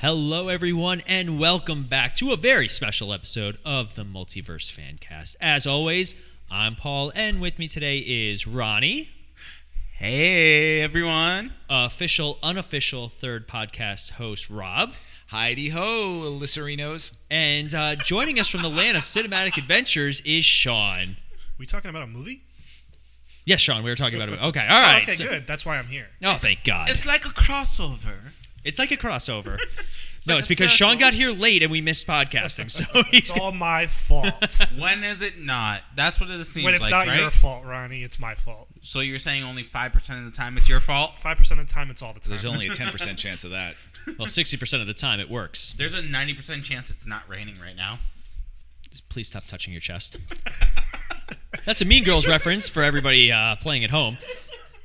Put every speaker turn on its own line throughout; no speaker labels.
Hello, everyone, and welcome back to a very special episode of the Multiverse Fancast. As always, I'm Paul, and with me today is Ronnie,
Hey everyone!
official, unofficial third podcast host Rob,
Heidi ho, Lisserinos.
and uh, joining us from the land of cinematic adventures is Sean.
We talking about a movie?
Yes, Sean, we were talking about it. Okay, all right.
okay,
so-
good. That's why I'm here.
Oh, thank God.
It's like a crossover.
It's like a crossover. no,
like
it's
a
because Sean
circle.
got here late and we missed podcasting, so he's
It's all my fault.
When is it not? That's what it seems
when it's
like,
not
right?
your fault, Ronnie, it's my fault.
so you're saying only five percent of the time it's your fault?
Five percent of the time, it's all the time.
There's only a 10% chance of that.
well, sixty percent of the time it works.
There's a ninety percent chance it's not raining right now.
Just please stop touching your chest. That's a Mean Girls reference for everybody uh, playing at home.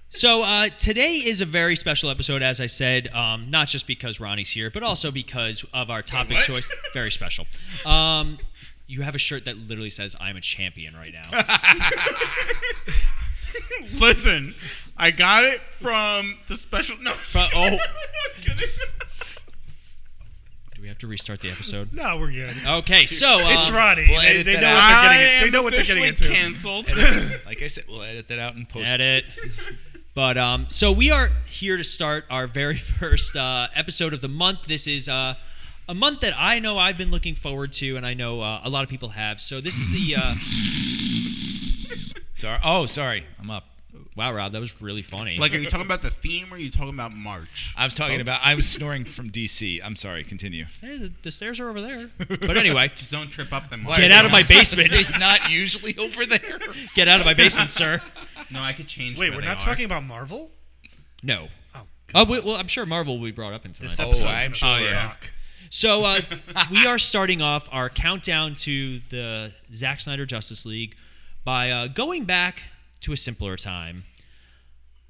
So uh, today is a very special episode, as I said, um, not just because Ronnie's here, but also because of our topic
what?
choice. Very special. Um, you have a shirt that literally says "I'm a champion" right now.
Listen, I got it from the special. No,
But- oh, do we have to restart the episode?
no, we're good.
Okay, so um,
It's Ronnie.
we'll
they
edit
they
that
know what
out.
they're
I
getting.
am
They know what they're getting into.
officially canceled.
Like I said, we'll edit that out and post.
At it. But um, so we are here to start our very first uh, episode of the month. This is uh, a month that I know I've been looking forward to, and I know uh, a lot of people have. So this is the uh,
Sorry. Oh, sorry. I'm up.
wow, Rob, that was really funny.
like, are you talking about the theme or are you talking about March?
I was talking about, I was snoring from DC. I'm sorry. Continue.
Hey, the, the stairs are over there. But anyway,
Just don't trip up the March.
get out of my basement.
Not usually over there.
Get out of my basement, sir.
No, I could change.
Wait,
where
we're
they
not
are.
talking about Marvel.
No.
Oh,
Oh, we, well, I'm sure Marvel will be brought up in tonight.
this
Oh,
episode's
I'm
gonna
sure.
suck.
So uh, we are starting off our countdown to the Zack Snyder Justice League by uh, going back to a simpler time.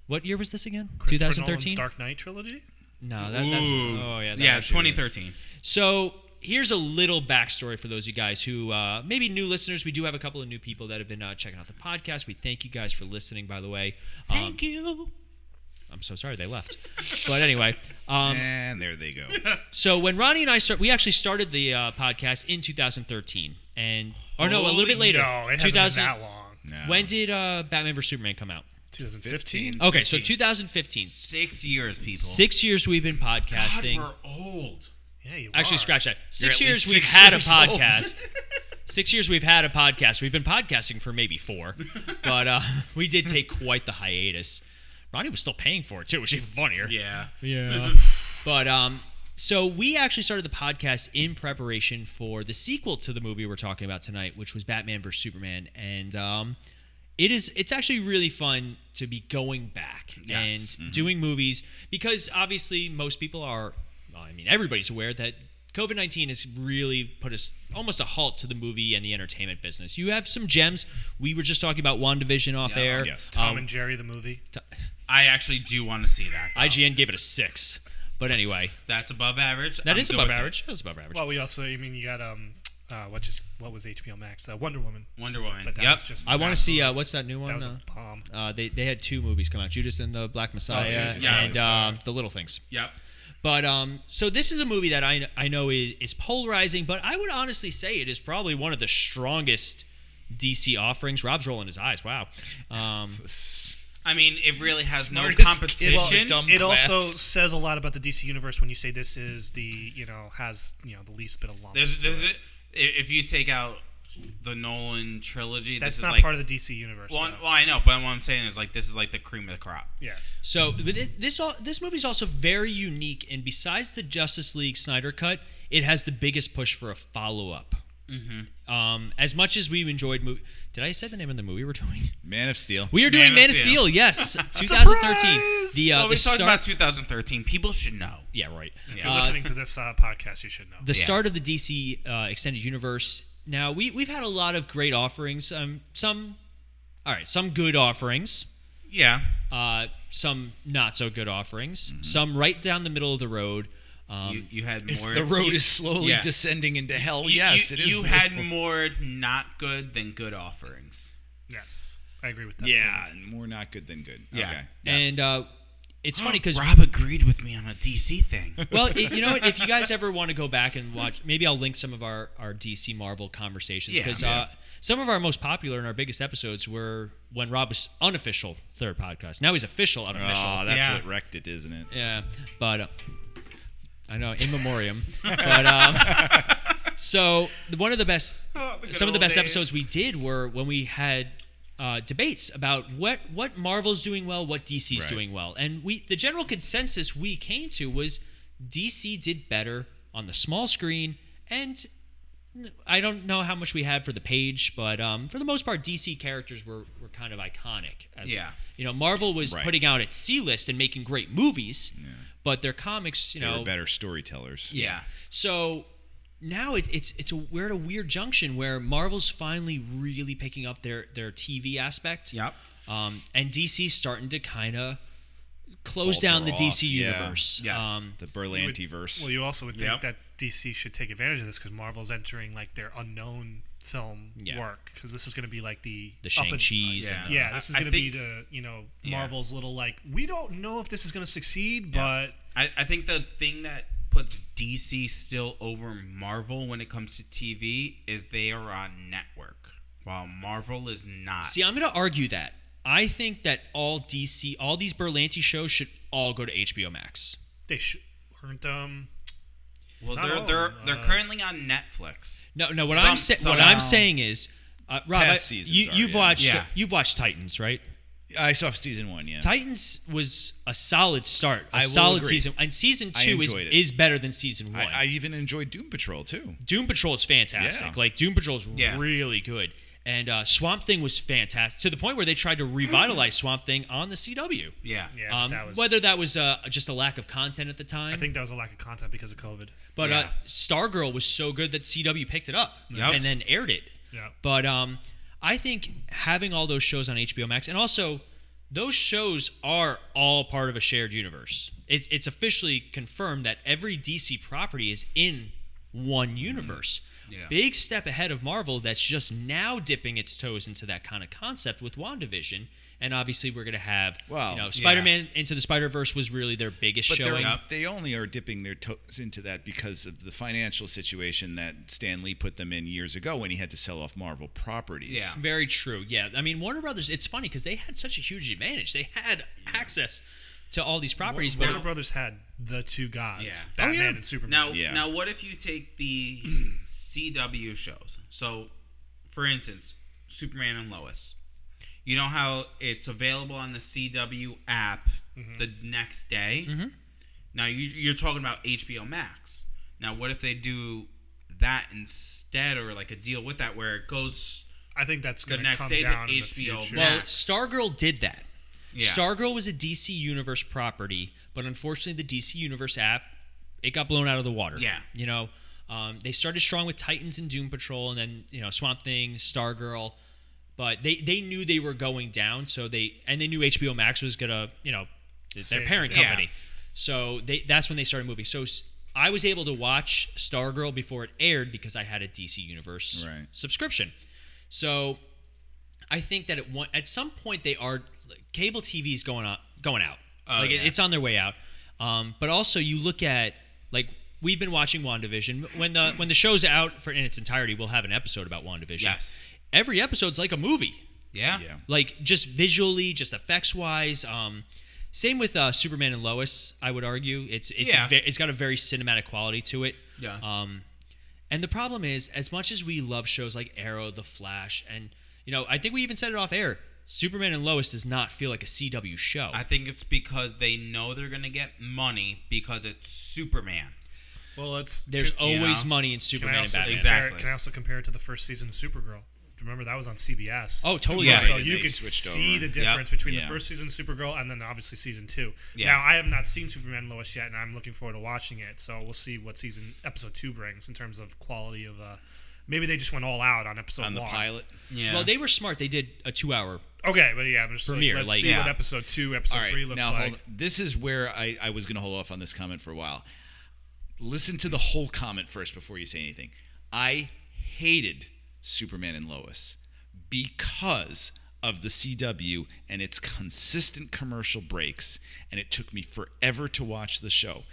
What year was this again?
Christopher Nolan's
2013.
Dark Knight trilogy.
No, that, that's
Ooh.
oh yeah, that
yeah,
actually-
2013.
So here's a little backstory for those of you guys who uh, maybe new listeners. We do have a couple of new people that have been uh, checking out the podcast. We thank you guys for listening. By the way, um,
Thank you.
I'm so sorry they left, but anyway, um,
And there they go.
So when Ronnie and I start, we actually started the uh, podcast in 2013, and or no, a little
Holy-
bit later.
No, it hasn't
2000
been that long.
No.
When did uh, Batman vs Superman come out?
2015.
Oh.
Okay, so 2015.
Six years, people.
Six years we've been
God,
podcasting.
we're old.
Yeah, you
Actually,
are.
scratch that. Six
at least
years we've
six
had a
years old.
podcast. six years we've had a podcast. We've been podcasting for maybe four, but uh, we did take quite the hiatus. Ronnie was still paying for it too, which is even funnier.
Yeah.
Yeah. but um, so we actually started the podcast in preparation for the sequel to the movie we're talking about tonight, which was Batman vs Superman, and um, it is it's actually really fun to be going back
Yes.
and doing movies because obviously most people are, well, I mean everybody's aware that. COVID 19 has really put us almost a halt to the movie and the entertainment business. You have some gems. We were just talking about WandaVision off
Yeah.
air.
Yes.
Tom
Um,
and Jerry the movie.
I actually do want to see that.
IGN gave it a six. But anyway,
That's above average.
That
I'm
is
good
above
with it.
average. That's above average.
Well, we also. I mean, you got um, uh, what just what was HBO Max? Uh, Wonder Woman.
Wonder Woman.
But that
yep.
was just.
I want to see uh, what's that new one?
That was a
uh,
bomb.
uh, they they had two movies come out: Judas and the Black Messiah,
Judas
and
and the Black
uh, the Little Things.
Yep.
But um, so this is a movie that I I know is, is polarizing, but I would honestly say it is probably one of the strongest DC offerings. Rob's rolling his eyes. Wow. Um,
I mean, it really has
Smartest
no
kid
competition.
in the dumb
it also
class.
says a lot about the DC universe when you say this is the you know has you know the least bit of lump.
there's, there's a, i- if you take out the Nolan trilogy,
That's
this
not
is like,
part of the DC universe.
Well,
though.
well, I know, but what I'm saying is like this is like the cream of the crop.
yes.
So but thi- this al- this movie is also very unique, and besides the Justice League Snyder cut, it has the biggest push for a follow up.
Mm-hmm.
Um, as much as we've enjoyed movie, did I say the name of the movie we're doing?
Man of Steel.
We are doing Man, of Steel. Yes, 2013. The uh,
well, we
the
talked
start.
about 2013. People should know.
yeah, right.
If you're
Uh,
listening to this uh, podcast, you should know.
the
Yeah.
start of the DC uh, extended universe. Now we we've had a lot of great offerings. Um, some, all right, some good offerings.
Yeah.
Uh, some not so good offerings. Some right down the middle of the road. Um,
You, you had
If
more.
the road is slowly
Yeah.
descending into hell,
you-
yes,
you,
it is.
You
the-
had more not good than good offerings.
yes, I agree with that.
Yeah, more not good than good.
Yeah.
Okay.
Yes.
And uh, it's funny because
Rob agreed with me on a DC thing.
well, i you know what? If you guys ever want to go back and watch, maybe I'll link some of our, our DC Marvel conversations
Yeah.
because uh, some of our most popular and our biggest episodes were when Rob was unofficial third podcast. Now he's official unofficial.
Oh, that's
Yeah.
what wrecked it, isn't it?
Yeah, but uh, I know in memoriam. but um, so the- one of the best,
Oh, the good
some of the
old
best
days.
episodes we did were when we had uh, debates about what what Marvel's doing well, what DC's
Right.
doing well, and we the general consensus we came to was DC did better on the small screen and. I don't know how much we had for the page, but um, for the most part, DC characters were, were kind of iconic. As,
Yeah.
You know, Marvel was
Right.
putting out its C list and making great movies, but their comics, you
They
know,
were better storytellers.
Yeah.
So now it, it's it's a, we're at a weird junction where Marvel's finally really picking up their their TV aspect.
Yep.
Um, and DC's starting to kind of close
Falter
down the DC
off, yeah.
universe.
Yes.
Um,
The
You would-
Berlanti-verse.
Well, you also would think
Yep.
that DC should take advantage of this because Marvel's entering like their unknown film
Yeah.
work because this is going to be like the
the
up
Shang
and-
Chi's.
yeah.
Yeah, this is
I- I
going to be
think-
the you know
Yeah.
Marvel's little like we don't know if this is going to succeed, but
I, I think the thing that puts DC still over Marvel when it comes to TV is they are on network, while Marvel is not.
See, I'm going to argue that. I think that all DC, all these Berlanti shows should all go to HBO Max.
they sh- weren't. Um,
well,
not
they're
all,
they're they're
uh,
currently on Netflix.
No, no. What
Some-
I'm saying, what
some-
I'm saying is, uh, Rob,
Past
I-
seasons
you,
are,
you've
yeah.
watched,
Yeah.
you've watched Titans, right?
I saw season one. Yeah.
Titans was a solid start, a
I will
solid
agree.
season, and season
I
two is
enjoyed it.
is better than season one.
I, I even enjoyed Doom Patrol too.
Doom Patrol is fantastic.
Yeah.
Like Doom Patrol is
Yeah.
really good, and uh, Swamp Thing was fantastic to the point where they tried to revitalize Swamp Thing on the CW.
Yeah.
yeah, but
Um,
that was
whether that was uh, just a lack of content at the time,
I think that was a lack of content because of COVID.
But uh,
Yeah.
Stargirl was so good that CW picked it up
Yep.
and then aired it.
Yeah.
But um, I think having all those shows on HBO Max and also those shows are all part of a shared universe. It's, it's officially confirmed that every DC property is in one universe.
Mm-hmm.
Yeah.
Big step ahead of Marvel that's just now dipping its toes into that kind of concept with WandaVision. And obviously, we're going to have,
Well,
you know,
yeah.
Spider Man Into the Spider Verse was really their biggest
But
showing.
they're,
up.
they only are dipping their toes into that because of the financial situation that Stan Lee put them in years ago when he had to sell off Marvel properties.
Yeah.
Very true. Yeah. I mean, Warner Brothers, it's funny because they had such a huge advantage. They had access to all these properties,
Warner
but
Brothers had the two gods,
Yeah. Oh,
Batman
yeah.
and Superman.
Now,
Yeah.
now, what if you take the CW shows? So, for instance, Superman and Lois. You know how it's available on the CW app the next day. Now you, you're talking about HBO Max. Now, what if they do that instead, or like a deal with that where it goes?
I think that's going to
next
come
day to
down in the
HBO
future.
Max.
well, Stargirl did that.
Yeah.
Stargirl was a DC Universe property, but unfortunately, the DC Universe app it got blown out of the water.
Yeah.
You know, um, they started strong with Titans and Doom Patrol, and then you know Swamp Thing, Stargirl. But they, they knew they were going down, so they and they knew HBO Max was gonna you know their
Save
parent
the day.
company, so they that's when they started moving. So s- I was able to watch Stargirl before it aired because I had a DC Universe
Right.
subscription. So I think that at one at some point they are cable TV's going on going out.
Oh,
like it-
yeah.
it's on their way out. Um, but also you look at like we've been watching WandaVision. When the when the show's out for in its entirety, we'll have an episode about WandaVision.
Yes.
Every episode's like a movie.
Yeah.
Yeah.
Like just visually, just effects wise. Um, same with uh, Superman and Lois. I would argue it's it's
Yeah.
ve- it's got a very cinematic quality to it.
Yeah.
Um, and the problem is, as much as we love shows like Arrow, The Flash, and you know, I think we even said it off air. Superman and Lois does not feel like a CW show.
I think it's because they know they're gonna get money because it's Superman.
well, it's
There's
can,
always
know,
money in
can I
Superman and
also
Batman.
exact-
compare,
Exactly.
can I also compare it to the first season of Supergirl? Remember that was on CBS.
Oh, totally.
Yeah.
right.
so
Right,
you
they
can
switched
see
over.
the difference between
Yeah.
the first season of Supergirl and then obviously season two.
Yeah.
Now I have not seen Superman and Lois yet, and I'm looking forward to watching it. So we'll see what season episode two brings in terms of quality of. Uh, maybe they just went all out on episode
On the
one.
pilot.
Yeah.
Well, they were smart. They did a two-hour.
Okay, but yeah, I'm just like,
Premiere,
let's
like-
see what
Yeah.
episode two, episode
All right.
three looks
now,
like.
hold, this is where I, I was going to hold off on this comment for a while. Listen to the whole comment first before you say anything. I hated Superman and Lois because of the CW and its consistent commercial breaks, and it took me forever to watch the show.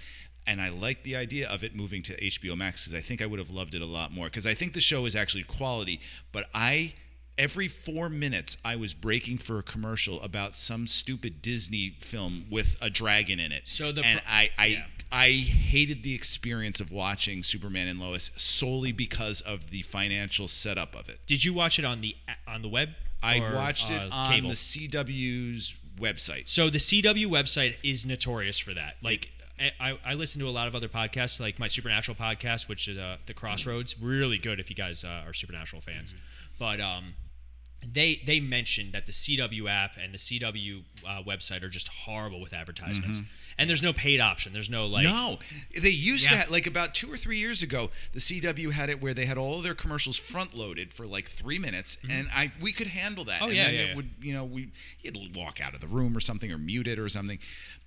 And I like the idea of it moving to HBO Max because I think I would have loved it a lot more because I think the show is actually quality, but I every four minutes I was breaking for a commercial about some stupid Disney film with a dragon in it.
So the
and
pro-
I I,
Yeah.
I hated the experience of watching Superman and Lois solely because of the financial setup of it.
Did you watch it on the on the web?
I
or,
watched
uh,
it on
cable?
the CW's website.
So the CW website is notorious for that. Like I- I, I listen to a lot of other podcasts, like my Supernatural podcast, which is uh, the Crossroads, really good if you guys uh, are Supernatural
Mm-hmm.
fans. But um, they they mentioned that the CW app and the CW uh, website are just horrible with advertisements,
Mm-hmm.
and there's no paid option. There's no like
No, they used to
Yeah.
ha- like about two or three years ago. The CW had it where they had all of their commercials front loaded for like three minutes, and I we could handle that.
Mm-hmm. Oh,
and
yeah,
then
yeah,
it
yeah.
would you know we you'd walk out of the room or something or mute it or something,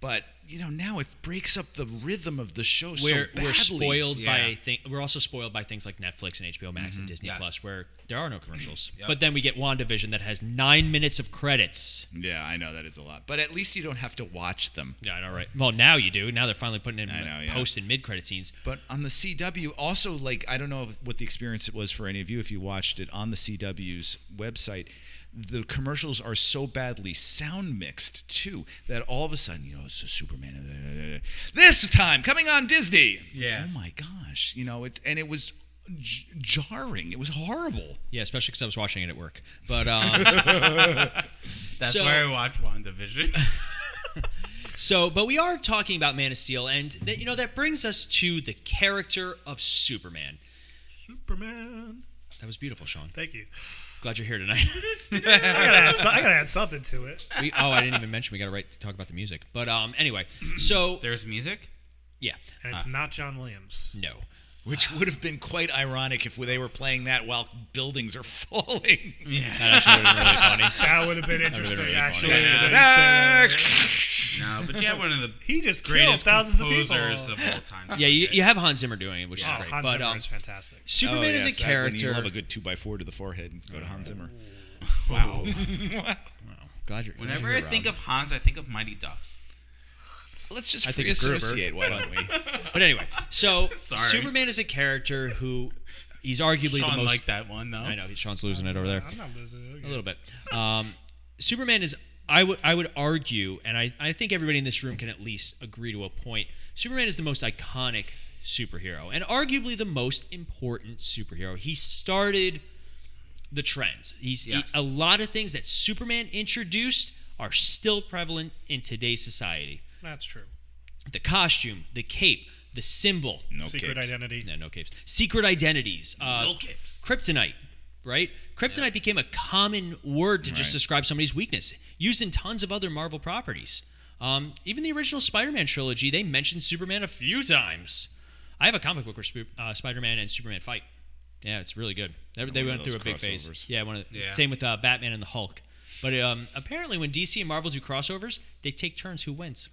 but you know now it breaks up the rhythm of the show
we're
so badly.
we're spoiled by
Yeah. Mm-hmm.
thing. We're also spoiled by things like Netflix and HBO Max and Disney
Yes.
Plus, where there are no commercials.
Yep.
But then we get Wandavision that has nine minutes of credits.
Yeah, I know that is a lot, but at least you don't have to watch them.
Yeah, I know, right? Well, now you do. Now they're finally putting in
I know, yeah.
post and mid credit scenes.
But on the CW, also like I don't know if- what the experience was for any of you if you watched it on the CW's website. The commercials are so badly sound mixed too that all of a sudden you know it's a Superman. uh, uh, uh, This time coming on Disney.
Yeah.
Oh my gosh, you know it's and it was j- jarring. It was horrible.
Yeah, especially because I was watching it at work. But um,
That's
So-
where I watch WandaVision.
so, but we are talking about Man of Steel, and that you know that brings us to the character of Superman.
Superman.
That was beautiful, Sean.
Thank you.
Glad you're here tonight.
I gotta add, so- I gotta add something to it.
we, oh, I didn't even mention we got to right to talk about the music. But um, anyway, so
There's music.
yeah,
And it's not John Williams.
no.
Which would have been quite ironic if they were playing that while buildings are falling.
Yeah.
That actually would have been really funny.
That would have been interesting,
really
actually.
funny.
that
Yeah.
he said that.
Uh,
no, but you have one of the
He just killed
greatest
thousands of people.
composers of all time.
Yeah, you, you have Hans Zimmer doing it, which
Oh,
is great.
Hans
but
Zimmer
um,
is fantastic.
Superman
Oh,
is
yes,
a
that- when
character.
You love a good two by four to the forehead. Go to Hans Zimmer.
Wow.
God, you're, glad
Whenever
you're
I
here,
think
Rob.
of Hans, I think of Mighty Ducks.
Let's just
I think
free
it's Gerber.
associate. Why don't we?
But anyway, so
Sorry.
Superman is a character who he's arguably
Sean
the most.
liked that one though.
I know Sean's losing it over there
I'm not losing it.
a little bit. Um, Superman is I would I would argue, and I I think everybody in this room can at least agree to a point. Superman is the most iconic superhero and arguably the most important superhero. He started the trends. He's he-
Yes.
a lot of things that Superman introduced are still prevalent in today's society.
That's true.
The costume, the cape, the symbol,
No
Secret
capes.
identity.
no, no capes. Secret identities. Uh,
No capes.
Kryptonite, right? Kryptonite became a common word to just
Right.
describe somebody's weakness, used in tons of other Marvel properties. Um, even the original Spider-Man trilogy, they mentioned Superman a few times. I have a comic book where Sp- uh, Spider-Man and Superman fight. Yeah, it's really good. They, they
one of
went through a
those
big phase.
crossovers.
Yeah, one of the,
Yeah.
same with uh, Batman and the Hulk. But um, apparently, when DC and Marvel do crossovers, they take turns who wins.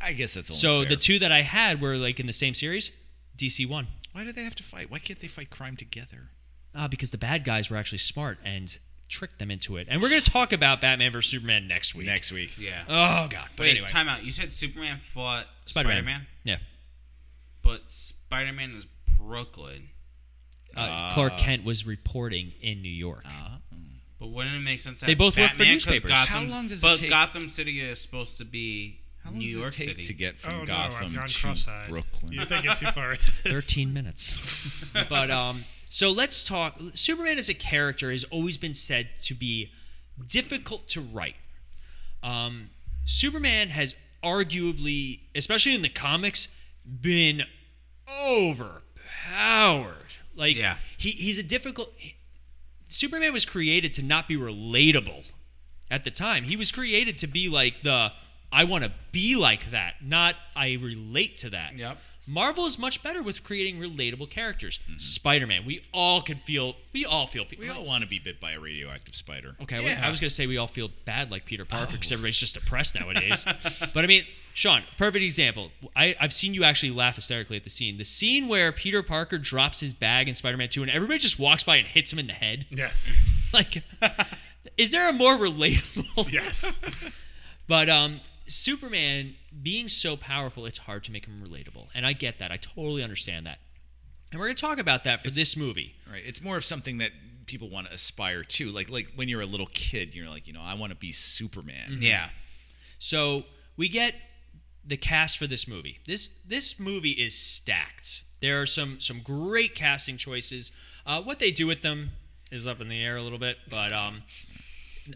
I guess that's only
So
fair.
the two that I had were like in the same series. DC won.
Why do they have to fight? Why can't they fight crime together?
Uh, because the bad guys were actually smart and tricked them into it. And we're going to talk about Batman versus Superman next week.
Next week.
Yeah.
Oh, God. But
Uh, Wait,
anyway.
time out. You said Superman fought Spider
Spider-Man.
Man,
Yeah.
but Spider Man is Brooklyn.
Uh, Clark Kent was reporting in New York.
But wouldn't it make sense? To
They
have
both work for
Batman 'cause
newspapers.
Gotham,
How long does it
but
take-
Gotham City is supposed to be
How long
New
does
York
it take
City.
to get from
Oh, no, I've
Gotham
gone
to
cross-eyed.
Brooklyn?
You're thinking too far into this.
13 minutes. but um, so let's talk. Superman as a character has always been said to be difficult to write. Um, Superman has arguably, especially in the comics, been overpowered. Like
Yeah.
he, he's a difficult. he- Superman was created to not be relatable at the time. He was created to be like the I want to be like that, not I relate to that.
Yep.
Marvel is much better with creating relatable characters. Spider-Man, we all can feel. We all feel. Pe-
Mm-hmm. We all want to be bit by a radioactive spider.
okay, I- I was gonna say we all feel bad like Peter Parker
Oh.
because everybody's just depressed nowadays. but I mean, Sean, perfect example. I, I've seen you actually laugh hysterically at the scene. The scene where Peter Parker drops his bag in Spider-Man Two, and everybody just walks by and hits him in the head.
Yes.
Like, Is there a more relatable?
Yes.
But um, Superman being so powerful, it's hard to make him relatable, and I get that. I totally understand that, and we're gonna talk about that for this movie.
Right. It's more of something that people want to aspire to. Like like when you're a little kid, you're like, you know, I want to be Superman.
Yeah.
So we get the cast for this movie. This this movie is stacked. There are some some great casting choices. Uh, what they do with them is up in the air a little bit, but um.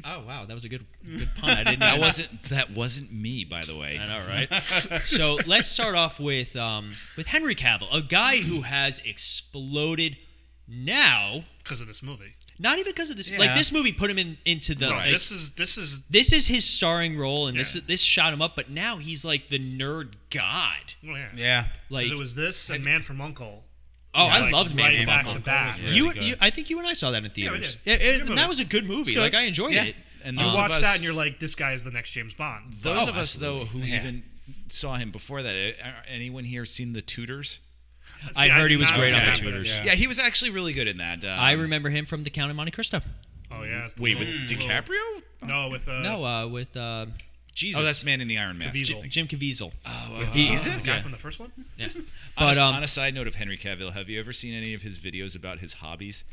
Oh wow, that was a good good pun. I didn't.
That
know.
wasn't that wasn't me, by the way.
I know, right? so let's start off with um, with Henry Cavill, a guy who has exploded now.
Because of this movie.
Not even because of this.
Yeah.
Like this movie put him in into the.
No,
like,
this is this is
this is his starring role, and this
Yeah.
is this shot him up. But now he's like the nerd god.
well, yeah.
Yeah.
'Cause
Like
it was this and Man from Uncle.
oh, I
like,
loved
right
Man from
back
Uncle.
to back.
Yeah.
you,
Really
you, I think you and I saw that in
we
theaters.
did.
It- it-
It's a good
and
movie.
that was a good movie.
good.
Like I enjoyed
Yeah.
it.
And
You
those
watch
of us,
that and you're like, this guy is the next James Bond.
those
Oh,
of us though who
Yeah.
even saw him before that. uh, are anyone here seen the Tudors?
I heard he
did
was
not
great
see
on The
that, but
Tudors.
it's-
Yeah.
Yeah, he was actually really good in that. Um,
I remember him from The Count of Monte Cristo.
Oh yeah. it's the
Wait, with
little-
DiCaprio?
No, with uh,
No, uh, with uh, Jesus.
Oh, that's Man in the Iron Mask.
Caviezel.
I think.
Jim Caviezel.
Oh,
He-
the guy
yeah.
from the first one.
Yeah.
on,
But
a,
um,
on a side note of Henry Cavill, have you ever seen any of his videos about his hobbies?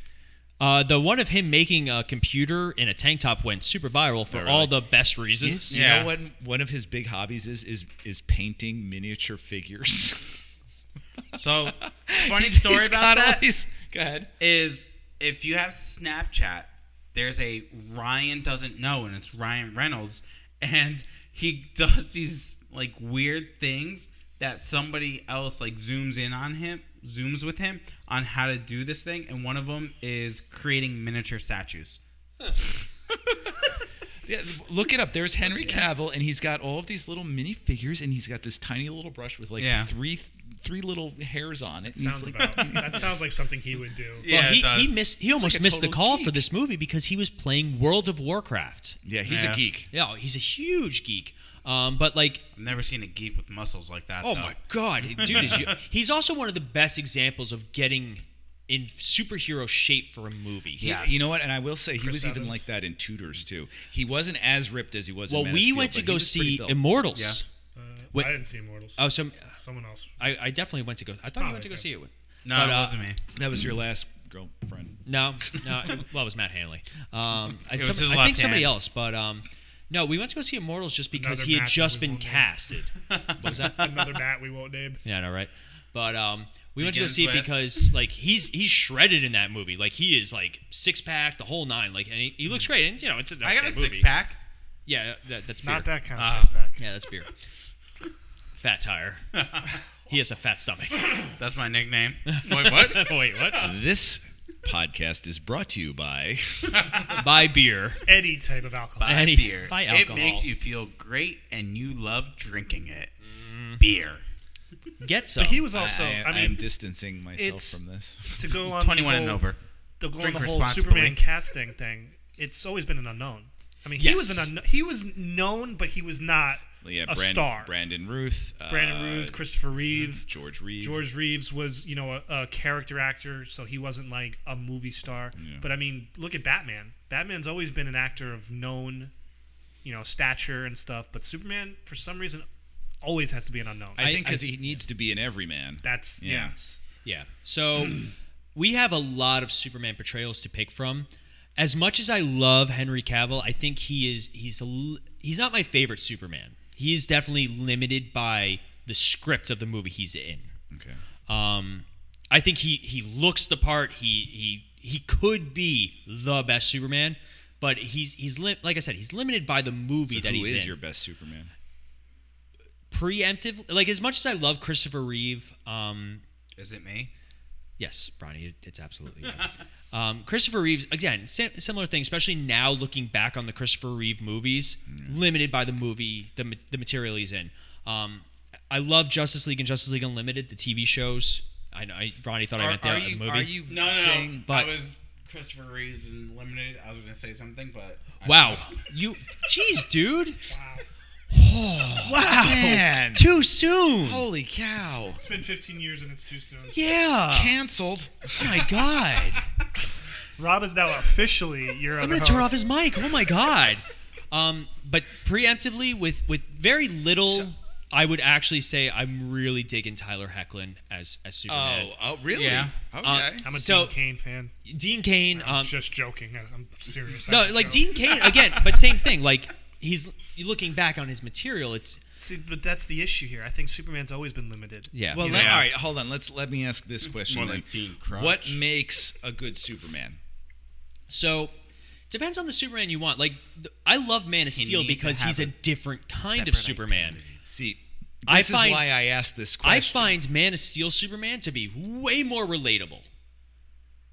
uh, the one of him making a computer in a tank top went super viral for
Oh, really?
all the best reasons.
You
Yeah.
know what one of his big hobbies is is is painting miniature figures.
So, funny story
He's
about
got all
that
these- go ahead.
is if you have Snapchat, there's a Ryan doesn't know, and it's Ryan Reynolds, and he does these like weird things that somebody else like zooms in on him, zooms with him on how to do this thing, and one of them is creating miniature statues.
Yeah, look it up. There's Henry Cavill, and he's got all of these little mini figures, and he's got this tiny little brush with like
Yeah.
three three little hairs on it. and he's
Sounds
like-
about. that sounds like something he would do.
Yeah, it
well, he,
does.
he missed. He almost
like a
missed the
total
call for
geek.
this movie because he was playing World of Warcraft.
yeah, he's
Yeah.
a geek.
Yeah, he's a huge geek. Um, but like,
I've never seen a geek with muscles like that.
oh
though.
my god, dude is. you- He's also one of the best examples of getting in superhero shape for a movie.
He-
Yeah.
you know what? And I will say he
Chris
was even
Evans.
like that in Tudors too. He wasn't as ripped as he was.
Well,
in Man of
we
Steel,
went to
but he
go
was pretty
see
built.
Immortals.
Yeah.
Uh,
Wait.
I didn't see Immortals.
Oh, some.
Someone else.
I, I definitely went to go. I thought you
Oh,
went to go
okay.
see it. with-
No,
But,
it
uh,
wasn't me.
That was your last girlfriend.
No, no. it- well, it was Matt Hanley. Um, I,
was
some-
his
I
left
think somebody
hand.
else, but um, no, we went to go see Immortals just because
Another
he had
Matt
just
that we
been
won't name.
casted. what was that?
Another Matt we won't name.
Yeah, no, right. But um, we went to go
Begins
see it
with-
because like he's he's shredded in that movie. Like he is like six pack, the whole nine. Like and he, he looks great. And you know, it's an
I got a
okay
six
movie.
pack.
Yeah, that, that's beer.
Not that kind of
Uh,
stuff back.
Yeah, that's beer. fat tire. He has a fat stomach.
That's my nickname. Wait, what?
Wait, what?
This podcast is brought to you by.
Buy beer.
Any type of alcohol.
Any-
beer.
buy
it
alcohol.
makes you feel great, and you love drinking it. Beer.
Get some.
But he was also.
I,
I,
am
mean,
distancing myself
it's-
from this.
to go on the
21 and
whole-
over.
To go on
Drink
the whole
responsibly.
Superman casting thing. It's always been an unknown. I mean, he was
Yes.
an unknown, he was known, but he was not
Yeah,
a
Brand,
star.
Brandon Ruth.
Brandon
uh,
Ruth, Christopher Reeve,
George Reeve.
George Reeves was, you know, a, a character actor, so he wasn't like a movie star.
Yeah.
But I mean, look at Batman. Batman's always been an actor of known, you know, stature and stuff. But Superman, for some reason, always has to be an unknown.
I, think
I-
because he needs to be an everyman.
That's
Yeah.
yes.
Yeah. So we have a lot of Superman portrayals to pick from. As much as I love Henry Cavill, I think he is he's a, l- he's not my favorite Superman. He is definitely limited by the script of the movie he's in.
Okay.
Um, I think he he looks the part. He he he could be the best Superman, but he's he's li- like I said, he's limited by the movie
So
that
who
he's
is
in
your best Superman?
preemptive like as much as i love christopher reeve um
Is it me?
yes Bronny, it, it's absolutely you. um christopher reeves again sim- similar thing especially now looking back on the christopher reeve movies limited by the movie the, ma- the material he's in um i love justice league and justice league unlimited the tv shows i know I, ronnie thought i
Are,
meant the,
are
the
you,
movie
are you
No, no,
saying
But-
I was Christopher Reeves and Limited. I was gonna say something, but I-
wow you jeez dude Oh.
Wow.
wow
Man.
too soon
Holy cow.
It's been 15 years and it's too soon.
yeah
Cancelled.
oh my god
Rob is now officially your
I'm
other
gonna turn off
host.
his mic. Oh my god. Um, but preemptively, with with very little, I would actually say I'm really digging Tyler Hecklin as as Superman.
Oh, oh, really?
Yeah.
Okay.
I'm a
So-
Dean Kane fan.
Dean Kane.
I'm
Um,
just joking. I- I'm serious.
no,
That's a
like
joke.
Dean Kane again, but same thing. Like he's you're looking back on his material. It's
See, but that's the issue here. I think Superman's always been limited.
yeah.
well,
you
let-
know.
all right. Hold on. Let's let me ask this question.
More
then.
like Dean Crouch.
what makes a good Superman?
so depends on the Superman you want. Like th- I love Man of Steel
needs to
because
have
he's a,
a
different kind
separate
of Superman.
identity.
See,
I
this
find-
is why I asked this
I
question.
find Man of Steel Superman to be way more relatable.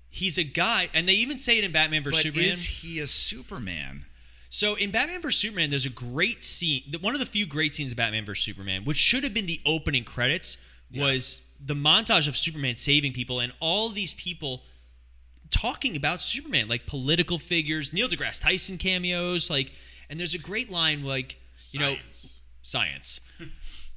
He's a guy, and they even say it in Batman vs
but
Superman.
is he a Superman?
so in Batman vs Superman, there's a great scene. th- One of the few great scenes of Batman vs Superman, which should have been the opening credits, was the montage of Superman saving people and all these people talking about Superman, like political figures, Neil deGrasse Tyson cameos, like. And there's a great line like, you know,
Science.
science.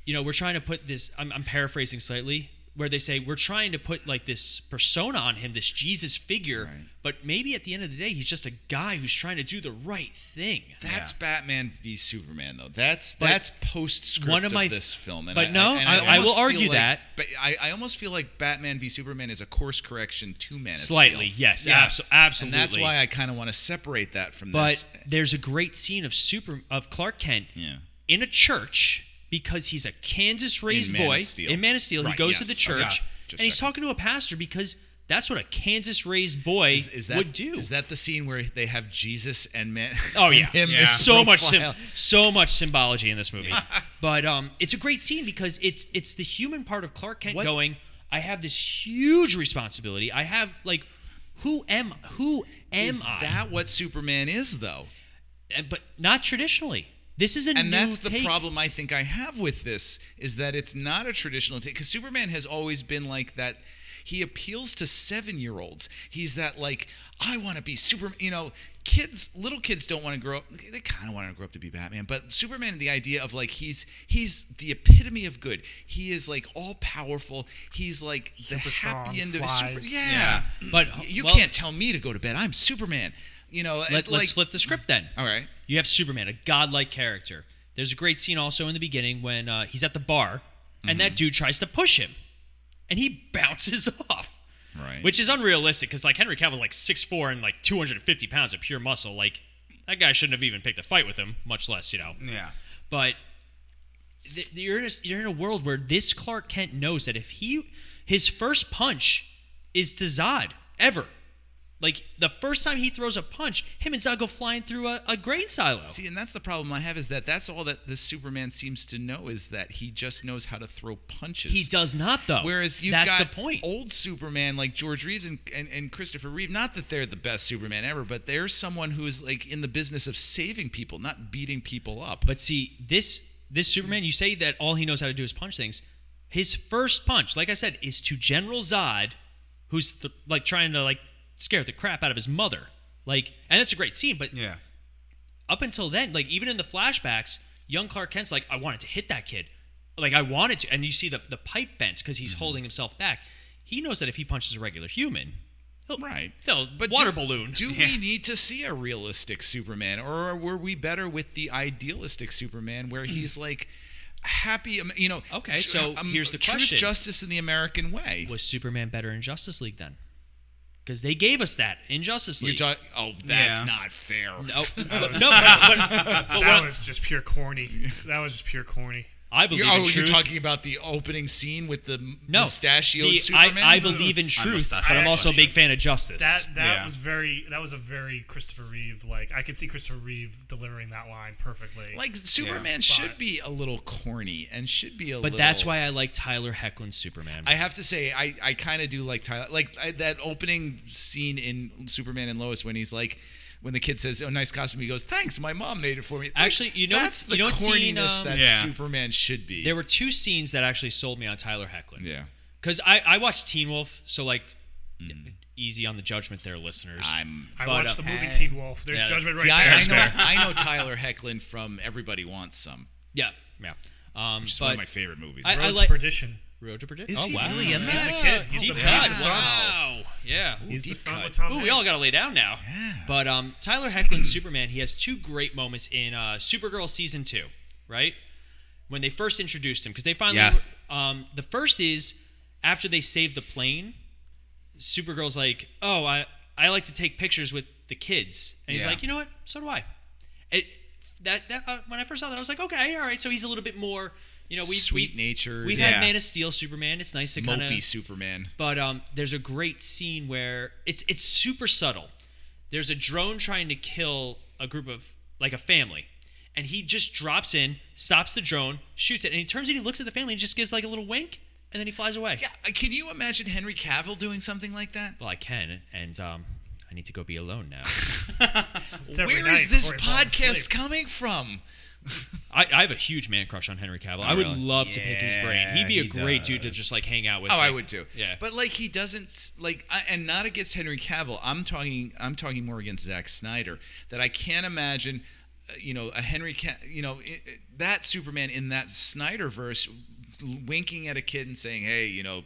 you know, we're trying to put this. I'm, I'm paraphrasing slightly, where they say we're trying to put like this persona on him, this Jesus figure,
Right.
but maybe at the end of the day, he's just a guy who's trying to do the right thing.
That's
Yeah.
Batman v Superman, though. That's that's postscript
one of
of,
my-
this film. And
but
I,
no,
and
I- I
almost
will
feel
argue
like-
that.
But I, I almost feel like Batman v Superman is a course correction to Man of
Slightly,
Steel.
yes,
Yes.
abso- absolutely.
And that's why I kind of want to separate that from
But
this.
there's a great scene of super of Clark Kent
Yeah.
in a church because he's a Kansas raised
Man of
boy.
Steel.
In Man of Steel, he
Right,
goes to
yes.
the
Okay.
church
Just
and he's
checking.
talking to a pastor because that's what a Kansas raised boy
Is, is that
would do.
Is that the scene where they have Jesus and man?
Oh
and
yeah,
him
Yeah.
as
so much
profile?
sym- so much symbology in this movie. but um, it's a great scene because it's it's the human part of Clark Kent
What-
going. I have this huge responsibility. I have like, who am who am
Is
I?
that what Superman is though?
And- but not traditionally. This is a
and
new
that's the
take.
problem I think I have with this is that it's not a traditional take because Superman has always been like that. He appeals to seven-year-olds. He's that like I want to be Superman. You know, kids, little kids don't want to grow up. They kind of want to grow up to be Batman, but Superman, the idea of like he's he's the epitome of good. He is like all powerful. He's like the
Super strong,
happy end of
flies.
super. Yeah,
Yeah.
But
you
well,
can't tell me to go to bed. I'm Superman. You know, and,
Let,
like,
let's flip the script then.
All right.
You have Superman, a godlike character. There's a great scene also in the beginning when uh, he's at the bar and
Mm-hmm.
that dude tries to push him, and he bounces off.
Right.
Which is unrealistic because like Henry Cavill's like 6'4 and like 250 pounds of pure muscle. Like that guy shouldn't have even picked a fight with him, much less you know.
Yeah.
But th- you're in a, you're in a world where this Clark Kent knows that if he his first punch is to Zod ever. Like the first time he throws a punch, him and Zod go flying through a, a grain silo.
See, and that's the problem I have is that that's all that this Superman seems to know is that he just knows how to throw punches.
he does not though.
Whereas you've
that's
got
the point.
old Superman like George Reeves and, and, and Christopher Reeve. Not that they're the best Superman ever, but they're someone who is like in the business of saving people, not beating people up.
But see, this this Superman, you say that all he knows how to do is punch things. His first punch, like I said, is to General Zod, who's th- like trying to like scare the crap out of his mother. Like, and that's a great scene. But
Yeah.
up until then, like even in the flashbacks, young Clark Kent's like, I wanted to hit that kid, like I wanted to, and you see the the pipe bends because
Mm-hmm.
he's holding himself back. He knows that if he punches a regular human, he'll
Right.
they'll
But
water
do-
balloon.
Do we need to see a realistic Superman, or were we better with the idealistic Superman, where he's like happy? um, You know.
Okay,
tr- um,
so here's the question.
Truth, justice, in the American way.
was Superman better in Justice League then? Because they gave us that in Justice
You're
League.
talk- oh, that's
Yeah.
not fair.
No, no, but,
was-
but- but
That
what-
was just pure corny. That was just pure corny.
I believe
You're, oh,
in truth.
you're talking about the opening scene with the m-
no,
mustachioed
the-
Superman.
I, I believe in truth,
mustachioed.
but I'm
I
also a
actually-
big fan of justice.
That that
Yeah.
was very. That was a very Christopher Reeve. Like I could see Christopher Reeve delivering that line perfectly.
like Superman should be a little corny and should be a.
but
little,
that's why I like Tyler Hecklin's Superman.
I have to say I, I kind of do like Tyler like I, that opening scene in Superman and Lois when he's like when the kid says oh nice costume he goes thanks my mom made it for me Like,
Actually, you know
that's
what-
the
you know what
corniness
scene, um,
that
Yeah.
Superman should be
there were two scenes that actually sold me on Tyler Hecklin.
yeah
Because I, I watched Teen Wolf, so like
Mm.
easy on the judgment there, listeners.
I'm
I
but,
watched
uh,
the movie
hey.
Teen Wolf. There's
Yeah,
judgment right
See,
there.
I, I know I know Tyler Hecklin from Everybody Wants Some
yeah, yeah. Um,
which is one
but
of my favorite movies
I-
Road to
like-
Perdition.
Road to Perdition.
Is
oh
he
wow,
really in
Yeah.
that?
He's the kid. He's
Deep
the-
cut.
he's the son.
wow. Yeah.
He's the
deep
son
cut.
with Tom
Ooh, we
Hanks.
all got to lay down now.
Yeah.
But um, Tyler Hecklin's Superman, he has two great moments in uh, Supergirl season two, right? When they first introduced him, because they finally.
Yes.
Um, the first is after they save the plane, Supergirl's like, "Oh, I I like to take pictures with the kids," and he's
Yeah.
like, "You know what? So do I." It, that that uh, when I first saw that, I was like, "Okay, all right." So he's a little bit more, you know, we
Sweet
we,
nature.
We've
Yeah.
had Man of Steel, Superman. It's nice to
mopey
kind of
Superman.
but um, there's a great scene where it's it's super subtle. There's a drone trying to kill a group of like a family, and he just drops in, stops the drone, shoots it, and he turns and he looks at the family and just gives like a little wink, and then he flies away.
Yeah, uh, can you imagine Henry Cavill doing something like that?
Well, I can, and um, I need to go be alone now.
It's
Where
every
is
night
this
before he falls
podcast
asleep.
coming from?
I, I have a huge man crush on Henry Cavill. I would
really?
love to pick his brain.
Yeah,
He'd be a
he
great dude to
does.
just like hang out with.
Oh, I
like-
would too.
Yeah.
but like he doesn't s- like, I, and not against Henry Cavill. I'm talking. I'm talking more against Zack Snyder. That I can't imagine. uh, You know, a Henry. Ca- you know, i i- that Superman in that Snyder verse, winking at a kid and saying, "Hey, you know,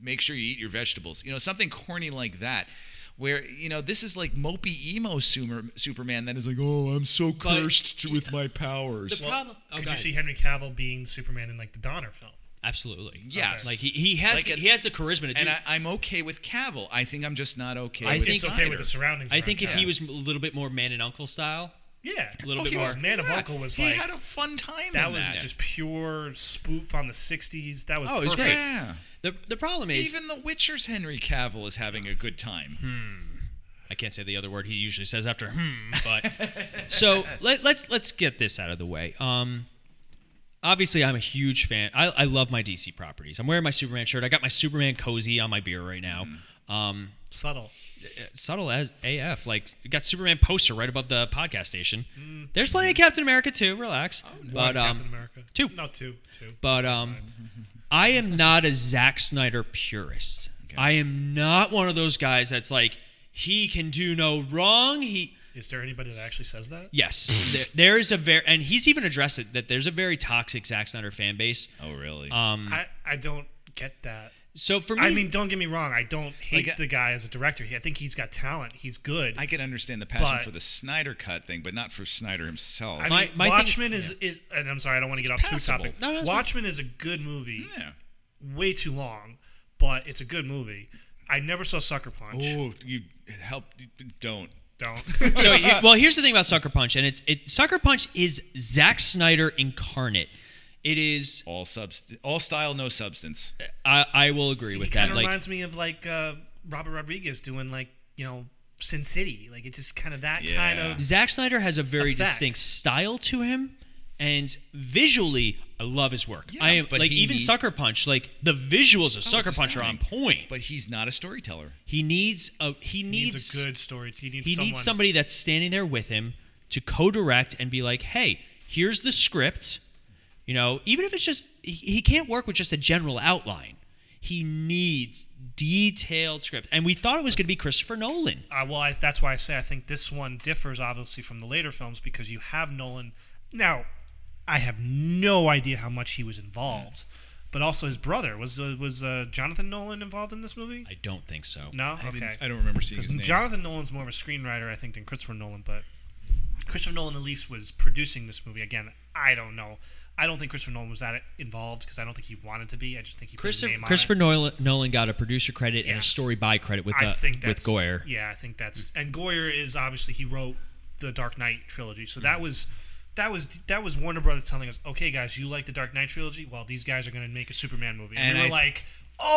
make sure you eat your vegetables." You know, something corny like that. Where you know this is like mopey emo Sumer- Superman that is like, oh, I'm so cursed to, with my powers.
The problem. Oh,
Could
go
you
ahead.
see Henry Cavill being Superman in like the Donner film?
Absolutely.
Yes.
Like he, he has
Like
the,
a-
he has the charisma to do.
and I, I'm okay with Cavill. I think I'm just not okay.
I
with
think-
It's okay with the
Snyder.
surroundings.
I
around
think if
him.
he was a little bit more man and uncle style,
yeah,
a little
Oh,
bit
he
more.
was- Man of
yeah.
Uncle was
he
like-
had a fun time.
that
in
was
that.
just pure spoof on the '60s. That was
Oh, it was great.
perfect.
Yeah.
The the problem is
Even The Witcher's Henry Cavill is having a good time.
Hmm.
I can't say the other word he usually says after hmm, but so let, let's let's get this out of the way. Um obviously I'm a huge fan. I, I love my DC properties. I'm wearing my Superman shirt. I got my Superman cozy on my beer right now. Um
Subtle.
subtle as AF. Like we got Superman poster right above the podcast station. There's plenty of Captain America too. Relax. But um
Captain America.
two.
No, two. Two.
But um, I am not a Zack Snyder purist.
Okay.
I am not one of those guys that's like he can do no wrong. He
Is there anybody that actually says that?
yes, there, there is a very and he's even addressed it that there's a very toxic Zack Snyder fan base.
Oh, really?
Um,
I, I don't get that.
so for me,
I mean, don't get me wrong. I don't hate
Like, uh,
the guy as a director. He, I think he's got talent. He's good.
I can understand the passion
but-
for the Snyder cut thing, but not for Snyder himself.
I
My-
mean,
my thing-
Watchmen is, is, and I'm sorry, I don't want to get off too
passable.
topic.
No, no, it's fine. Mm.
Watchmen is a good movie.
yeah.
Way too long, but it's a good movie. I never saw Sucker Punch.
Oh, you help. Don't.
Don't.
so he- well, here's the thing about Sucker Punch, and it's it Sucker Punch is Zack Snyder incarnate. It is.
All subst- all style, no substance.
I, I will agree
See,
with
he
that.
kind of
Like
reminds me of like uh, Robert Rodriguez doing like you know Sin City. Like it's just kind of that kind
Yeah.
of
Zack Snyder has a very
Effects.
distinct style to him, and visually, I love his work.
Yeah,
I am
but
like
he
even
need-
Sucker Punch, like the visuals of Sucker
it's
Punch are on
astounding.
point.
But he's not a storyteller.
he needs a he
He
needs,
needs a good story. He needs,
he
someone,
needs somebody that's standing there with him to co-direct and be like, hey, here's the script. You know, even if it's just he, he can't work with just a general outline. He needs detailed script, and we thought it was going to be Christopher Nolan.
Uh, well, I, that's why I say I think this one differs obviously from the later films because you have Nolan. Now, I have no idea how much he was involved, but also his brother was uh, was uh, Jonathan Nolan involved in this movie?
I don't think so.
No,
I,
okay.
didn't, I don't remember seeing his
Because
name.
Jonathan Nolan's more of a screenwriter, I think, than Christopher Nolan. But Christopher Nolan at least was producing this movie. Again, I don't know. I don't think Christopher Nolan was that involved because I don't think he wanted to be. I just think he put his
Christopher,
name on
Christopher
it.
Nolan, Nolan got a producer credit and
Yeah.
a story by credit with
I
the,
think
with
that's,
Goyer.
Yeah, I think that's and Goyer is obviously he wrote the Dark Knight trilogy, so
Mm.
that was that was that was Warner Brothers telling us, okay, guys, you like the Dark Knight trilogy? Well, these guys are going to make a Superman movie, and,
And
we were
I-
like,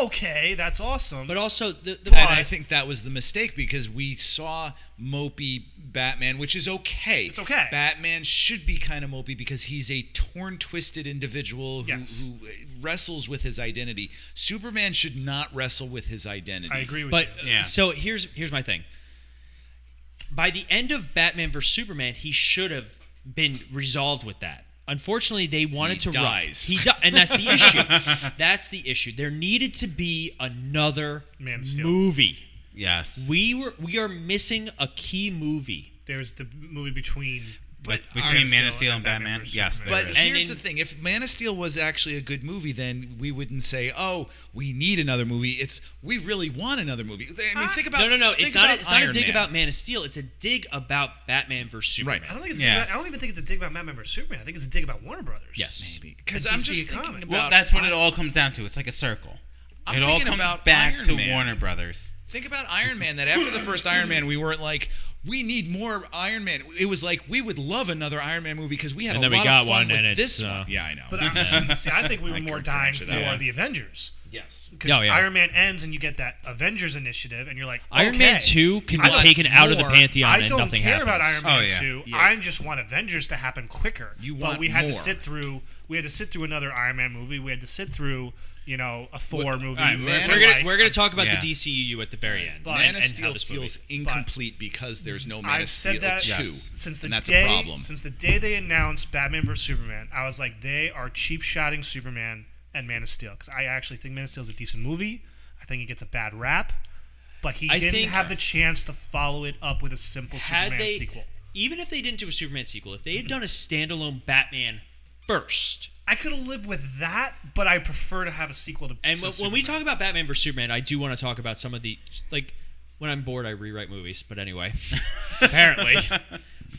okay, that's awesome.
But also the, the
and
plot-
I think that was the mistake because we saw mopey Batman, which is okay.
It's okay.
Batman should be kind of mopey because he's a torn, twisted individual who,
Yes.
who uh, wrestles with his identity. Superman should not wrestle with his identity.
I agree with
but uh,
you.
Yeah.
so here's here's my thing. By the end of Batman vs Superman, he should have been resolved with that. Unfortunately, they wanted
He
to ru-
dies.
He di- and that's the issue. That's the issue. There needed to be another
Man of Steel.
movie.
Yes.
We were we are missing a key movie.
There's the movie between
But
Between
Man
Man
of
of Steel and Batman,
versus
yes,
Superman.
there
But
is.
And in-
here's the thing: if Man of Steel was actually a good movie, then we wouldn't say, "Oh, we need another movie." It's we really want another movie. I mean, think about
No, no, no.
think
It's not. A,
about
it's not a
Iron
dig
Man.
about Man of Steel. It's a dig about Batman versus Superman.
right.
I don't think it's.
Yeah.
I don't even think it's a dig about Batman versus Superman. I think it's a dig about Warner Brothers.
Yes.
Because
And
I'm
DC
just thinking
Comics.
about
Well, that's what it all comes down to. It's like a circle.
I'm
it all
thinking
comes
about
back
Iron
to
Man.
Warner Brothers.
Think about Iron Man. That after the first Iron Man, we weren't like, we need more Iron Man. It was like we would love another Iron Man movie because we had
And
a
then we
lot
got
of fun
one,
with
and it's,
this
uh,
one. Yeah, I know.
But I, see, I think we were
I
more
could
dying
correct
for
you that way.
the Avengers
yes.
because
Oh, yeah.
Iron Man ends and you get that Avengers initiative, and you're like,
Iron
okay,
Man Two can be
I want
taken out of the
more.
pantheon
I
and
don't
nothing
care
happens.
about Iron Man
Oh, yeah.
two.
Yeah.
I just want Avengers to happen quicker.
You
but
want
we had to
more.
sit through. We had to sit through another Iron Man movie. We had to sit through, you know, a Thor movie.
All right, we're,
Man
we're
of
gonna,
Steel.
we're gonna talk about
Yeah.
the DCU at the very end.
But-
and,
Man of
and how
Steel
this movie-
feels incomplete because there's no Man
I've
of Steel
said that
2.
since the
and that's
day
a problem.
since the day they announced Batman vs Superman. I was like, they are cheap shotting Superman and Man of Steel because I actually think Man of Steel is a decent movie. I think it gets a bad rap, but he
I
didn't
think-
have the chance to follow it up with a simple
had
Superman
they,
sequel.
even if they didn't do a Superman sequel, if they had done a standalone Batman first,
I could have lived with that, but I prefer to have a sequel to.
and when,
to
when
Superman.
we talk about Batman versus Superman, I do want to talk about some of the like when I'm bored, I rewrite movies. But anyway, apparently,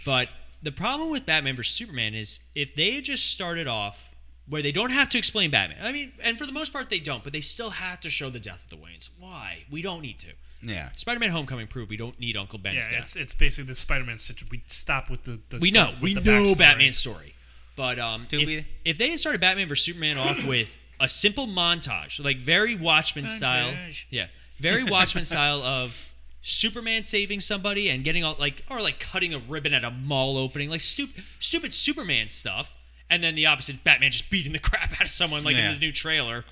but the problem with Batman versus Superman is if they had just started off where they don't have to explain Batman. I mean, and for the most part they don't, but they still have to show the death of the Waynes. Why? We don't need to.
Yeah.
Spider-Man: Homecoming proved we don't need Uncle Ben's
yeah,
death.
it's it's basically the Spider-Man situation. We stop with the. the
we
stuff
know
with
we
the
know
backstory.
Batman's story, but um,
Do
if,
we?
if they had started Batman versus Superman off with a simple montage, like very Watchmen style,
Montage.
yeah, very Watchmen style of Superman saving somebody and getting all like, or like cutting a ribbon at a mall opening, like stupid, stupid Superman stuff, and then the opposite, Batman just beating the crap out of someone, like
Yeah.
in the new trailer,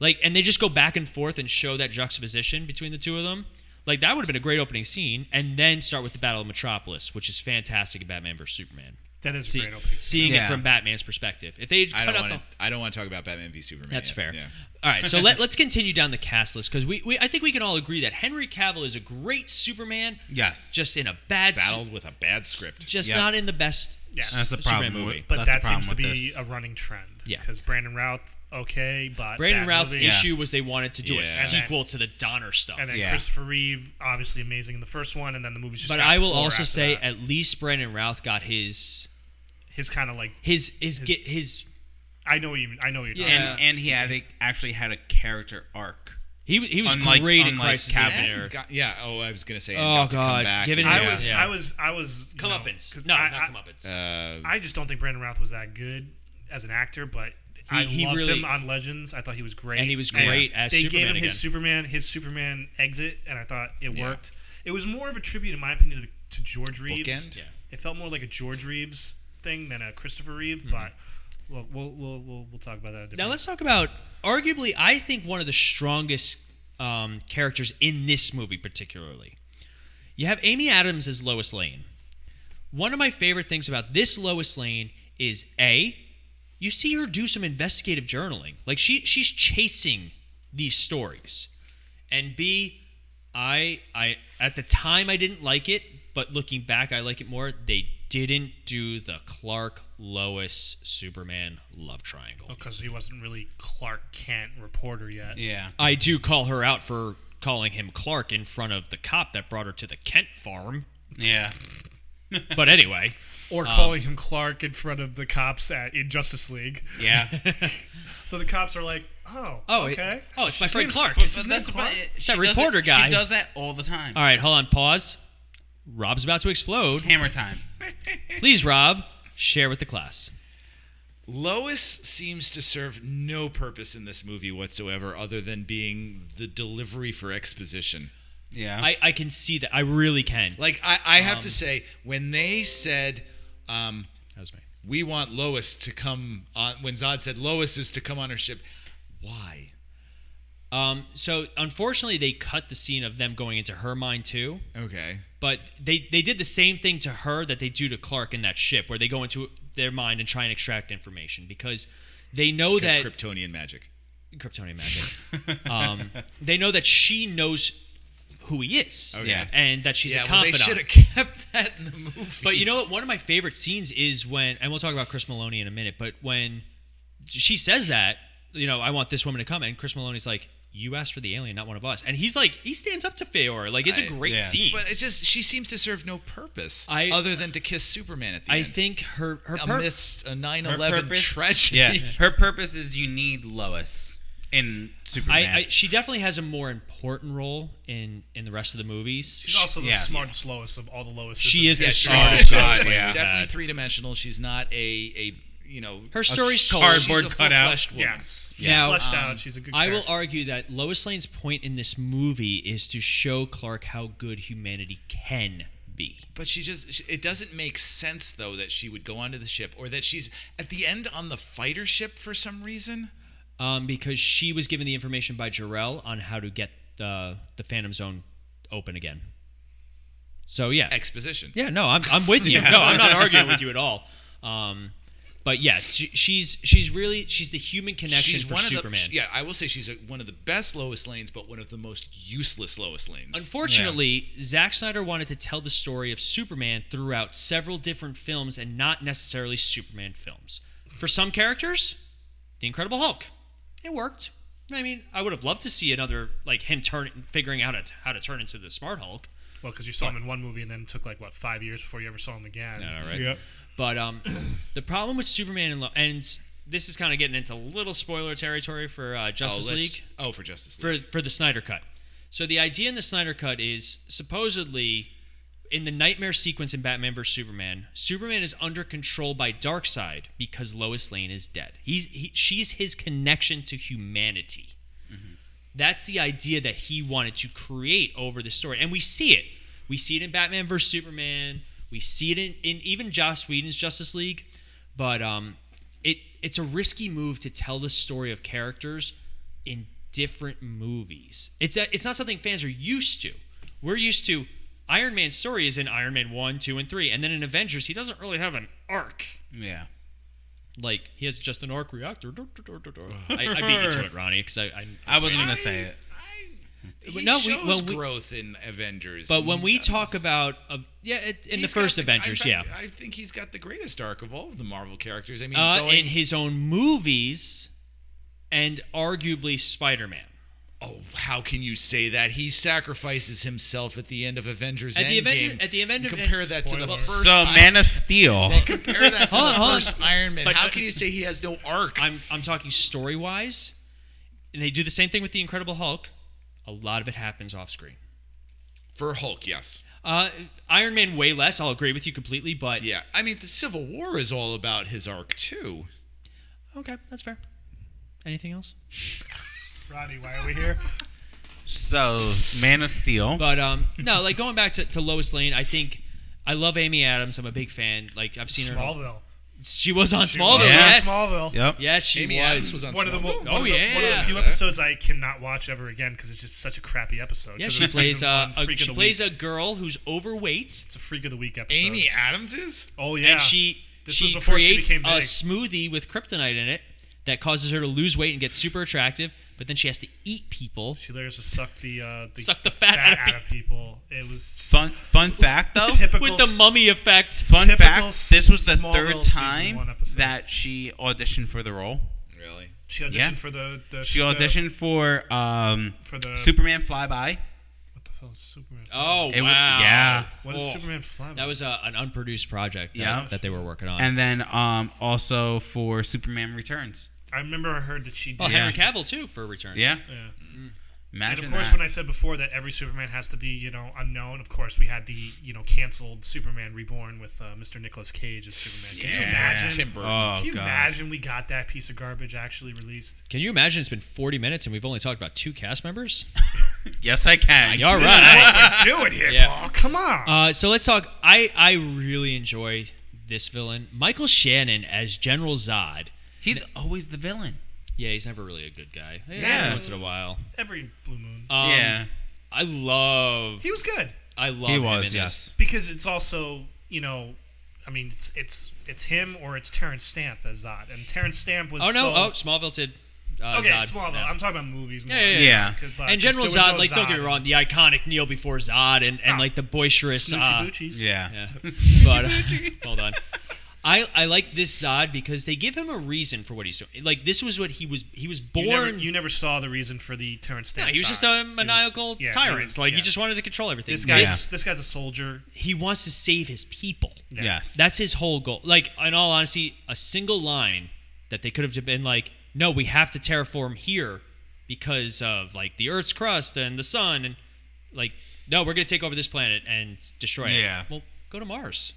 like, and they just go back and forth and show that juxtaposition between the two of them. Like that would have been a great opening scene, and then start with the Battle of Metropolis, which is fantastic in Batman versus Superman.
That is a
See-
great opening.
seeing it
Yeah.
from Batman's perspective. If they had
I
cut
don't
out
want
the,
to. I don't want to talk about Batman v Superman.
that's
yet.
fair.
Yeah.
All right, so let, let's continue down the cast list because we, we I think we can all agree that Henry Cavill is a great Superman,
Yes.
just in a bad, s-
Saddled with a bad script.
just
Yeah.
not in the best.
Yeah.
s-
That's
the
Superman
problem with-
movie.
But
That's
that
the
seems to
problem
be
with this.
a running trend.
Yeah.
Because Brandon Routh, okay, but
Brandon
that
Routh's
movie-
issue was they wanted to do
Yeah.
a
And
then-
sequel to the Donner stuff.
and then
Yeah.
Christopher Reeve, obviously amazing in the first one, and then the movie's just.
but
got
I will
poor
also
after
say,
that.
at least Brandon Routh got his
his kind of like
his his get his
I know what you. mean- I know what you're talking.
Yeah.
about.
And and he had a, actually had a character arc.
he w- he was
Unlike-
great in
unlike
Crisis Eh,
Cavill.
in
And
There.
got- yeah. Oh, I was gonna say. and
Oh,
got to come
God,
back
give it
and-
Yeah.
I was.
Yeah.
I was. I was. you know,
Comeuppance?
'cause
No,
I-
not
I-
comeuppance.
Uh,
I just don't think Brandon Routh was that good as an actor, but I
he
loved
really-
him on Legends. I thought he was great,
And he was great as
they
Superman
gave him
again.
his Superman, his Superman exit, and I thought it worked. It was more of a tribute, in my opinion, to, to George Reeves.
Bookend?
Yeah.
It felt more like a George Reeves thing than a Christopher Reeve, but we'll we'll, we'll we'll we'll talk about that.
Hmm. Now let's talk about arguably, I think one of the strongest um, characters in this movie, particularly. You have Amy Adams as Lois Lane. One of my favorite things about this Lois Lane is a, you see her do some investigative journaling, like she she's chasing these stories, and b, I I at the time I didn't like it, but looking back I like it more. They didn't do the Clark Lois Superman love triangle.
because he wasn't really Clark Kent reporter yet.
Yeah.
I do call her out for calling him Clark in front of the cop that brought her to the Kent farm.
Yeah.
But anyway,
Or calling him Clark in front of the cops at in Justice League.
Yeah.
So the cops are like, "Oh,
oh,
okay,
it- oh, it's my
His
friend
name's-
Clark.
his name's
That's
Clark?
about it.
It's
She
that
does
reporter
it-
guy.
She does that all the time.
All right, hold on, pause. Rob's about to explode.
Hammer time.
Please, Rob, share with the class.
Lois seems to serve no purpose in this movie whatsoever, other than being the delivery for exposition.
Yeah.
I, I can see that. I really can.
Like I, I have
Um.
to say, when they said, um,
That was me.
"We want Lois to come on," when Zod said Lois is to come on her ship, why?
Um, so unfortunately, they cut the scene of them going into her mind too.
Okay.
But they they did the same thing to her that they do to Clark in that ship, where they go into their mind and try and extract information because they know
Because
that
Kryptonian magic.
Kryptonian magic. um, they know that she knows who he is,
Okay.
and that she's
yeah,
a
well, they
confidant.
should have kept that in the movie.
But you know what? One of my favorite scenes is when, and we'll talk about Chris Maloney in a minute, but when she says that, you know, I want this woman to come, and Chris Maloney's like, you asked for the alien, not one of us. And he's like, he stands up to Feora. Like, it's a
I-
great
yeah.
scene.
But it just she seems to serve no purpose
I-
other than to kiss Superman at the
I
end.
think her, her purpose.
amidst a 9/11
purpose-
tragedy.
Yeah.
Her purpose is you need Lois in Superman.
I, I, she definitely has a more important role in in the rest of the movies.
She's also the
Yes.
smartest lowest of all the lowest.
She is the
Oh,
smartest.
God,
She's
yeah.
definitely three dimensional. She's not a a you know
Her
a
story's
shell.
told.
She's
Cardboard
a
cutout.
full-fleshed woman.
Yes. She's
Now,
fleshed
um,
out. She's a good
I will
character.
argue that Lois Lane's point in this movie is to show Clark how good humanity can be.
But she just she- it doesn't make sense though that she would go onto the ship or that she's at the end on the fighter ship for some reason.
um, because she was given the information by Jarrell on how to get the the Phantom Zone open again. So yeah,
Exposition.
yeah, no, I'm I'm with you. No, I'm not arguing with you at all. Um, but yes, she, she's she's really she's the human connection
She's
for
one
Superman.
of the yeah. I will say she's a, one of the best Lois Lanes, but one of the most useless Lois Lanes.
Unfortunately, Zack Snyder wanted to tell the story of Superman throughout several different films and not necessarily Superman films. For some characters, The Incredible Hulk, it worked. I mean, I would have loved to see another like him turn figuring out how to, how to turn into the Smart Hulk.
Well, because you saw him in one movie and then it took like what five years before you ever saw him again.
All right. But um, the problem with Superman and Lo- and this is kind of getting into a little spoiler territory for uh,
oh,
Justice
let's-
League.
Oh, for Justice League.
for for the Snyder cut. So the idea in the Snyder cut is supposedly in the nightmare sequence in Batman vs Superman, Superman is under control by Darkseid because Lois Lane is dead. He's he, she's his connection to humanity. That's the idea that he wanted to create over the story. And we see it. We see it in Batman vs. Superman. We see it in, in even Joss Whedon's Justice League. But um, it it's a risky move to tell the story of characters in different movies. It's a, it's not something fans are used to. We're used to Iron Man's story is in Iron Man 1, 2, and 3. And then in Avengers, he doesn't really have an arc.
yeah.
Like, he has just an arc reactor. I, I beat you to it, Ronnie, because I, I,
I wasn't gonna say it.
I,
But
he
no, we-
shows
well, we-
growth in Avengers.
But when we
Yes.
talk about, uh, yeah, it, in
He's
the first
got
Avengers,
I,
yeah,
I think he's got the greatest arc of all of the Marvel characters. I mean,
uh,
going,
in his own movies, and arguably Spider-Man.
oh, how can you say that? He sacrifices himself at the end of Avengers.
At the
Endgame.
Avengers- at the end of-
compare that to
Spoiler.
the first.
So
Iron-
Man of Steel.
compare that to
Hold on,
the
hold on.
first Iron Man.
But-
how
but-
can you say he has no arc?
I'm I'm talking story-wise, and they do the same thing with the Incredible Hulk. A lot of it happens off-screen.
For Hulk, yes.
Uh, Iron Man way less. I'll agree with you completely, but
Yeah, I mean, the Civil War is all about his arc too.
okay, that's fair. Anything else?
Roddy, why are we here?
So Man of Steel.
But um, no, like going back to, to Lois Lane, I think I love Amy Adams. I'm a big fan. Like I've seen her.
Smallville.
She was on
She
Smallville.
was on
yes.
Smallville.
Yep.
Yes, she
Amy
was.
Adams was on
One of the
Smallville.
mo- one of the-
Oh, yeah.
one of the few
Yeah.
episodes I cannot watch ever again because it's just such a crappy episode.
Yeah,
'Cause
she
it's
plays
season
uh,
one
a
freak of
she
the
plays
week.
a girl who's overweight,
It's a freak of the week episode.
Amy Adams is.
Oh yeah.
and she
This was
she
before she
creates a
became big.
smoothie with kryptonite in it that causes her to lose weight and get super attractive. But then she has to eat people.
She learns to suck the uh, the,
Suck the fat out of
out of people. It was
Fun fun fact though.
typical
With the
s-
mummy effect,
Fun
typical
fact. This was the
Smallville
third
season one
time
episode.
that she auditioned for the role.
Really?
She auditioned
Yeah.
for the, the
She
the-
auditioned for um
for the
Superman Flyby.
What the hell is Superman?
Oh
It wa-
wow!
yeah.
What is
Oh.
Superman flying?
That was uh, an unproduced project that,
Yeah.
that they were working on.
And then um also for Superman Returns.
I remember I heard that she
oh,
did.
yeah.
Henry Cavill too for Return.
Yeah.
Yeah. And
Imagine
of course,
that.
when I said before that every Superman has to be, you know, unknown. Of course, we had the, you know, canceled Superman Reborn with uh, Mr. Nicolas Cage as Superman. Can you imagine?
Tim Burton.
Oh,
Can you
God.
imagine we got that piece of garbage actually released?
Can you imagine? It's been 40 minutes and we've only talked about two cast members.
Yes, I can.
All
This is
right.
what we're doing here,
Yeah.
Paul. Come on.
Uh, so let's talk. I I really enjoy this villain, Michael Shannon as General Zod.
He's always the villain.
Yeah, he's never really a good guy. Yeah,
That's-
once in a while.
every blue moon.
Um,
yeah.
I love.
he was good
I love.
He
him
was,
in this.
yes.
because it's also, you know, I mean, it's it's it's him or it's Terrence Stamp as Zod, and Terrence Stamp was.
Oh no!
so-
Oh, Smallville did. Uh,
okay,
Zod.
Smallville.
Yeah.
I'm talking about movies. More.
Yeah, yeah,
yeah.
'Cause, uh,
and
just
General
there
Zod,
was no
like, don't get me
Zod.
wrong, the iconic Neil before Zod, and, and
Ah.
like the boisterous.
Snoochie
uh,
Boochies.
Yeah.
Yeah. But uh, well done. I, I like this Zod because they give him a reason for what he's doing. Like this was what he was he was born.
You never, you never saw the reason for the Terrence
no,
Stamp.
he was just
saga.
a
He was-
maniacal
yeah, he
tyrant.
was-
like
yeah.
he just wanted to control everything.
This guy's
Yeah.
this guy's a soldier.
he wants to save his people.
Yeah.
Yes.
That's his whole goal. Like in all honesty, a single line that they could have been like, "No, we have to terraform here because of like the Earth's crust and the sun and like no, we're going to take over this planet and destroy it."
Yeah.
Well, go to Mars.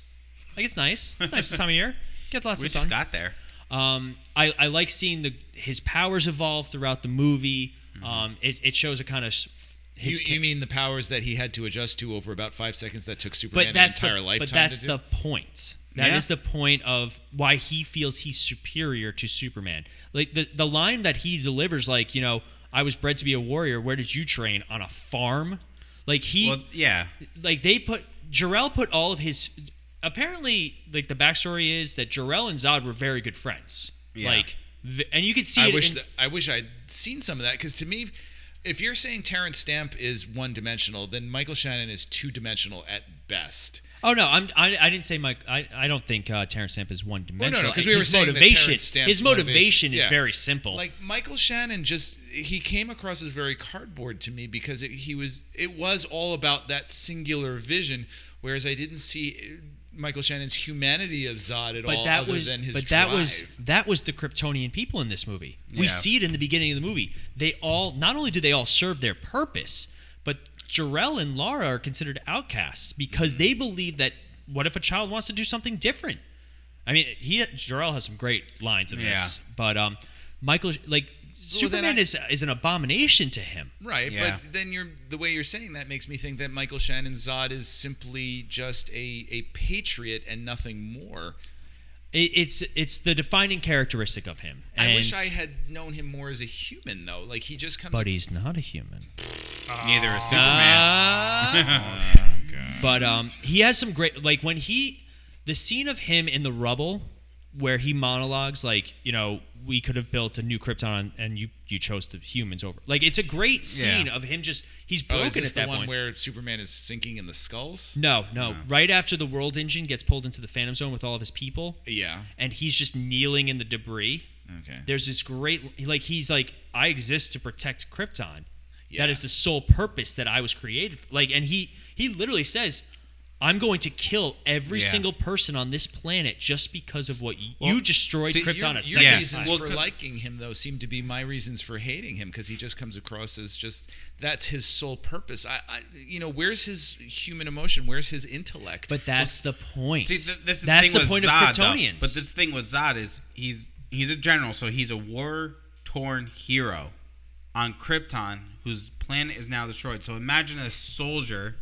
Like it's nice. It's nice this time of year. Get lots
we
of
just
sun.
got there.
Um, I, I like seeing the his powers evolve throughout the movie.
Mm-hmm.
Um, it, it shows a kind of s- his
you,
ca-
you mean the powers that he had to adjust to over about five seconds that took Superman
but that's
an entire
the,
lifetime
But that's
to do?
the point. That is
Yeah.
the point of why he feels he's superior to Superman. Like the the line that he delivers, like you know, I was bred to be a warrior. Where did you train on a farm? Like he,
Well, yeah.
like they put Jarrell put all of his. Apparently, like the backstory is that Jarrell and Zod were very good friends.
Yeah.
Like, th- and you could see
I
it.
wish
in-
that, I wish I'd seen some of that because to me, if you're saying Terrence Stamp is one dimensional, then Michael Shannon is two dimensional at best.
Oh no, I'm, I, I didn't say Mike. I, I don't think uh, Terrence Stamp is one dimensional.
'cause we were
his
saying that
motivation,
Terrence Stamp's
his motivation
motivation-
is
yeah.
very simple.
Like Michael Shannon, just he came across as very cardboard to me because it, he was it was all about that singular vision, whereas I didn't see. uh, Michael Shannon's humanity of Zod at all, other than his
but that
drive.
was that was the Kryptonian people in this movie. We
Yeah.
see it in the beginning of the movie. They all not only do they all serve their purpose, but Jarell and Lara are considered outcasts because
Mm-hmm.
they believe that what if a child wants to do something different? I mean, he Jarell has some great lines in this, but um, Michael like
then
Superman
I-
is is an abomination to him.
Right,
Yeah.
but then you're the way you're saying that makes me think that Michael Shannon Zod is simply just a a patriot and nothing more.
It, it's it's the defining characteristic of him.
I
and,
wish I had known him more as a human though. Like he just comes.
But he's not a human.
Neither is
Ah.
Superman. Oh,
But um, he has some great like when he the scene of him in the rubble where he monologues like you know we could have built a new Krypton and you you chose the humans over like it's a great scene
Yeah.
of him just he's
oh,
broken
is this
at that
the one
point.
where Superman is sinking in the skulls?
no, no, right after the world engine gets pulled into the Phantom Zone with all of his people,
Yeah.
and he's just kneeling in the debris.
Okay.
There's this great like he's like I exist to protect Krypton.
Yeah.
That is the sole purpose that I was created. For. Like, and he he literally says, "I'm going to kill every
Yeah.
single person on this planet just because of what you,
Well,
you destroyed
See,
Krypton
your,
a
your
second
Yeah.
time."
reasons
Well,
for
'cause-
liking him though seem to be my reasons for hating him because he just comes across as just that's his sole purpose. I, I you know, where's his human emotion? Where's his intellect?
but that's the point.
See, th- this is
that's the,
the, thing with
point
Zod,
of
though.
Kryptonians.
But this thing with Zod is he's he's a general, so he's a war torn hero on Krypton, whose planet is now destroyed. So imagine a soldier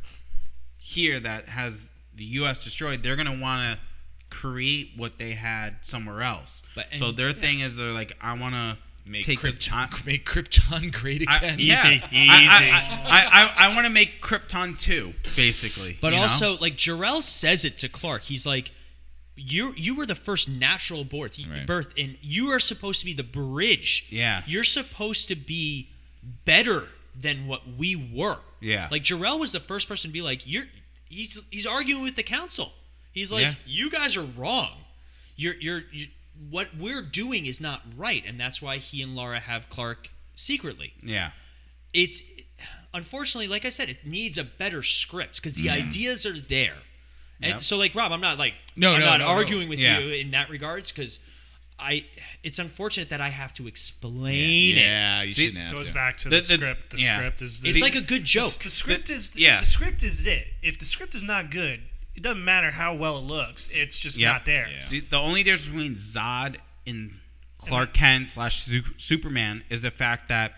here that has the U.S. destroyed. They're gonna want to create what they had somewhere else.
But-
so
and-
their thing is they're like, I want to
make
take
Krypton,
Krypton.
make Krypton great
I,
again.
yeah.
Easy, easy.
I, I, I, I, want to make Krypton two, basically.
But
you know?
also, like Jarrell says it to Clark. He's like, "You you were the first natural birth,
Right.
birth, and you are supposed to be the bridge.
Yeah.
you're supposed to be better than what we were.
Yeah.
like Jarrell was the first person to be like, you're. He's he's arguing with the council. He's like,
Yeah.
you guys are wrong. You're you're you what we're doing is not right, and that's why he and Laura have Clark secretly
yeah,
it's unfortunately, like I said, it needs a better script because the ideas are there. And
Mm-hmm. Yep.
so, like Rob, I'm not like
No,
I'm
no,
not
no, no.
arguing with
Yeah.
you in that regards because I. It's unfortunate that I have to explain
yeah,
it.
you
See,
shouldn't have
Goes
to.
back to
The-
the,
the-
script. The
yeah.
script is. The,
It's like a good joke.
The script is.
yeah.
The script is it. If the script is not good, it doesn't matter how well it looks. It's just
Yeah.
not there.
Yeah.
See, the only difference between Zod and Clark Kent slash Su- Superman is the fact that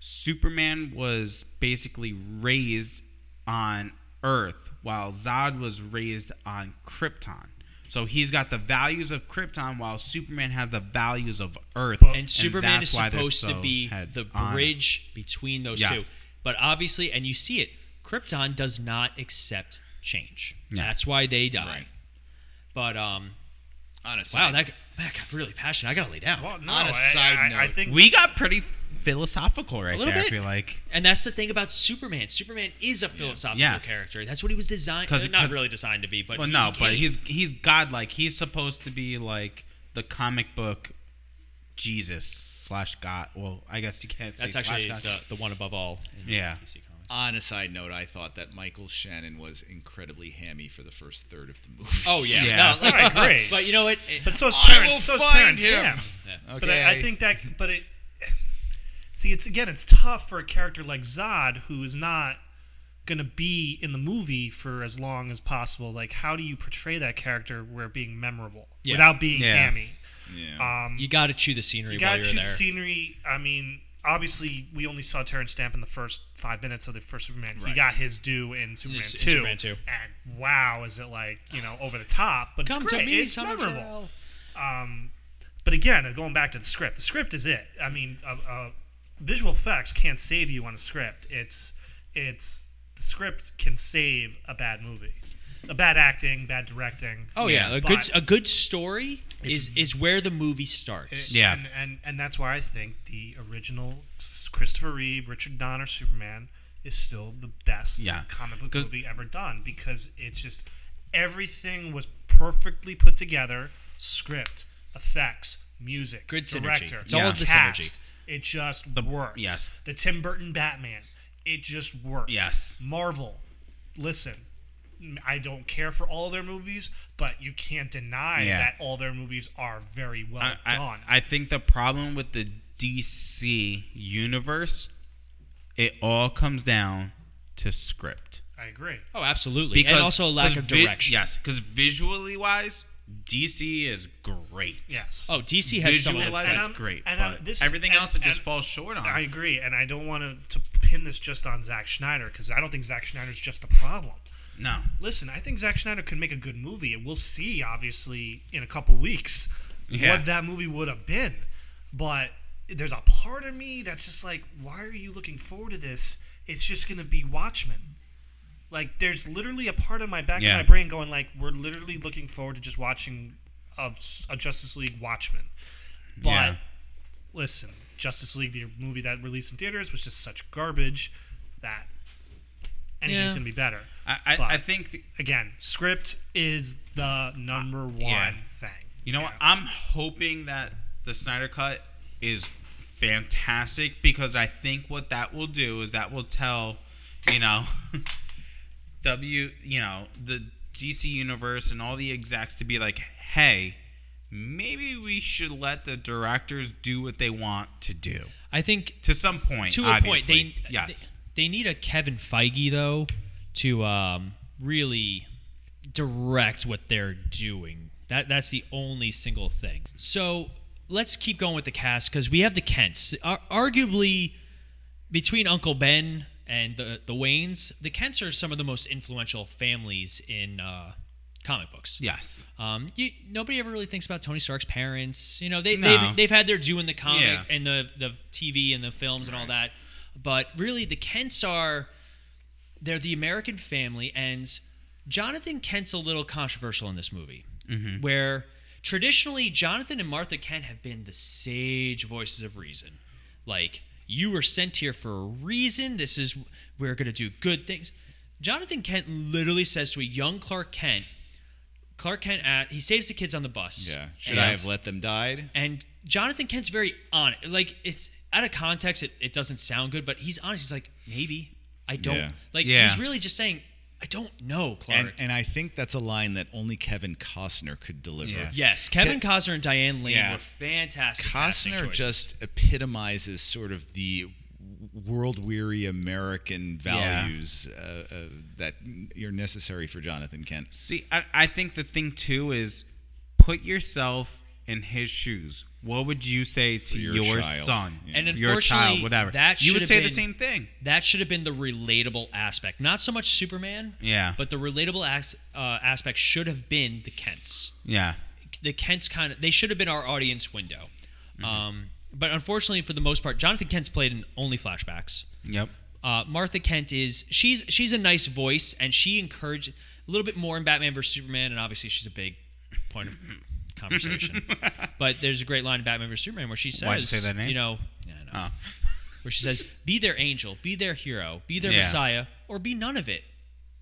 Superman was basically raised on Earth, while Zod was raised on Krypton. So he's got the values of Krypton, while Superman has the values of Earth.
And Superman
that's
is
why they're
supposed to
so
be
head
the
on.
bridge between those
Yes.
two. But obviously, and you see it, Krypton does not accept change.
Yeah.
That's why they die.
Right.
But um,
On a
Wow,
side,
that, man, I got really passionate. I gotta lay down.
Well, no,
On a
I-
side
I, I
note-
think
We got pretty philosophical right
little
there. I
bit.
feel like
And that's the thing about Superman. Superman is a philosophical
Yes.
character. That's what he was designed.
'Cause-
uh, not
'cause-
really designed to be, but
well,
he
no, but
became.
he's he's godlike. He's supposed to be like the comic book Jesus slash God. Well, I guess you can't say
that's
slash
actually
God.
the, the one above all. In
Yeah.
DC Comics.
on a side note, I thought that Michael Shannon was incredibly hammy for the first third of the movie.
Oh yeah,
Yeah.
No, like,
I agree.
But you know what? It-
But so is
I will
Terrence. So is
find
Terrence.
him.
Yeah.
Okay.
But I, I think that. But it. See, it's again, it's tough for a character like Zod, who is not going to be in the movie for as long as possible. Like, how do you portray that character where being memorable
Yeah.
without being
Yeah.
hammy?
Yeah.
Um,
you got to chew the scenery
you
while
got
you're
to
there.
the scenery. I mean, obviously, we only saw Terrence Stamp in the first five minutes of the first Superman. He
Right.
got his due in Superman
in
two.
Superman 2.
And wow, is it like you know over the top? But
Come
it's great.
to me,
it's
son of
memorable.
Jor-El.
Um, but again, going back to the script, the script is it. I mean, uh, uh, visual effects can't save you on a script. It's it's the script can save a bad movie, a bad acting, bad directing.
Oh yeah, a
but-
good a good story is is where the movie starts.
Yeah.
and, and and that's why I think the original s- Christopher Reeve, Richard Donner Superman is still the best
Yeah.
comic book
'Cause-
movie ever done because it's just everything was perfectly put together: script, effects, music,
Good synergy.
director,
It's all
of
the
cast. It just
The-
worked.
yes.
the Tim Burton Batman, it just worked.
Yes.
Marvel, listen. I don't care for all their movies, but you can't deny
Yeah.
that all their movies are very well
I, I,
done.
I think the problem with the DC universe, it all comes down to script.
I agree.
Oh, absolutely. and also a lack
'cause
of
vi-
direction.
yes, because visually wise, DC is great.
Yes.
Oh, DC has some.
visually wise,
And
it's
I'm-
great.
and I'm-
but
this is-
everything
and-
else it just
and-
falls short on.
I agree, and I don't want to to pin this just on Zack Schneider because I don't think Zack Schneider's just the problem.
no,
Listen, I think Zack Schneider could make a good movie, and we'll see, obviously, in a couple weeks
Yeah.
what that movie would have been. But there's a part of me that's just like, why are you looking forward to this? It's just going to be Watchmen. Like, there's literally a part of my back
Yeah.
of my brain going, like, we're literally looking forward to just watching a, a Justice League Watchmen. But
Yeah.
listen, Justice League, the movie that released in theaters, was just such garbage that anything's
Yeah.
going to be better.
I, I,
But-
I think th-
Again, script is the
Uh,
number one
yeah.
thing.
you know what.
Yeah.
I'm hoping that the Snyder Cut is fantastic because I think what that will do is that will tell, you know, W, you know, the DC universe and all the execs to be like, hey, maybe we should let the directors do what they want to do.
I think
To some point,
to a
obviously.
point. They
yes.
they, they need a Kevin Feige though to um, really direct what they're doing. That that's the only single thing. So let's keep going with the cast because we have the Kents, Ar- arguably between Uncle Ben and the the Waynes. The Kents are some of the most influential families in uh, comic books.
yes.
Um, you, nobody ever really thinks about Tony Stark's parents. You know, they,
No.
they've, they've had their due in the comic
Yeah.
and the, the TV and the films and all that. But really, the Kents are, they're the American family. And Jonathan Kent's a little controversial in this movie, where traditionally Jonathan and Martha Kent have been the sage voices of reason. Like, you were sent here for a reason. This is, we're going to do good things. Jonathan Kent literally says to a young Clark Kent, Clark Kent at, he saves the kids on the bus.
yeah. Should
And,
I have let them die?
and Jonathan Kent's very honest. Like it's out of context, it, it doesn't sound good, but he's honest. He's like, maybe I don't.
Yeah.
Like
Yeah.
he's really just saying, I don't know, Clark.
And, and I think that's a line that only Kevin Costner could deliver.
Yeah.
yes, Kevin Costner and Diane Lane
Yeah.
were fantastic. casting
Costner
choices.
just epitomizes sort of the world weary American
Yeah.
values uh, uh, that are necessary for Jonathan Kent.
See, I, I think the thing too is put yourself in his shoes. What would you say to
your
your,
child,
son,
yeah.
And
your child,
unfortunately,
whatever?
that
you would
should've
say the
been-
same thing.
that should have been the relatable aspect, not so much Superman.
Yeah.
But the relatable as, uh, aspect should have been the Kents.
Yeah,
the Kents kind of they should have been our audience window.
Mm-hmm.
Um, but unfortunately, for the most part, Jonathan Kent's played in only flashbacks.
yep.
Uh, Martha Kent is she's she's a nice voice and she encouraged a little bit more in Batman vs Superman, and obviously she's a big point of conversation. but there's a great line in Batman vs Superman where she says,
Why'd you say that name?
You know, yeah, I know.
Oh.
where she says, "Be their angel, be their hero, be their
Yeah.
messiah, or be none of it.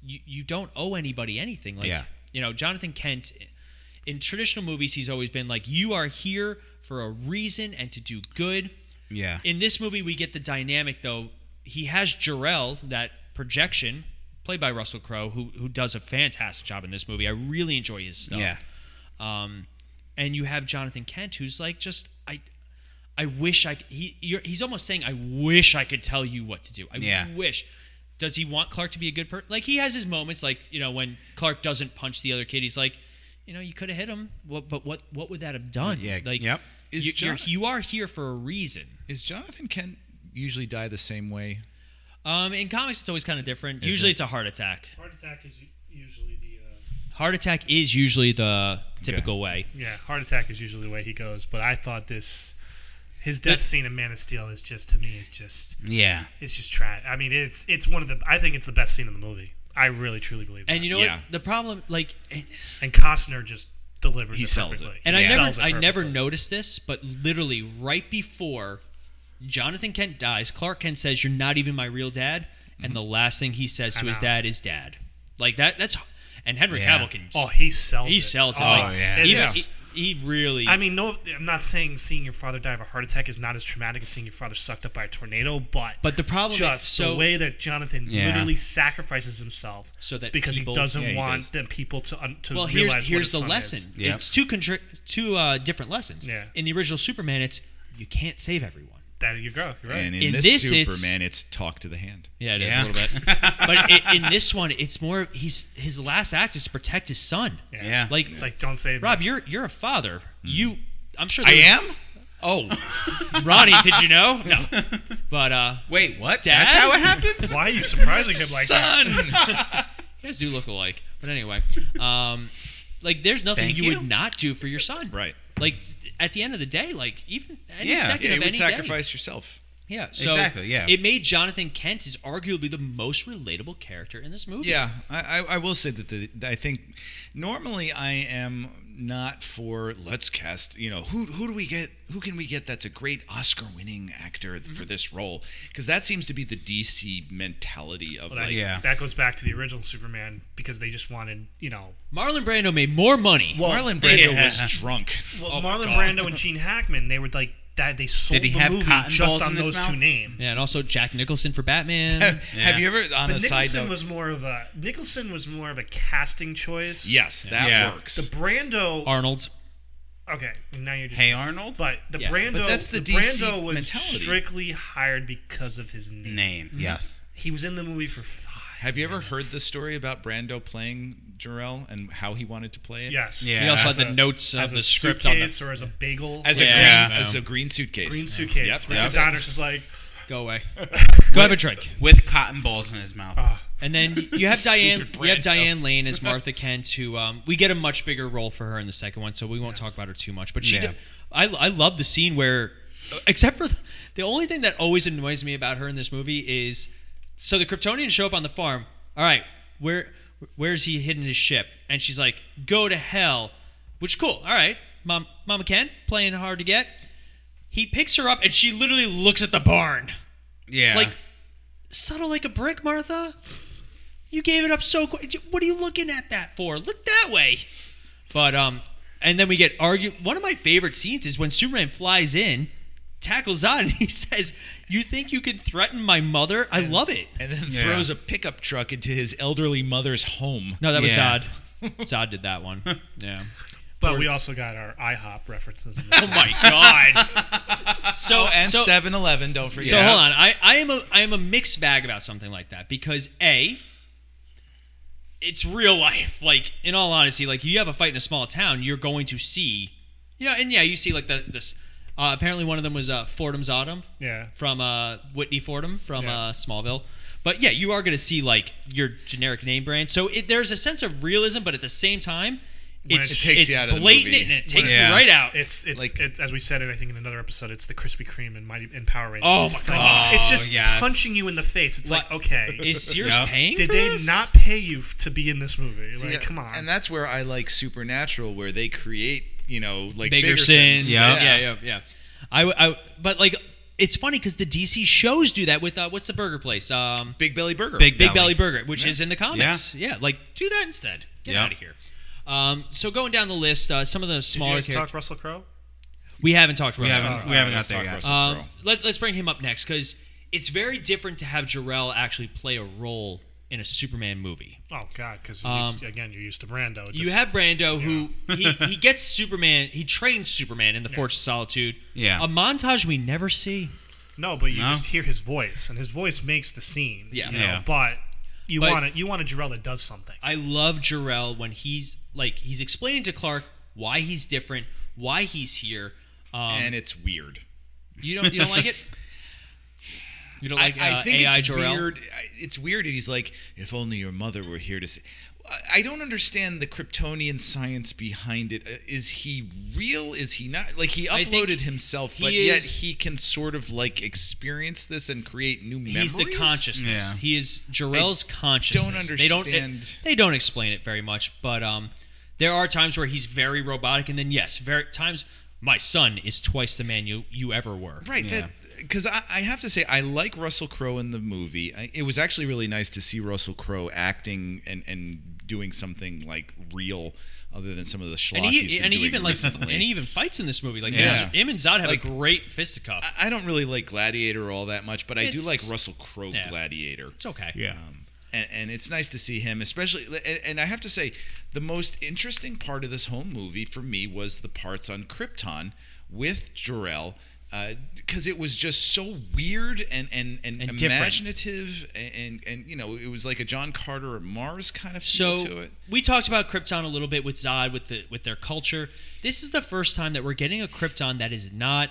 You you don't owe anybody anything." Like
Yeah.
you know, Jonathan Kent in traditional movies, he's always been like, "You are here for a reason and to do good."
Yeah.
In this movie, we get the dynamic though. He has Jarrell, that projection, played by Russell Crowe, who who does a fantastic job in this movie. I really enjoy his stuff.
Yeah.
Um, and you have Jonathan Kent, who's like, just I, I wish I c- he you're, he's almost saying, I wish I could tell you what to do. I
Yeah.
wish. Does he want Clark to be a good person? Like he has his moments, like you know when Clark doesn't punch the other kid, he's like, you know, you could have hit him, what, but what what would that have done?
Yeah,
Like,
yep.
You,
Is
you're-
Jon-
you are here for a reason.
Is Jonathan Kent usually die the same way?
Um, in comics, it's always kind of different.
Is
usually,
it?
it's a heart attack.
Heart attack is usually the. Uh,
Heart attack is usually the typical way.
yeah, heart attack is usually the way he goes. But I thought this, his death scene in Man of Steel is just to me is just
Yeah.
it's just trash. I mean, it's it's one of the. I think it's the best scene in the movie. I really truly believe that.
And you know
Yeah.
what? The problem, like, and
and Costner just delivers.
He
it
sells it.
perfectly.
and
He
I
sells
never,
it
I never
perfectly.
noticed this, but literally right before Jonathan Kent dies, Clark Kent says, "You're not even my real dad,"
Mm-hmm.
and the last thing he says to
I'm
his
out.
dad is "Dad." Like that. That's and Henry
Yeah.
Cavill can.
Oh, he sells.
he
it.
sells it.
Oh,
like,
yeah.
it
He,
is-
he, he really.
I mean, no, I'm not saying seeing your father die of a heart attack is not as traumatic as seeing your father sucked up by a tornado, but
but the problem
just
is so
the way that Jonathan
Yeah.
literally sacrifices himself
So that
because
people-
he doesn't
Yeah, he
want
does.
them people to un- to
well
realize
here's
what
here's
his
the
son
lesson
Is.
Yeah.
it's two contr two uh, different lessons
Yeah.
in the original superman it's you can't save everyone
There you go. You're right.
And in,
In
this,
this, it's-
Superman, it's, talk to the hand.
yeah it
is
is
a Yeah. little
bit but i in this one it's more he's his last act is to protect his son
Yeah.
like
it's like don't say
rob you're you're a father
Mm.
you i'm sure
I
there's-
am. Oh,
ronnie did you know no but uh
Wait, what?
Dad?
That's how it happens?
Why are you surprising him like that?
son.
you guys do look alike but anyway um like there's nothing
Thank
you,
you.
would not do for your son
Right.
like at the end of the day like even any
Yeah.
second
Yeah,
of
you
any
would
day.
sacrifice yourself.
Yeah, so
Exactly, yeah.
It made Jonathan Kent is arguably the most relatable character in this movie.
Yeah, I, I, I will say that the, I think normally I am not for let's cast. You know, who who do we get? Who can we get that's a great Oscar-winning actor for this role? Because that seems to be the DC mentality of
Well, that,
like,
Yeah.
that goes back to the original Superman because they just wanted, you know,
Marlon Brando made more money.
Marlon Brando
yeah.
was drunk.
well,
Oh,
Marlon
God.
Brando and Gene Hackman. They were like that. They sold
Did he
the
have
movie
cotton balls
just
in
on
his
those two
mouth?
names.
Yeah, and also Jack Nicholson for Batman.
Have,
Yeah.
you ever on
but
a side
Nicholson
note?
was more of a Nicholson was more of a casting choice.
yes, that
Yeah.
works.
the Brando.
Arnold.
okay, now you're just
Hey, Arnold?
But the
Yeah,
Brando,
but that's the
the,
DC
Brando was
mentality.
strictly hired because of his name.
Name.
mm-hmm.
Yes.
He was in the movie for five.
Have you ever
minutes.
heard the story about Brando playing Jarrell and how he wanted to play it?
Yes.
Yeah.
He also
As
had the
a-
notes of
as
the
a
script on the
suitcase or as a bagel,
As
Yeah.
a green,
Yeah.
as a green suitcase.
green suitcase.
Yep,
Richard
that's it.
Donner's just like,
go away. go have a drink.
With cotton balls in his mouth.
Uh,
ah,
And then you have Diane.
Stupid
You have
Brando.
Diane Lane as Martha Kent, who um, we get a much bigger role for her in the second one, so we won't
Yes.
talk about her too much. But she,
Yeah.
did, I, I love the scene where, except for the, the only thing that always annoys me about her in this movie is, so the Kryptonians show up on the farm. All right, where where's he hidden his ship? And she's like, "Go to hell," which cool. All right, mom, Mama Kent playing hard to get. He picks her up, and she literally looks at the barn
Yeah.
like subtle like a brick, Martha. You gave it up so quick. What are you looking at that for? Look that way. But um, and then we get argue. One of my favorite scenes is when Superman flies in, tackles on, and he says, "You think you can threaten my mother? I love it."
and then
Yeah.
throws a pickup truck into his elderly mother's home.
No, that was
Yeah.
Zod. Zod did that one. Yeah.
but we also got our IHOP references. In
Oh
this
my God. So
Oh,
and
so,
7-Eleven, don't forget.
So hold on, I, I am a I am a mixed bag about something like that because a, it's real life. Like in all honesty, like you have a fight in a small town, you're going to see, you know, and yeah, you see like the this. Uh, apparently, one of them was uh, Fordham's Autumn
yeah.
from uh, Whitney Fordham from
Yeah.
uh, Smallville. But yeah, you are going to see like your generic name brand. So it, there's a sense of realism, but at the same time,
When
it's,
it
takes
it's
you out of the
blatant
movie.
and it takes
Yeah.
you right out.
It's it's
Like-
it, as we said it I think in another episode it's the Krispy Kreme and Mighty and Power Rangers.
Oh
it's
my
just like-
God.
it's just
Yes.
punching you in the face. It's
What-
like okay,
Is Sears
Yeah.
paying?
did
for
they
this?
not pay you f- to be in this movie?
See,
like come on.
And that's where I like Supernatural, where they create you know, like
Bigger
Biggersons.
sins.
Yeah.
yeah, yeah, yeah. I, w- I w- but like it's funny because the DC shows do that with uh, what's the burger place? Um,
Big Belly Burger.
Big
Big Belly
Belly.
Burger, which is in the comics. Yeah. like do that instead. Get
Yeah.
out of here. Um, so going down the list, uh, some of the
Did you
smaller
guys talk
characters
Russell Crowe?
we haven't talked.
We
Russell Crowe.
haven't, Oh, we haven't got
Let's
there
talk
yet.
Russell
Um,
Crowe.
let, us bring him up next because it's very different to have Jarrell actually play a role in a Superman movie.
Oh God, because
Um,
again, you're used to Brando. It
You
just-
have Brando, who he, he gets Superman, he trains Superman in the Fortress of Solitude.
Yeah.
A montage we never see.
no, but you
No?
just hear his voice, and his voice makes the scene.
Yeah.
you know,
Yeah.
But you
But-
want a, you want a Jarrell that does something.
I love Jarrell when he's like he's explaining to Clark why he's different, why he's here. Um,
and it's weird.
you don't you don't like it? You don't like
I,
uh,
I think
AI
it's
Jor-El?
weird. I- It's weird. that He's like, if only your mother were here to see. I- I don't understand the Kryptonian science behind it. Uh, Is he real? Is he not? Like he
I think
uploaded himself,
he
but yet
is-
he can sort of like experience this and create new memories.
He's the consciousness.
Yeah.
He is Jarrell's consciousness. They don't
understand-
They, don't explain it very much, but um, there are times where he's very robotic, and then yes, very times my son is twice the man you you ever were.
Right.
Yeah.
Because I, I have to say, I like Russell Crowe in the movie. I, it was actually really nice to see Russell Crowe acting and, and doing something like real, other than some of the schlock
And
he's
he
been
and he
doing
even like
recently.
and he even fights in this movie. Like
Yeah.
him and Zod have
Like-
a great fisticuff.
I don't really like Gladiator all that much, but I do
It's-
like Russell Crowe
yeah.
Gladiator.
it's okay.
Yeah.
Um, and, and it's nice to see him, especially. And, and I have to say, the most interesting part of this whole movie for me was the parts on Krypton with Jor-El, because it was just so weird and and and,
And different.
imaginative, and, and and you know, it was like a John Carter or Mars kind of feel
So
to it.
we talked about Krypton a little bit with Zod with the with their culture. This is the first time that we're getting a Krypton that is not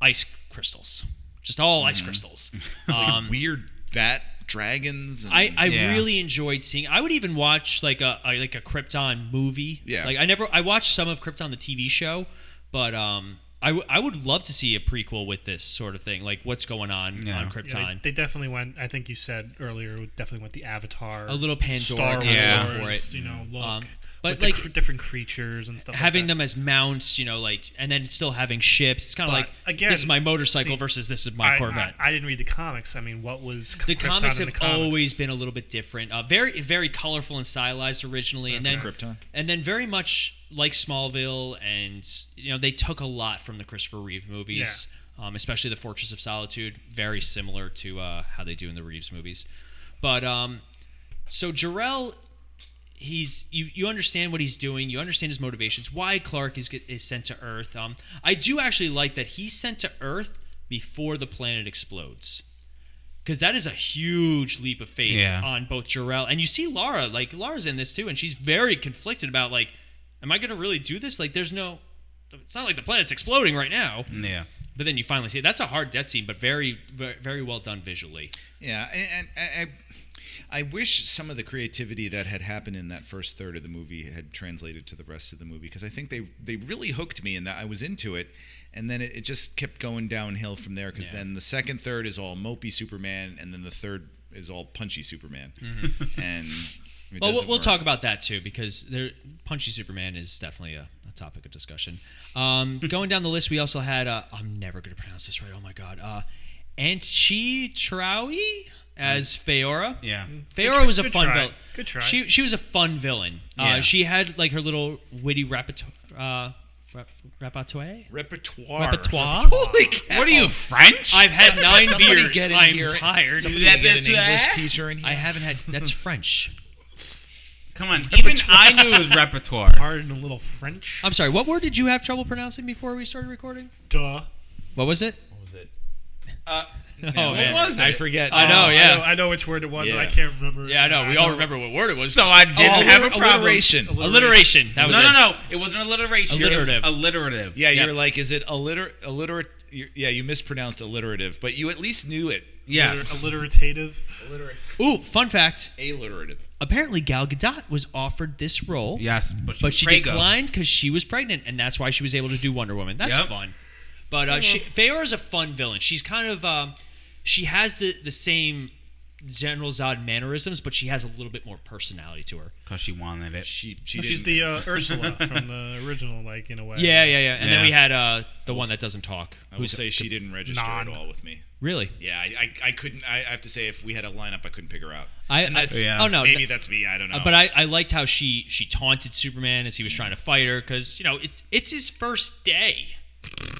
ice crystals, just all ice crystals. Um,
Weird bat dragons. And,
I, I
Yeah.
really enjoyed seeing. I would even watch like a, a like a Krypton movie.
Yeah.
Like I never I watched some of Krypton the TV show, but um I, w- I would love to see a prequel with this sort of thing. Like what's going on
Yeah.
on
Yeah, they-
Krypton.
they, definitely went. I think you said earlier, definitely went the Avatar,
A little Pandora
Star Wars,
kinda
Yeah.
look for it.
you know, look,
Um, but
but like
like-
different creatures and stuff.
having
like that.
them as mounts, you know, like and then still having ships. It's kind of
But
like
again,
this is my motorcycle
see,
versus this is my
I-
Corvette.
I, I didn't read the comics. I mean, what was
the
Krypton
comics
in
have
the comics?
always been a little bit different. Uh, very, very colorful and stylized originally, and then
Right. Krypton.
and then very much like Smallville, and you know they took a lot from the Christopher Reeve movies, um, especially the Fortress of Solitude, very similar to uh, how they do in the Reeves movies. But um, so Jarrell, he's you you understand what he's doing, you understand his motivations, why Clark is get- is sent to Earth. Um, I do actually like that he's sent to Earth before the planet explodes because that is a huge leap of faith
Yeah.
on both Jarrell and you see Lara. Like Lara's in this too, and she's very conflicted about like, am I going to really do this? Like, there's no. It's not like the planet's exploding right now.
Yeah.
But then you finally see it. That's a hard death scene, but very, very, very well done visually.
Yeah, and, and I, I wish some of the creativity that had happened in that first third of the movie had translated to the rest of the movie because I think they they really hooked me in that I was into it, and then it, it just kept going downhill from there because
Yeah.
then the second third is all mopey Superman, and then the third is all punchy Superman, and it
Mm-hmm. Well, we'll,
doesn't
we'll
work.
talk about that too because there, punchy Superman is definitely a, a topic of discussion. Um, going down the list, we also had uh, I'm never going to pronounce this right. Oh my god, uh, Anchi Traoui as Feora.
Yeah.
Feyora was a
good
fun
try.
villain.
Good try.
She she was a fun villain.
Yeah.
Uh, she had like her little witty repertoire. Uh, rep- repertoire.
repertoire.
Repertoire?
Holy cow!
What are you, French?
um, I've had nine
Somebody
beers.
get in
I'm
here.
tired.
Somebody
That-
get
that's
an English
that?
teacher in here.
I haven't had. That's French.
Come on. Even I knew it was repertoire.
hard and a little French.
I'm sorry. What word did you have trouble pronouncing before we started recording?
Duh.
What was it?
what was it?
Oh
What was
I
Uh, it?
forget.
I know. Oh, yeah.
I know, I know which word it was. and I
Yeah.
can't remember.
Yeah, I know. We all
know-
remember what word it was.
So I didn't have a problem.
alliteration.
alliteration. That was
Oh, No,
it.
no, no. It wasn't alliteration.
Alliterative.
It was alliterative.
Yeah,
Yeah.
you're like, is it alliter alliterate? you- Yeah, you mispronounced alliterative, but you at least knew it.
Yes.
Alliterative.
Alliterate.
Ooh, fun fact.
Alliterative.
Apparently, Gal Gadot was offered this role.
Yes. But she,
but she
Prego.
declined because she was pregnant, and that's why she was able to do Wonder Woman. That's
Yep.
fun. But uh, she, Feora's a fun villain. She's kind of um, she has the the same General Zod mannerisms, but she has a little bit more personality to her.
because she wanted it.
She, she
She's
didn't-
the uh, Ursula from the original, like in a way.
Yeah, yeah, yeah. And then
Yeah.
we had uh, the one that doesn't talk.
I will say she didn't register
non-
at all with me.
really?
Yeah, I, I, I couldn't. I, I have to say, if we had a lineup, I couldn't figure out.
I-
And
I-
that's-
yeah.
Oh no,
maybe that's me. I don't know.
Uh, But I, I liked how she she taunted Superman as he was trying to fight her because you know it's it's his first day.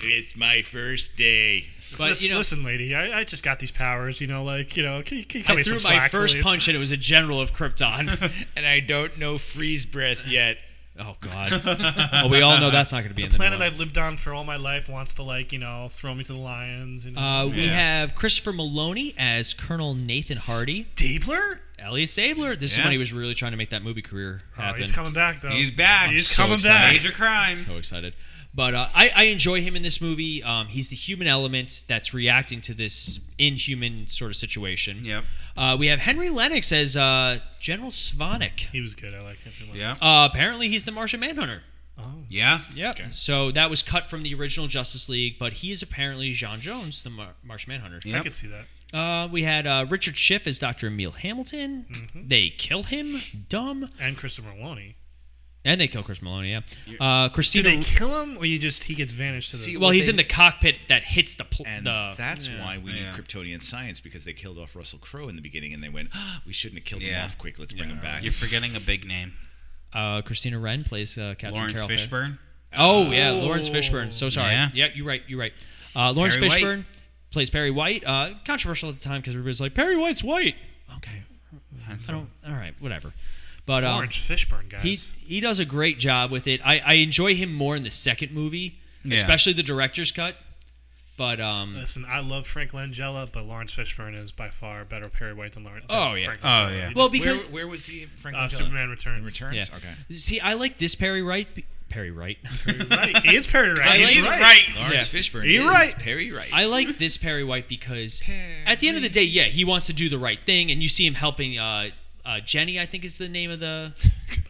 it's my first day.
But
listen,
you know,
listen, lady, I, I just got these powers. You know, like you know, can, you- can you cut
I
me
threw my
some slack,
first
please?
punch and it was a general of Krypton.
And I don't know freeze breath yet.
oh God. well, we all know that's not going to be in the
Planet
new
I've lived on for all my life wants to like you know throw me to the lions. You know,
one. Uh, we
Yeah.
have Christopher Maloney as Colonel Nathan Hardy.
Stabler.
Elias Sabler. This is
Yeah.
when he was really trying to make that movie career
Oh,
happen.
he's coming back though.
He's back.
He's
so
coming
excited.
back.
Major crimes.
so excited. But uh, I, I enjoy him in this movie. Um, he's the human element that's reacting to this inhuman sort of situation.
Yep.
Uh, we have Henry Lennox as uh, General Svanik.
He was good. I like him. He was-
Yeah.
Uh, apparently, he's the Martian Manhunter.
Oh.
Yes.
Yep. So that was cut from the original Justice League, but he is apparently John Jones, the Mar- Martian Manhunter.
Yep.
I could see that.
Uh, we had uh, Richard Schiff as Dr. Emil Hamilton. They kill him, dumb,
And Christopher Maloney.
and they kill Chris Maloney. Yeah. Uh,
Do
Christina.
they kill him, or you just he gets vanished to the?
See,
well, he's
they-
in the cockpit that hits the. Pl-
And
the
that's why we
Yeah.
need Kryptonian science because they killed off Russell Crowe in the beginning, and they went, "Ah, "We shouldn't have killed him
Yeah.
off quick. Let's bring him back."
You're forgetting a big name.
uh, Christina Wren plays uh, Captain
Lawrence
Carol. Fair.
Fishburne.
Oh yeah, Lawrence Fishburne. So sorry.
Yeah.
Yeah, you're right. You're right. Uh, Lawrence
Perry White.
Fishburne plays Perry White. Uh, controversial at the time because everybody's like Perry White's white. Okay, I don't. All right, whatever. But um,
Lawrence Fishburne guys.
he he does a great job with it. I, I enjoy him more in the second movie,
Yeah.
especially the director's cut. But um,
Listen, I love Frank Langella, but Lawrence Fishburne is by far a better Perry White than Lawrence.
Oh,
than
yeah.
Frank
Oh,
Langella.
yeah.
He
well
just-
because
Where, where was he? Frank
uh,
Langella?
Superman Returns.
Returns.
yeah.
Okay.
See, I like this Perry Wright. Perry Wright.
Right, he is Perry White.
I
He's
like-
Lawrence Fishburne.
You're
is
right.
Perry Wright.
I like this Perry White because at the end of the day, yeah, he wants to do the right thing, and you see him helping uh, uh, Jenny. I think is the name of the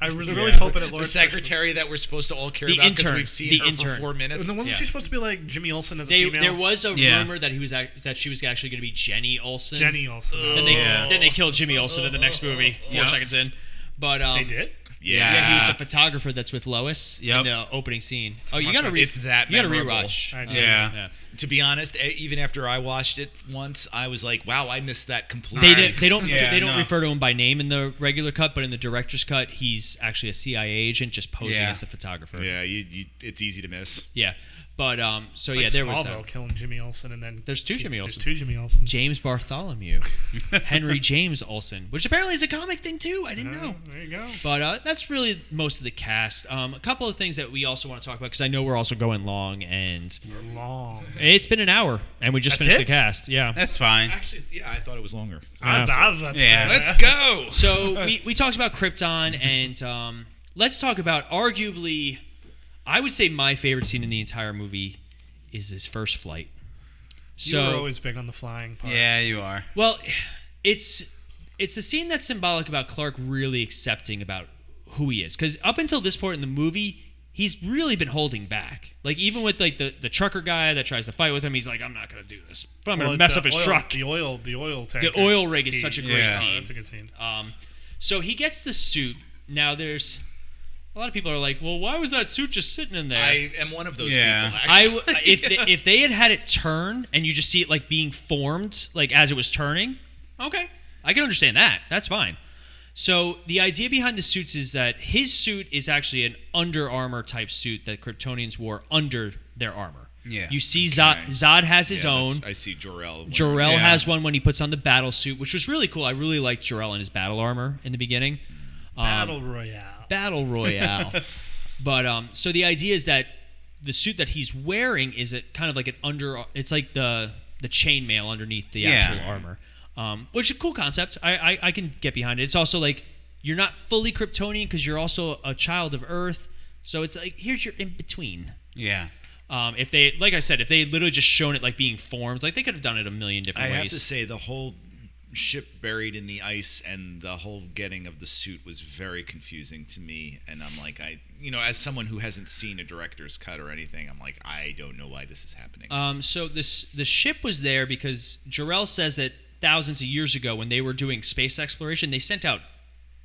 I was really
Yeah.
hoping that
the
Lawrence
secretary that we're supposed to all care
The
about because
intern.
we've seen
The
her
intern.
for four minutes.
Fishburne. And wasn't
Yeah.
she supposed to be like Jimmy Olsen as a
They,
female?
there was a
Yeah.
rumor that he was act- that she was actually going to be Jenny Olsen.
Jenny Olsen.
Then they,
Yeah.
then they killed Jimmy Olsen in the next movie. Four
Yeah.
seconds in, but um,
They did.
Yeah, he was
Yeah.
the photographer that's with Lois
Yep.
in the opening scene. oh, you
much
gotta
like-
re-
It's that
you gotta
memorable.
rewatch.
I
Uh,
do.
Yeah.
To be honest, e- even after I watched it once, I was like, "Wow, I missed that
They,
completely."
did, they don't
Yeah,
they don't
no.
refer to him by name in the regular cut, but in the director's cut, he's actually a CIA agent just posing
Yeah.
as the photographer.
Yeah, you, you, it's easy to miss.
Yeah. But um, so
It's
yeah,
like
there was
Smallville
that.
killing Jimmy Olsen, and then
There's two Jimmy
There's
Olsen.
two Jimmy Olsen.
James Bartholomew, Henry James Olsen, which apparently is a comic thing too. I didn't know.
Oh, There you go.
But uh, that's really most of the cast. Um, a couple of things that we also want to talk about because I know we're also going long, and
Long.
it's been an hour, and we just
That's
finished
it?
the cast. Yeah.
That's fine.
Actually, it's- yeah, I thought it was longer.
I was- I was about to say
Yeah.
that.
Let's go.
So we, we talked about Krypton, and um, let's talk about arguably, I would say my favorite scene in the entire movie is this first flight.
You
So
were always big on the flying part.
Yeah, you are.
Well, it's it's a scene that's symbolic about Clark really accepting about who he is because up until this point in the movie, he's really been holding back. Like even with like the the trucker guy that tries to fight with him, he's like, "I'm not gonna do this, but I'm
Well,
gonna mess
the
up his
oil-
truck."
The oil, the oil tank.
The oil rig is such a great
Yeah.
scene.
Oh, That's a good scene.
Um, so he gets the suit. Now there's a lot of people are like, "Well, why was that suit just sitting in there?"
I am one of those
Yeah.
people.
I
Actually.
w- if they, if they had had it turn and you just see it like being formed like as it was turning, okay, I can understand that. That's fine. So the idea behind the suits is that his suit is actually an Under Armour type suit that Kryptonians wore under their armor.
Yeah.
You see, Zod,
Okay.
Zod has his
Yeah,
own.
that's- I see Jor-El.
Jor El
Yeah.
has one when he puts on the battle suit, which was really cool. I really liked Jor El in his battle armor in the beginning. Um,
Battle Royale.
battle royale. but um, so the idea is that the suit that he's wearing is a kind of like an under. It's like the the chainmail underneath the
Yeah.
actual armor, um, which is a cool concept. I, I I can get behind it. It's also like you're not fully Kryptonian because you're also a child of Earth. So it's like here's your in between.
Yeah.
Um, if they, like I said, if they had literally just shown it like being formed, like they could have done it a million
I
different ways.
have to say, the whole ship buried in the ice and the whole getting of the suit was very confusing to me. And I'm like, I, you know, as someone who hasn't seen a director's cut or anything, I'm like, Uh, I don't know why this is happening.
Um, so this the ship was there because Jarrell says that thousands of years ago when they were doing space exploration, they sent out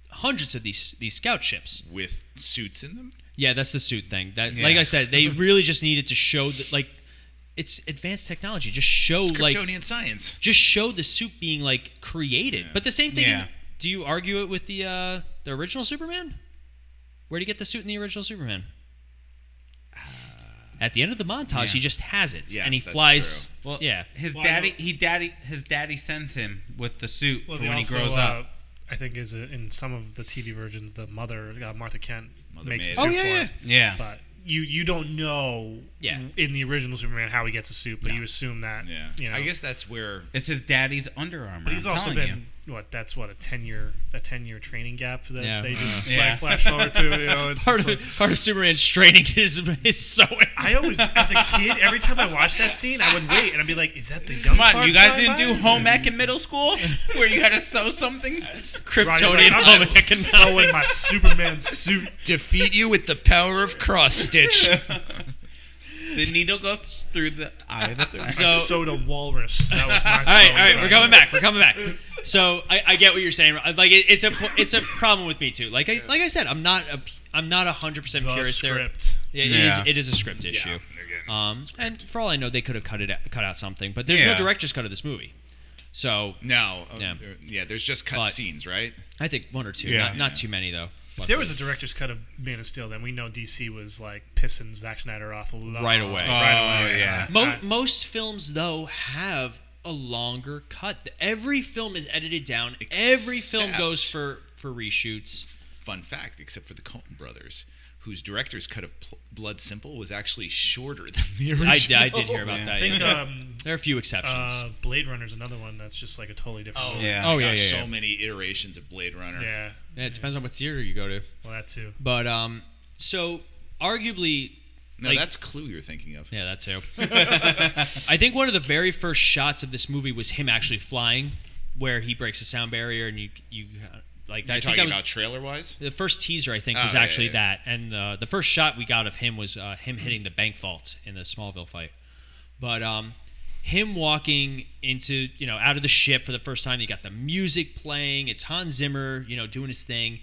hundreds of these these scout ships.
with suits in them.
Yeah, that's the suit thing. That, like
Yeah.
I said, they really just needed to show that, like, it's advanced technology. Just show, like,
Kryptonian science.
just show the suit being like created. But the same thing.
Yeah.
do you argue it with the uh, the original Superman? Where would he get the suit in the original Superman? At the end of the montage, he
Yeah.
just has it,
Yes,
and he
that's
flies.
true.
Well, yeah,
His
Well, I
daddy,
don't-
he daddy, his daddy sends him with the suit
Well,
for
they
when
also,
he grows
uh,
up.
I think is uh, in some of the TV versions, the mother uh, Martha Kent
Mother
makes
Maid.
the
Oh,
suit
yeah,
for
yeah.
him.
Yeah,
But you you don't know
Yeah.
in the original Superman how he gets a suit, but
No.
you assume that.
Yeah.
You know,
I guess that's where
it's his daddy's Under Armour.
But he's
I'm
also
telling
been what? That's what a ten year a ten year training gap that
Yeah.
they just
Yeah.
flash forward to. You know, it's
part
just
of
like-
part of Superman's training is is sewing.
I always, as a kid, every time I watched that scene, I would wait and I'd be like, "Is that the young
Come on,
Clark
you guys
flying
didn't do
by?"
home ec in middle school where you had to sew something?
Ronnie's like,
Kryptonian
"I'm
home
just
economics.
sewing my Superman suit.
defeat you with the power of cross stitch.
The needle goes through the eye of the third.
So-
I sewed a walrus. That was my.
All right, all right, we're coming back. We're coming back. So I, I get what you're saying. Like it, it's a it's a problem with me too. Like I, like I said, I'm not a I'm not hundred percent
The
purist there.
script.
Yeah, it is
Yeah.
it is a script issue.
Uh,
Um, and for all I know, they could have cut it out, cut out something, but there's no
Yeah.
director's cut of this movie. So
no. uh,
Yeah.
Yeah. there's just cut
But-
scenes, right?
I think one or two,
Yeah.
not, not too many though.
If there was a director's cut of Man of Steel, then we know DC was like pissing Zack Snyder off a lot.
Right away.
Right away.
Oh, yeah.
Mo- most films though have a longer cut. Every film is edited down. Every film
Except-
goes for for reshoots.
Fun fact, except for the Coen brothers, whose director's cut of Pl- Blood Simple was actually shorter than the original.
I, I did hear about
Yeah.
that.
I think
yeah.
um,
there are a few exceptions.
uh, Blade Runner's another one that's just like a totally different.
Oh
movie.
Yeah.
Oh,
my
yeah,
gosh,
yeah,
so
yeah.
many iterations of Blade Runner.
Yeah.
Yeah, it depends on what theater you go to.
Well, that too.
But um, so arguably,
No,
Like-
that's Clue you're thinking of.
yeah, that too. I think one of the very first shots of this movie was him actually flying, where he breaks the sound barrier, and you you uh, like
You're
I think
talking
that was
about trailer wise.
the first teaser. I think
Oh,
was
yeah,
actually
yeah, yeah.
that, and uh, the first shot we got of him was uh, him hitting the bank vault in the Smallville fight. But um, him walking into you know out of the ship for the first time. You got the music playing. It's Hans Zimmer, you know, doing his thing.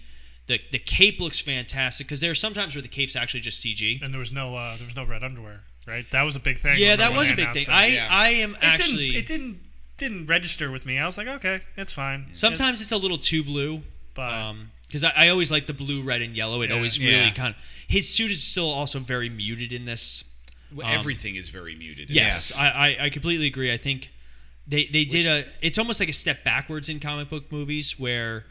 The the cape looks fantastic because there are sometimes where the cape's actually just CG.
And there was no uh, there was no red underwear, right? That was a big thing.
Yeah,
Remember
that
when
was
they
a big
announced
thing.
that?
I
Yeah.
I am actually.
it didn't, it didn't didn't register with me. I was like, okay, it's fine.
Sometimes um, it's a little too blue.
But-
because I, I always like the blue, red, and yellow. It
Yeah.
always
Yeah.
really kind of. His suit is still also very muted in this.
Well,
Um,
Everything is very muted.
Yes,
Yes.
I, I, I completely agree. I think they they did a. It's almost like a step backwards in comic book movies where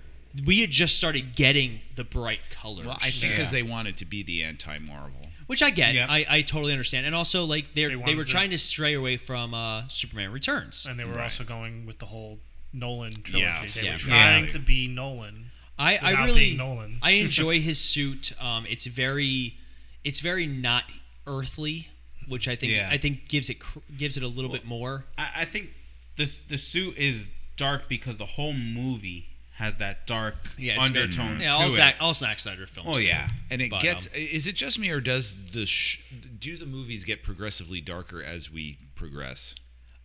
we had just started getting the bright colors,
Well, I think
Yeah.
because they wanted to be the anti Marvel.
which I get.
Yeah.
I, I totally understand. And also, like they're,
They
they
wanted
were
to-
trying to stray away from uh, Superman Returns.
and they were
Right.
also going with the whole Nolan trilogy.
Yes.
They
Yeah.
were trying
Yeah.
to be Nolan.
I, I
without
really
being Nolan.
I enjoy his suit. Um, it's very it's very not earthly, which I think
Yeah.
I think gives it cr- gives it a little bit more.
I, I think this the suit is dark because the whole movie has that dark
it's very-
undertone.
Yeah,
to
all
it.
Zack all Zack Snyder films.
Oh
do.
yeah.
And it
But,
gets.
um,
is it just me, or does the sh- do the movies get progressively darker as we progress?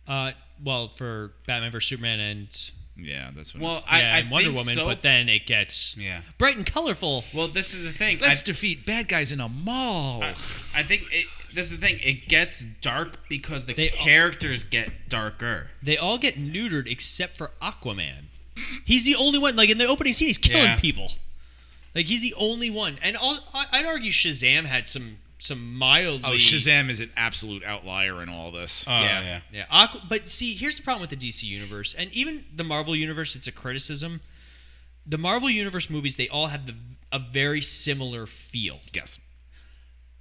Uh, well, for Batman vs Superman and
Yeah, that's what.
Well, I,
yeah,
I
and Wonder
think
Woman,
so.
but then it gets
yeah.
bright and colorful.
Well, this is the thing.
Let's
I,
defeat bad guys in a mall.
I, I think it, this is the thing. It gets dark because the
They all-
characters get darker.
They all get neutered except for Aquaman. He's the only one. Like in the opening scene, he's killing
Yeah.
people. Like he's the only one, and all, I- I'd argue Shazam had some some mildly.
oh, Shazam is an absolute outlier in all this.
Oh,
yeah,
yeah.
yeah. Aqu- but see, here's the problem with the DC universe and even the Marvel universe. It's a criticism. The Marvel universe movies they all have the, a very similar feel.
yes.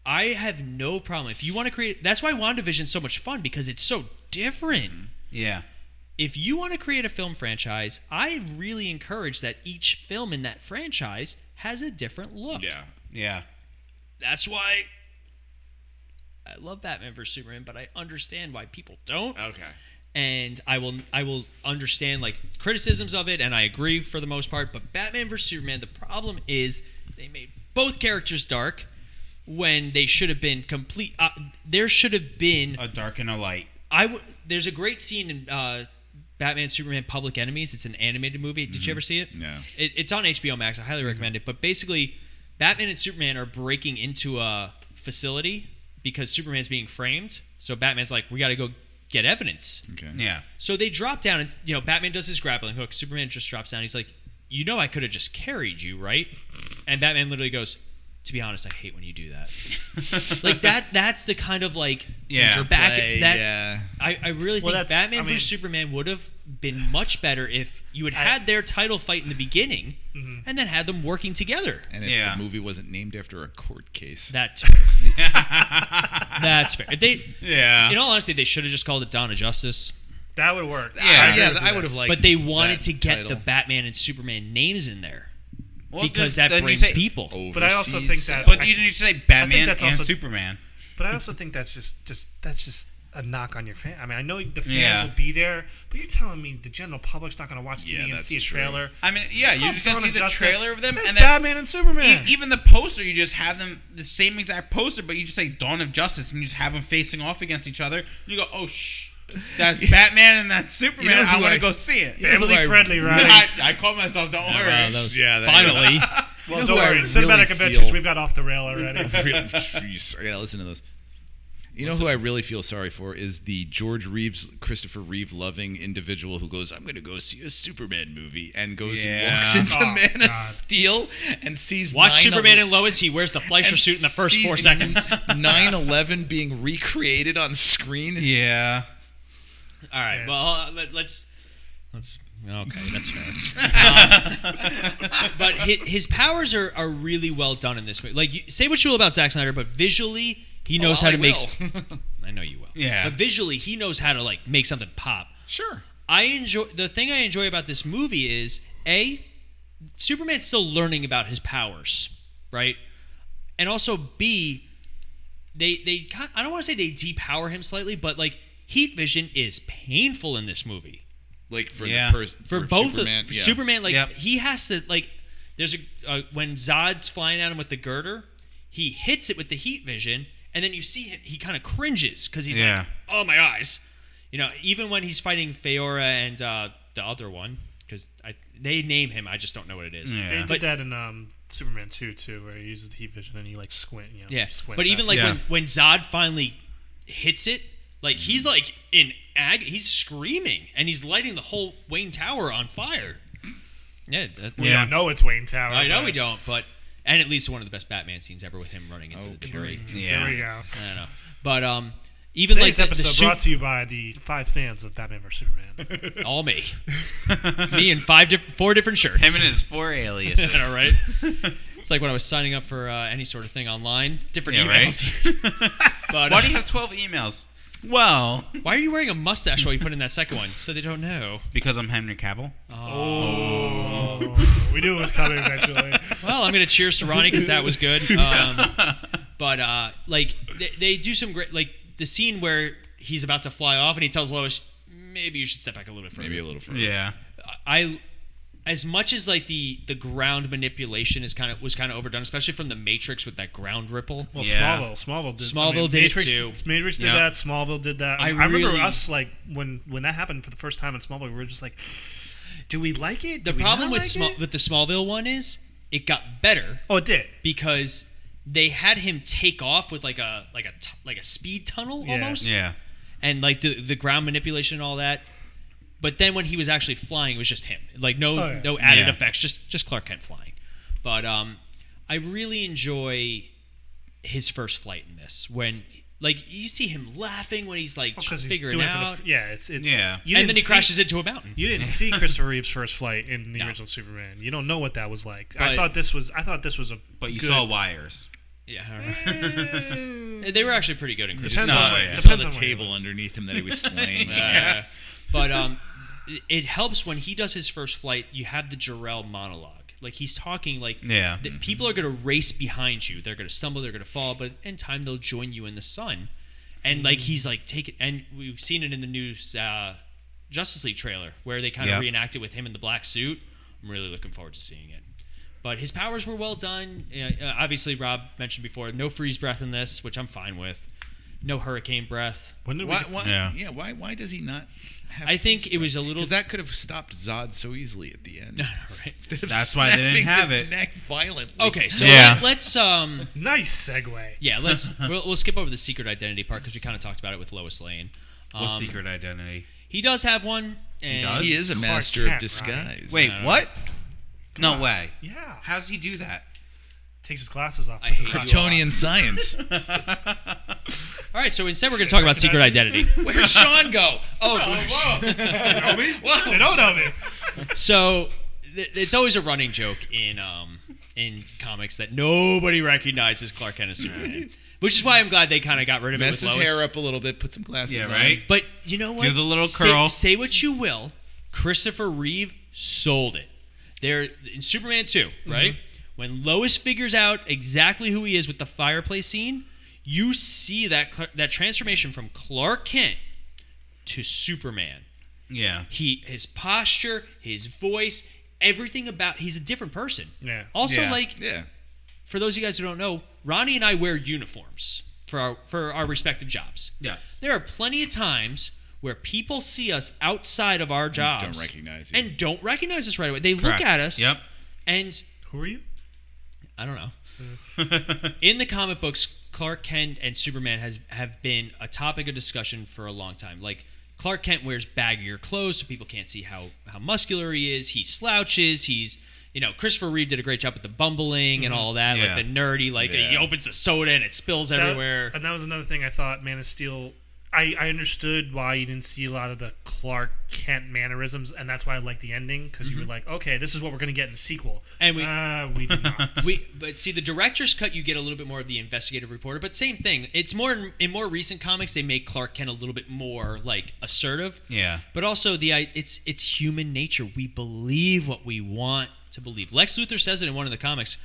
I have no problem if you want to create. That's why WandaVision's so much fun because it's so different.
Yeah.
If you want to create a film franchise, I really encourage that each film in that franchise has a different look.
Yeah.
Yeah.
That's why I love Batman vs Superman, but I understand why people don't.
Okay.
and I will I will understand like criticisms of it, and I agree for the most part. But Batman vs Superman, the problem is they made both characters dark when they should have been complete. Uh, there should have been
A dark and a light.
I would. There's a great scene in uh, Batman Superman Public Enemies. It's an animated movie. Did you ever see it?
No.
It, it's on HBO Max. I highly recommend it. But basically, Batman and Superman are breaking into a facility because Superman's being framed. So Batman's like, we got to go get evidence.
Okay.
Yeah.
So they drop down, and you know, Batman does his grappling hook. Superman just drops down. He's like, "You know, I could have just carried you, right?" And Batman literally goes, "To be honest, I hate when you do that." like that. That's the kind of like
Yeah.
back
Play,
that.
yeah.
I, I really
Well,
think
that's-
Batman
I mean-
vs Superman would have been much better if you had
I- Mm-hmm.
had their title fight in the beginning, and then had them working together.
And if
Yeah.
the movie wasn't named after a court case,
That too. that's fair. They,
Yeah.
in all honesty, they should have just called it Dawn of Justice.
That would work.
I,
Yeah.
yeah, I would have liked.
but they wanted
that
to get
title.
the Batman and Superman names in there
Well,
because
just-
that
then you
brings
say-
people.
"Oh,
But I also
Overseas
think that-
But
I
you need
s-
to say
I think
Batman
that's
and
also-
Superman.
But I also think that's just just that's just a knock on your fan. I mean, I know the fans
Yeah.
will be there, but you're telling me the general public's not going to watch TV
Yeah,
and
that's
see a
true.
trailer.
I mean, yeah, you
Fuck
just gonna
Dawn
see
of
the
Justice.
trailer of them,
That's
and then
Batman and Superman.
e- even the poster, you just have them the same exact poster, but you just say Dawn of Justice, and you just have them facing off against each other. You go, oh shh, that's Batman and that's Superman.
You know
I
who
want
I-
to go see it.
Family
Everybody-
friendly, right?
I, I called myself. Don't worry.
Wow, that was-
Yeah, that-
Uh, finally.
well,
You know
don't
who I
worry.
really
Cinematic
feel-
adventures. We've got off the rail already.
Real- Jeez, I gotta listen to those. You know who I really feel sorry for is the George Reeves, Christopher Reeve loving individual who goes, "I'm gonna go see a Superman movie," and goes and
Yeah.
walks into
Oh,
Man of
God.
Steel and sees
Watch
9/11
Superman and Lois. He wears the Fleischer
and
suit in the first four
sees
seconds.
9/11 being recreated on screen.
Yeah.
All right.
Yes.
Well, uh, let, let's let's okay. That's fair. um, but his, his powers are, are really well done in this movie. Like, you, say what you will about Zack Snyder, but visually, he knows how
I
to make.
will.
s- I know you will.
Yeah.
But visually, he knows how to like make something pop.
sure.
I enjoy the thing I enjoy about this movie is a Superman's still learning about his powers, right? And also B they they ki- I don't want to say they depower him slightly, but like heat vision is painful in this movie
Like for
Yeah.
the pers-
for, both
Superman,
Superman,
yeah.
Superman like
Yep.
he has to like there's a uh, when Zod's flying at him with the girder, he hits it with the heat vision, and then you see him, he kind of cringes because he's
Yeah.
like, "Oh my eyes," you know. Even when he's fighting Feora and uh, the other one, because they name him, I just don't know what it is.
Yeah.
They did
uh, But-
that in um, Superman 2, too, where he uses the heat vision and he, like, squint, you know,
Yeah.
squints
But
at
even
it.
like
Yeah.
when, when Zod finally hits it, like
Mm-hmm.
he's like in ag, he's screaming and he's lighting the whole Wayne Tower on fire. Yeah, that,
We
Yeah.
don't know it's Wayne Tower.
I know
but-
we don't, but and at least one of the best Batman scenes ever with him running into the
Okay.
debris.
Yeah.
There we go.
I don't know, but um, even
Today's
like the, the
episode
suit-
brought to you by the five fans of Batman vs Superman.
all me, me in five diff- four different shirts.
Him and his four aliases.
all right. It's like when I was signing up for uh, any sort of thing online, different
Yeah, right?
emails. but
Why
uh,
do you have twelve emails? Well,
why are you wearing a mustache while you put in that second one? So they don't know.
because I'm Henry Cavill.
oh, we knew it was coming eventually.
well, I'm gonna cheers to Ronnie because that was good. Um, but uh, like they, they do some great, like the scene where he's about to fly off and he tells Lois, maybe you should step back a little bit further.
Maybe a little further.
Yeah.
I, as much as like the the ground manipulation is kind of was kind of overdone, especially from the Matrix with that ground ripple.
Well,
Yeah.
Smallville, Smallville did.
Smallville did it
Matrix,
too.
Matrix did
Yeah.
that. Smallville did that.
I
I, remember
really-
us like when when that happened for the first time in Smallville, we were just like, "Do we like it? Do
the
we
problem
not
with
like
Sma-
it?
with the Smallville one is it got better
oh, it did.
because they had him take off with like a like a t- like a speed tunnel
Yeah.
almost.
Yeah.
and like the, the ground manipulation and all that. But then when he was actually flying, it was just him. Like no
Oh, yeah.
no added
Yeah.
effects, just just Clark Kent flying. But um, I really enjoy his first flight in this when like you see him laughing when he's like
Because Oh, he's
figuring
doing it for the
out,
f- yeah. It's it's
Yeah.
You
and
didn't
then he
see-
crashes into a mountain.
You didn't see Christopher Reeve's first flight in the
No.
original Superman. You don't know what that was like.
But-
I thought this was. I thought this was a.
But you
good-
saw wires.
yeah, I remember. they were actually pretty good in Chris.
Depends
No,
on
yeah.
where-
You
Saw
depends
the
on where you
table underneath him that he was slaying.
Yeah. But um, it- it helps when he does his first flight. You have the Jarrell monologue. Like he's talking like
Yeah.
th- people are going to race behind you. They're going to stumble. They're going to fall. But in time, they'll join you in the sun. And like he's like take it. And we've seen it in the new uh, Justice League trailer where they kind of
Yeah.
reenact it with him in the black suit. I'm really looking forward to seeing it. But his powers were well done. Uh, uh, obviously, Rob mentioned before, no freeze breath in this, which I'm fine with. no hurricane breath.
When did
Why,
we?
why, yeah.
Yeah.
Why? Why does he not? have
I think it was a little.
because that could have stopped Zod so easily at the end.
right.
Instead of
That's why they didn't
snapping
have
his
it.
Neck violently.
Okay, so
Yeah.
let, us um
Nice segue.
yeah let's we'll, we'll skip over the secret identity part because we kind of talked about it with Lois Lane. Um,
What's secret identity?
He does have one. And
does?
he is a
Clark
master
Kent,
of disguise.
Wait, what? No way.
Yeah.
How does he do that?
Takes his glasses off.
I
puts his
hate
glasses on.
Kryptonian science.
All right, so instead we're going to talk about secret identity.
Where'd Sean go? Oh,
They don't know me.
So th- it's always a running joke in um in comics that nobody recognizes Clark Kent as Superman, which is why I'm glad they kind of got rid of
mess
it
his
with Lois.
hair up a little bit. Put some glasses
Yeah,
on.
right?
But you know what?
the little
Say-
curl.
Say, what you will. Christopher Reeve sold it. There in Superman 2, right?
Mm-hmm.
When Lois figures out exactly who he is with the fireplace scene, you see that Cla- that transformation from Clark Kent to Superman.
Yeah.
He his posture, his voice, everything about he's a different person.
Yeah.
Also
Yeah.
like
Yeah.
for those of you guys who don't know, Ronnie and I wear uniforms for our for our respective jobs.
Yes.
There are plenty of times where people see us outside of our jobs
recognize you.
and don't recognize us right away. They
Correct.
look at us.
Yep.
And
Who are you?
I don't know. In the comic books, Clark Kent and Superman has have been a topic of discussion for a long time. Like Clark Kent wears baggier clothes so people can't see how how muscular he is. He slouches. He's you know Christopher Reeve did a great job with the bumbling and all that,
Yeah.
like the nerdy. Like
Yeah.
he opens the soda and it spills
That-
everywhere.
and that was another thing I thought Man of Steel. I, I understood why you didn't see a lot of the Clark Kent mannerisms, and that's why I liked the ending because you were like, okay, this is what we're gonna get in the sequel,
Mm-hmm. And we-
uh, we did not.
We, but see, the director's cut, you get a little bit more of the investigative reporter, but same thing. It's more in, in more recent comics, they make Clark Kent a little bit more like assertive.
Yeah.
But also the I it's it's human nature. We believe what we want to believe. Lex Luthor says it in one of the comics.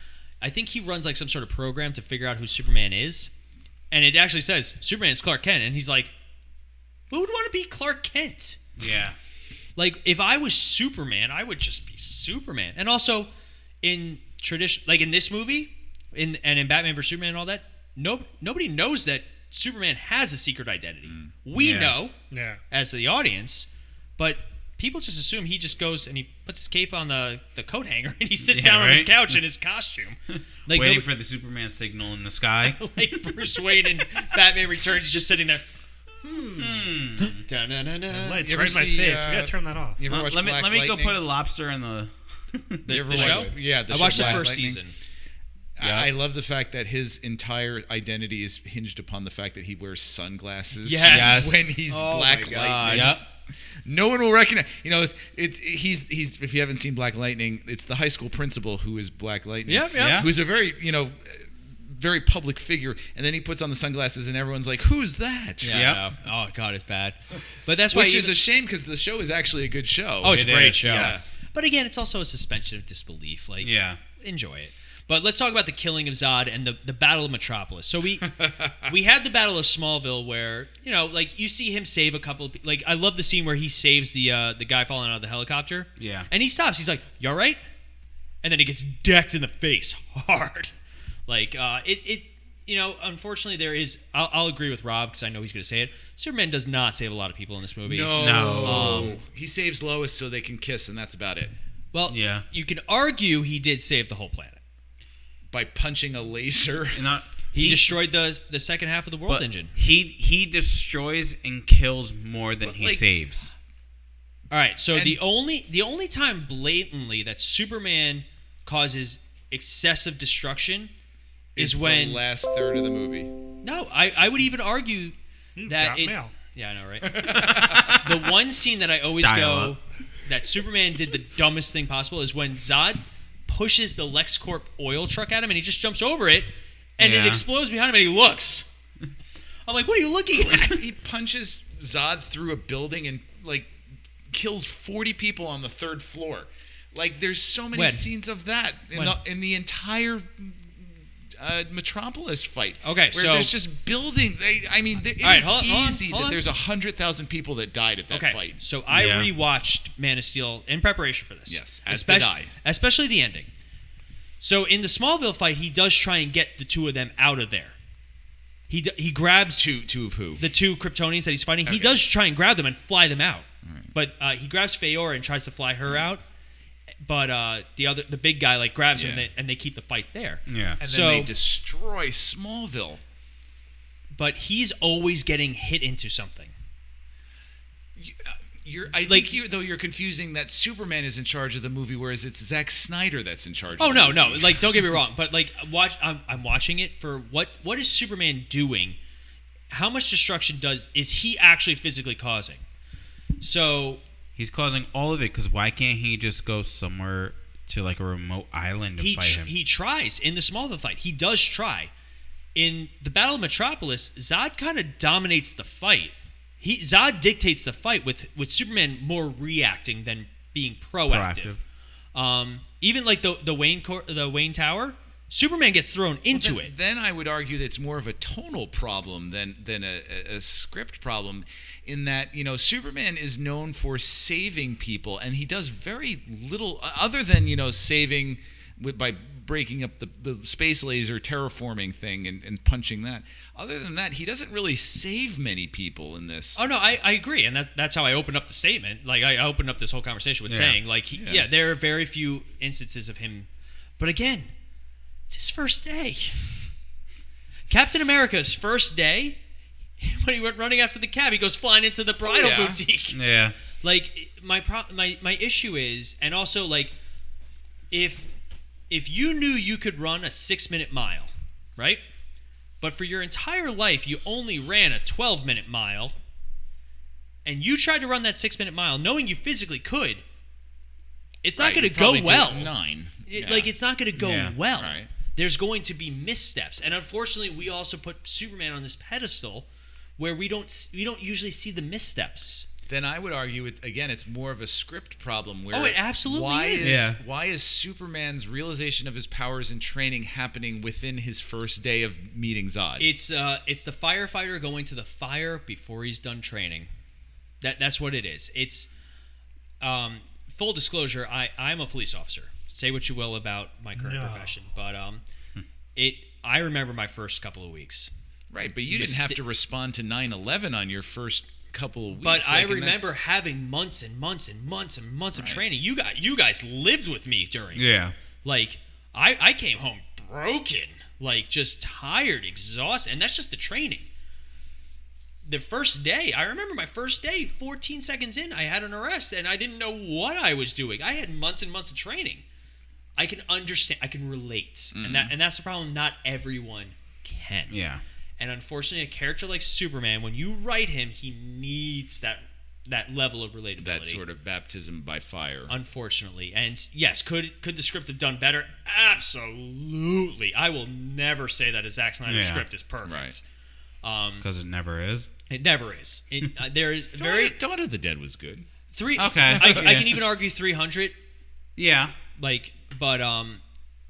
I think he runs like some sort of program to figure out who Superman is, and it actually says Superman's Clark Kent, and he's like, "Who would want to be Clark Kent?"
Yeah.
Like if I was Superman, I would just be Superman. And also in tradition like in this movie, in and in Batman vs Superman and all that, no nobody knows that Superman has a secret identity.
Mm.
We
Yeah.
know
yeah,
as the audience, but people just assume he just goes and he puts his cape on the, the coat hanger and he sits
Yeah,
down on his
right?
couch in his costume. Like
Waiting
nobody-
for the Superman signal in the sky.
like Bruce Wayne and Batman Returns he's just sitting there. Hmm. Dun-dun-dun-dun.
Lights
you ever
right in my
see,
face.
uh,
we gotta turn that off.
You ever
let
watch
let me
Black
let me go
Lightning?
put a lobster in the.
You
the
ever watch-
show?
Yeah, the
I
show
watched the
Black
first
Lightning?
season.
I- I love the fact that his entire identity is hinged upon the fact that he wears sunglasses.
Yes. Yes.
when he's
Oh
Black
my God.
Lightning.
Yep.
No one will recognize. You know, it's, it's he's he's. If you haven't seen Black Lightning, it's the high school principal who is Black Lightning.
Yep,
yep. Yeah.
Who's a very you know, very public figure, and then he puts on the sunglasses, and everyone's like, "Who's that?"
Yeah. I know. Oh god, it's bad. But that's why
Which
even-
is a shame because the show is actually a good show.
Oh, it's
It
a great
is,
show.
yes.
But again, it's also a suspension of disbelief. Like,
Yeah.
enjoy it. But let's talk about the killing of Zod and the, the Battle of Metropolis. So we we had the Battle of Smallville, where you know, like you see him save a couple. Of, pe- like I love the scene where he saves the uh, the guy falling out of the helicopter.
Yeah.
and he stops. He's like, "You all right?" And then he gets decked in the face hard. Like uh, it it you know, unfortunately, there is. I'll, I'll agree with Rob because I know he's going to say it. Superman does not save a lot of people in this movie.
No.
No.
Um,
he saves Lois so they can kiss, and that's about it.
Well,
Yeah.
you can argue he did save the whole planet.
By punching a laser.
And not-
He, destroyed the the second half of the world
but
engine.
He he destroys and kills more than he
like-
saves.
All right, so the
And-
only the only time blatantly that Superman causes excessive destruction is
It's
when
the last third of the movie.
no, I, I would even argue that
got
it,
mail.
yeah, I know, right? the one scene that I always
Style
go that Superman did the dumbest thing possible is when Zod pushes the LexCorp oil truck at him and he just jumps over it and it
Yeah.
explodes behind him and he looks. I'm like, what are you looking at?
he punches Zod through a building and like kills 40 people on the third floor. Like there's so many
When?
scenes of that in
When?
the in the entire uh, Metropolis fight.
Okay,
where
so-
there's just building. They, I mean, th- it is
All right, hold on, hold on,
easy
hold
that
on.
there's a hundred thousand people that died at that
Okay,
fight.
so I
Yeah.
rewatched Man of Steel in preparation for this.
Yes, as did
Espec-
I.
Especially the ending. So in the Smallville fight, he does try and get the two of them out of there. He He d- he grabs
Two, two of who?
the two Kryptonians that he's fighting. He does try and grab them and fly them out, but uh, he grabs Feora and tries to fly her out. But uh, the other, the big guy, like grabs her and
Yeah.
they, and they keep the fight there.
Yeah.
and
so-
then they destroy Smallville.
But he's always getting hit into something.
You- uh, You're, I think you though you're confusing that Superman is in charge of the movie, whereas it's Zack Snyder that's in charge.
Oh
of the
no,
movie.
no! Like, don't get me wrong, but like, watch. I'm, I'm watching it for what? What is Superman doing? How much destruction does is he actually physically causing? So
He's causing all of it because why can't he just go somewhere to like a remote island and
he
fight
tr-
him?
he tries in the Smallville fight. He does try. In the Battle of Metropolis, Zod kind of dominates the fight. He Zod dictates the fight with with Superman more reacting than being proactive. Um, even like the the Wayne cor- the Wayne Tower, Superman gets thrown into
then,
it.
Then I would argue that it's more of a tonal problem than than a, a, a script problem, in that you know Superman is known for saving people, and he does very little uh, other than you know saving with, by breaking up the, the space laser terraforming thing and, and punching that. Other than that, he doesn't really save many people in this.
Oh no, I, I agree, and that, that's how I opened up the statement. Like I opened up this whole conversation with
Yeah.
saying, like, he, yeah.
Yeah.
there are very few instances of him, but again, it's his first day. Captain America's first day, when he went running after the cab, he goes flying into the bridal
yeah.
boutique.
yeah.
Like my pro- my my issue is, and also like, if if you knew you could run a six minute mile, right? But for your entire life, you only ran a 12 minute mile, and you tried to run that six minute mile knowing you physically could, it's not
Right,
going
you'd
to
probably
go
do
well.
Nine.
It-
Yeah.
Like, it's not going to go
Yeah,
well.
right.
There's going to be missteps. And unfortunately, we also put Superman on this pedestal where we don't s- we don't usually see the missteps.
then I would argue it again. It's more of a script problem. Where
Oh, it absolutely
why
is.
is.
Yeah.
Why is Superman's realization of his powers and training happening within his first day of meeting Zod?
It's uh, it's the firefighter going to the fire before he's done training. That that's what it is. It's um, full disclosure. I I'm a police officer. Say what you will about my current
No.
profession, but um, it I remember my first couple of weeks.
right, but you didn't
Mist-
have to respond to 9/11 on your first couple of weeks.
But I
Like, and
remember
that's-
having months and months and months and months of
Right.
training. You got you guys lived with me during.
Yeah.
Like I I came home broken, like just tired, exhausted, and that's just the training. The first day, I remember my first day, 14 seconds in, I had an arrest and I didn't know what I was doing. I had months and months of training. I can understand, I can relate. And that and that's the problem not everyone can.
Yeah.
And unfortunately, a character like Superman, when you write him, he needs that that level of relatability.
that sort of baptism by fire.
Unfortunately, and yes, could could the script have done better? Absolutely. I will never say that a Zack Snyder
Yeah.
script is perfect.
Right.
Um,
Because it never is.
it never is. It, uh, there is
Very
very
Dawn of the Dead was good.
three.
Okay.
I, I
Yeah.
can even argue three hundred.
Yeah.
Like, but um,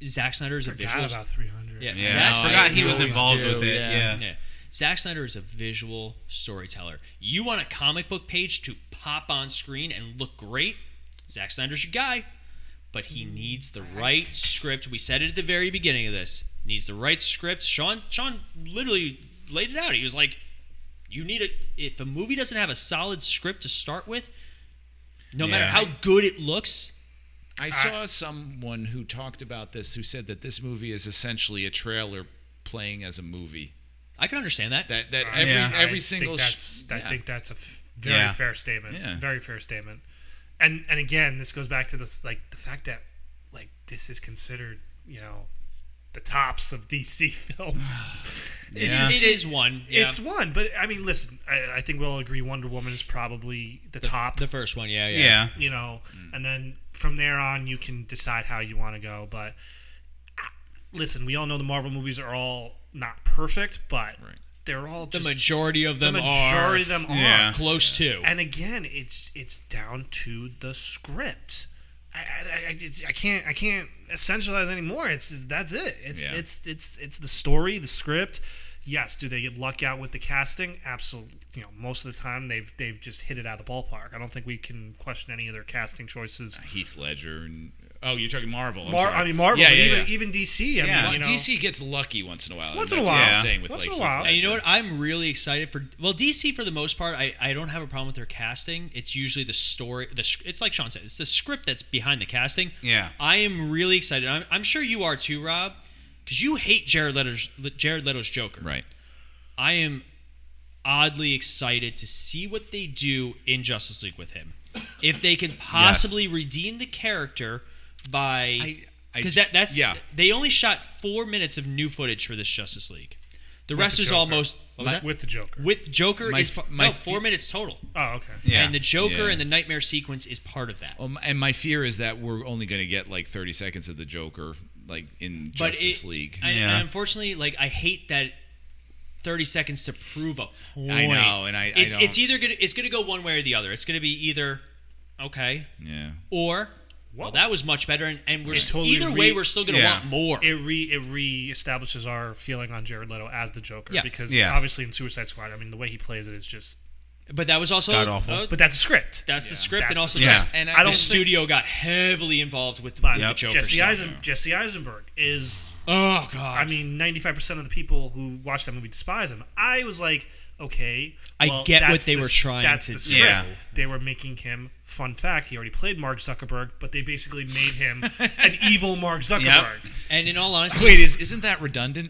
Zack Snyder is a
Forgot
visual.
about 300.
Yeah.
Yeah.
Zack
I
Snyder-
forgot he was
always
involved
do,
with it.
yeah.
Yeah.
Yeah. Zack Snyder is a visual storyteller. You want a comic book page to pop on screen and look great? Zack Snyder's your guy. But he needs the right script. We said it at the very beginning of this. Needs the right script. Sean Sean literally laid it out. He was like, you need a if a movie doesn't have a solid script to start with, no matter
Yeah.
how good it looks,
I
Ah.
saw someone who talked about this who said that this movie is essentially a trailer playing as a movie.
I can understand that.
That that every
Yeah.
I
every
think
single
that's- I
yeah.
think that's a f- very
Yeah.
fair statement.
Yeah.
Very fair statement. And and again, this goes back to this like the fact that like this is considered you know the tops of DC films.
Yeah.
It's just,
It is one. Yeah.
it's one, but I mean, listen, I, I think we'll all agree Wonder Woman is probably the, top.
the first one, yeah, yeah.
Yeah.
you know,
Mm.
and then from there on, you can decide how you want to go. But ah, listen, we all know the Marvel movies are all not perfect, but
Right.
they're all
The
just
majority of
the
them
majority
are
of them are.
Yeah.
close to.
And again, it's it's down to the script. I, I, I, it's- I can't I can't essentialize anymore. It's just, that's it. It's
Yeah.
it's it's it's the story, the script. Yes, do they get luck out with the casting? Absolutely. You know, most of the time they've they've just hit it out of the ballpark. I don't think we can question any of their casting choices.
Heath Ledger and Oh, you're talking Marvel. I'm
Mar-
sorry.
I mean, Marvel,
Yeah,
but
yeah,
even,
yeah.
even DC. I
Yeah.
mean, you know,
DC gets lucky once in a while.
Once in a
That's what I'm
while.
saying with,
Once
like,
in a while.
Heath
And you know
Ledger.
what? I'm really excited for. Well, DC for the most part, I, I don't have a problem with their casting. It's usually the story. The sc- it's like Sean said, it's the script that's behind the casting.
Yeah.
I am really excited. I'm, I'm sure you are too, Rob, because you hate Jared Leto's Jared Leto's Joker.
Right.
I am oddly excited to see what they do in Justice League with him. If they can possibly redeem the character by
I- I
because
do-
that that's
yeah.
they only shot four minutes of new footage for this Justice League. The rest
the
is
Joker.
almost what was that?
with the Joker.
with Joker
My
is
f- my
no,
fe-
four minutes total,
oh, okay.
Yeah.
and the Joker
Yeah.
and the nightmare sequence is part of that.
Um, and my fear is that we're only going to get like 30 seconds of the Joker, like in Justice
it,
League.
and,
Yeah.
and unfortunately, like I hate that. Thirty seconds to prove a point.
I know, and I- I
it's
don't-
it's either gonna it's gonna go one way or the other. It's gonna be either okay
yeah.
or well
Whoa.
that was much better, and, and we're
It
st-
totally
either way
re-
we're still gonna
Yeah.
want more.
It re it reestablishes our feeling on Jared Leto as the Joker
Yeah.
because
Yes.
obviously in Suicide Squad, I mean the way he plays it is just.
but that was also
God awful.
uh,
But that's a script.
that's the script,
That's
and
the
also
script.
the,
And
I
the
don't think
studio got heavily involved with,
but
with the Joker
Jesse,
stuff.
Eisen, Jesse Eisenberg is
Oh god,
I mean, ninety-five percent of the people who watch that movie despise him. I was like, okay,
I
well,
get what
that's
they
the-
were trying
That's
to
the
do.
script.
Yeah.
They were making him. Fun fact: He already played Mark Zuckerberg, but they basically made him an evil Mark Zuckerberg.
and in all honesty,
Wait, is, isn't that redundant?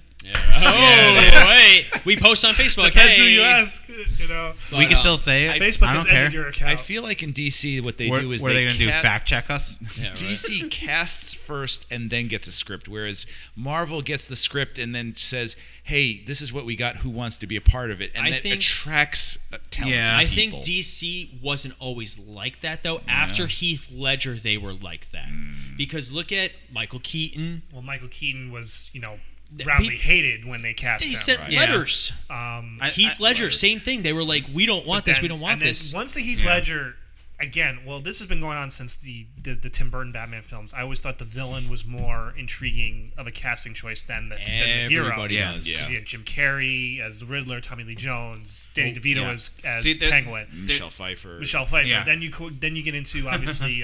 oh wait, we post on Facebook.
Depends
hey.
who you ask. You know,
But,
we can
uh,
still say it.
Facebook
I
has
don't
ended
care.
your account.
I feel like in DC, what they
What,
do is
what are they
they
going to do?
cap-
Fact check us?
yeah, right.
DC casts first and then gets a script, whereas Marvel gets the script and then says, "Hey, this is what we got. Who wants to be a part of it?" And
I
that
think-
attracts uh, talented
Yeah.
I think
people.
DC wasn't always like that though. After Heath Ledger, they were like that
Mm.
because look at Michael Keaton.
well, Michael Keaton was, you know,
Th-
roundly
pe-
hated when they cast
They
him.
sent
right.
Yeah.
letters.
um,
I-
Heath
I-
Ledger, same thing. They were like, "We don't want
But
this. We
then-
don't want
and then
this."
Once the Heath
Yeah.
Ledger, again, well, this has been going on since the, the the Tim Burton Batman films. I always thought the villain was more intriguing of a casting choice than the, than the hero.
Everybody
Yeah.
does.
Yeah.
'Cause you had Jim Carrey as the Riddler, Tommy Lee Jones, Danny
Well,
DeVito
Oh, yeah.
as as
See, that-
Penguin.
Michelle Pfeiffer.
Michelle Pfeiffer.
Yeah.
Then you co- then you get into obviously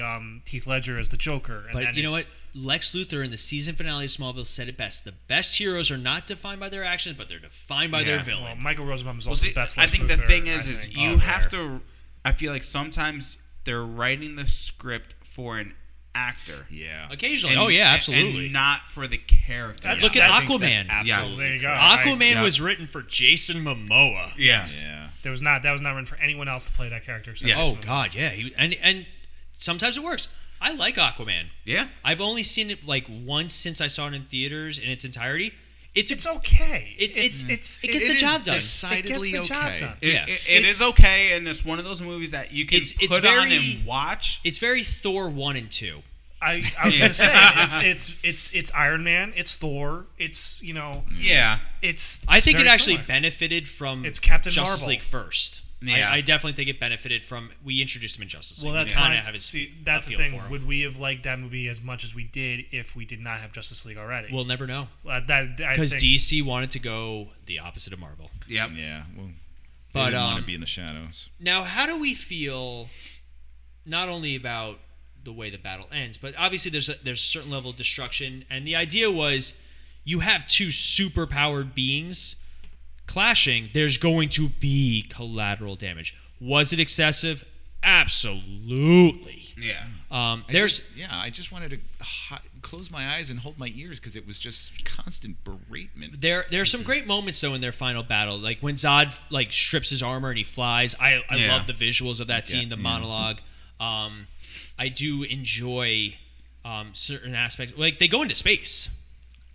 um, Heath Ledger as the Joker. And
But
then
you know
it's-
what? Lex Luthor in the season finale of Smallville said it best: "The best heroes are not defined by their actions, but they're defined by their
Yeah.
villain."
Well, Michael Rosenbaum is
Well,
also
see,
the best.
I
Lex
think the
Luthor,
thing is,
I
is
think.
you
Oh,
have
there.
to. I feel like sometimes they're writing the script for an actor.
Yeah.
Occasionally,
And-
oh yeah,
and-
absolutely.
And not for the character.
That's-
look
I
at
think
Aquaman.
That's
Yes.
absolutely
There you go. I-
Aquaman
yeah.
was written for Jason Momoa.
Yes.
Yeah.
There was not that was not written for anyone else to play that character. except
Yes.
Oh
Jason.
God, yeah, he, and and sometimes it works. I like Aquaman.
Yeah.
I've only seen it like once since I saw it in theaters in its entirety. It's a,
it's okay.
It-
it's
it-
it's
it gets
it's-
the
is
job done.
It gets
Decidedly
the job
okay.
done.
It,
Yeah.
it- it
It's-
is okay, and it's one of those movies that you can
It's- it's
put on
very-
and watch.
it's very Thor one and two.
I, I
Yeah.
was gonna say it's, it's it's it's Iron Man, it's Thor, it's you know,
yeah.
it's.
I think it
very
actually
similar.
benefited from
It's Captain
Justice
Marvel.
League first.
Yeah.
I, I definitely think it benefited from we introduced him in Justice League.
Well, that's
We
why.
kinda have his
see, that's the
appeal
thing.
for him.
Would we have liked that movie as much as we did if we did not have Justice League already?
We'll never know
uh, that I
because
think-
DC wanted to go the opposite of Marvel.
Yep.
Yeah. Well, they
But,
didn't want
um,
to be in the shadows.
Now, how do we feel not only about the way the battle ends, but obviously there's a, there's a certain level of destruction, and the idea was you have two super powered beings clashing. There's going to be collateral damage. Was it excessive? Absolutely.
Yeah.
Um, there's
yeah, I just wanted to hi- close my eyes and hold my ears because it was just constant beratement.
there there are some great moments though in their final battle, like when Zod like strips his armor and he flies. I I
Yeah.
love the visuals of that
Yeah,
scene, the
yeah.
monologue. Um, I do enjoy um, certain aspects. Like they go into space,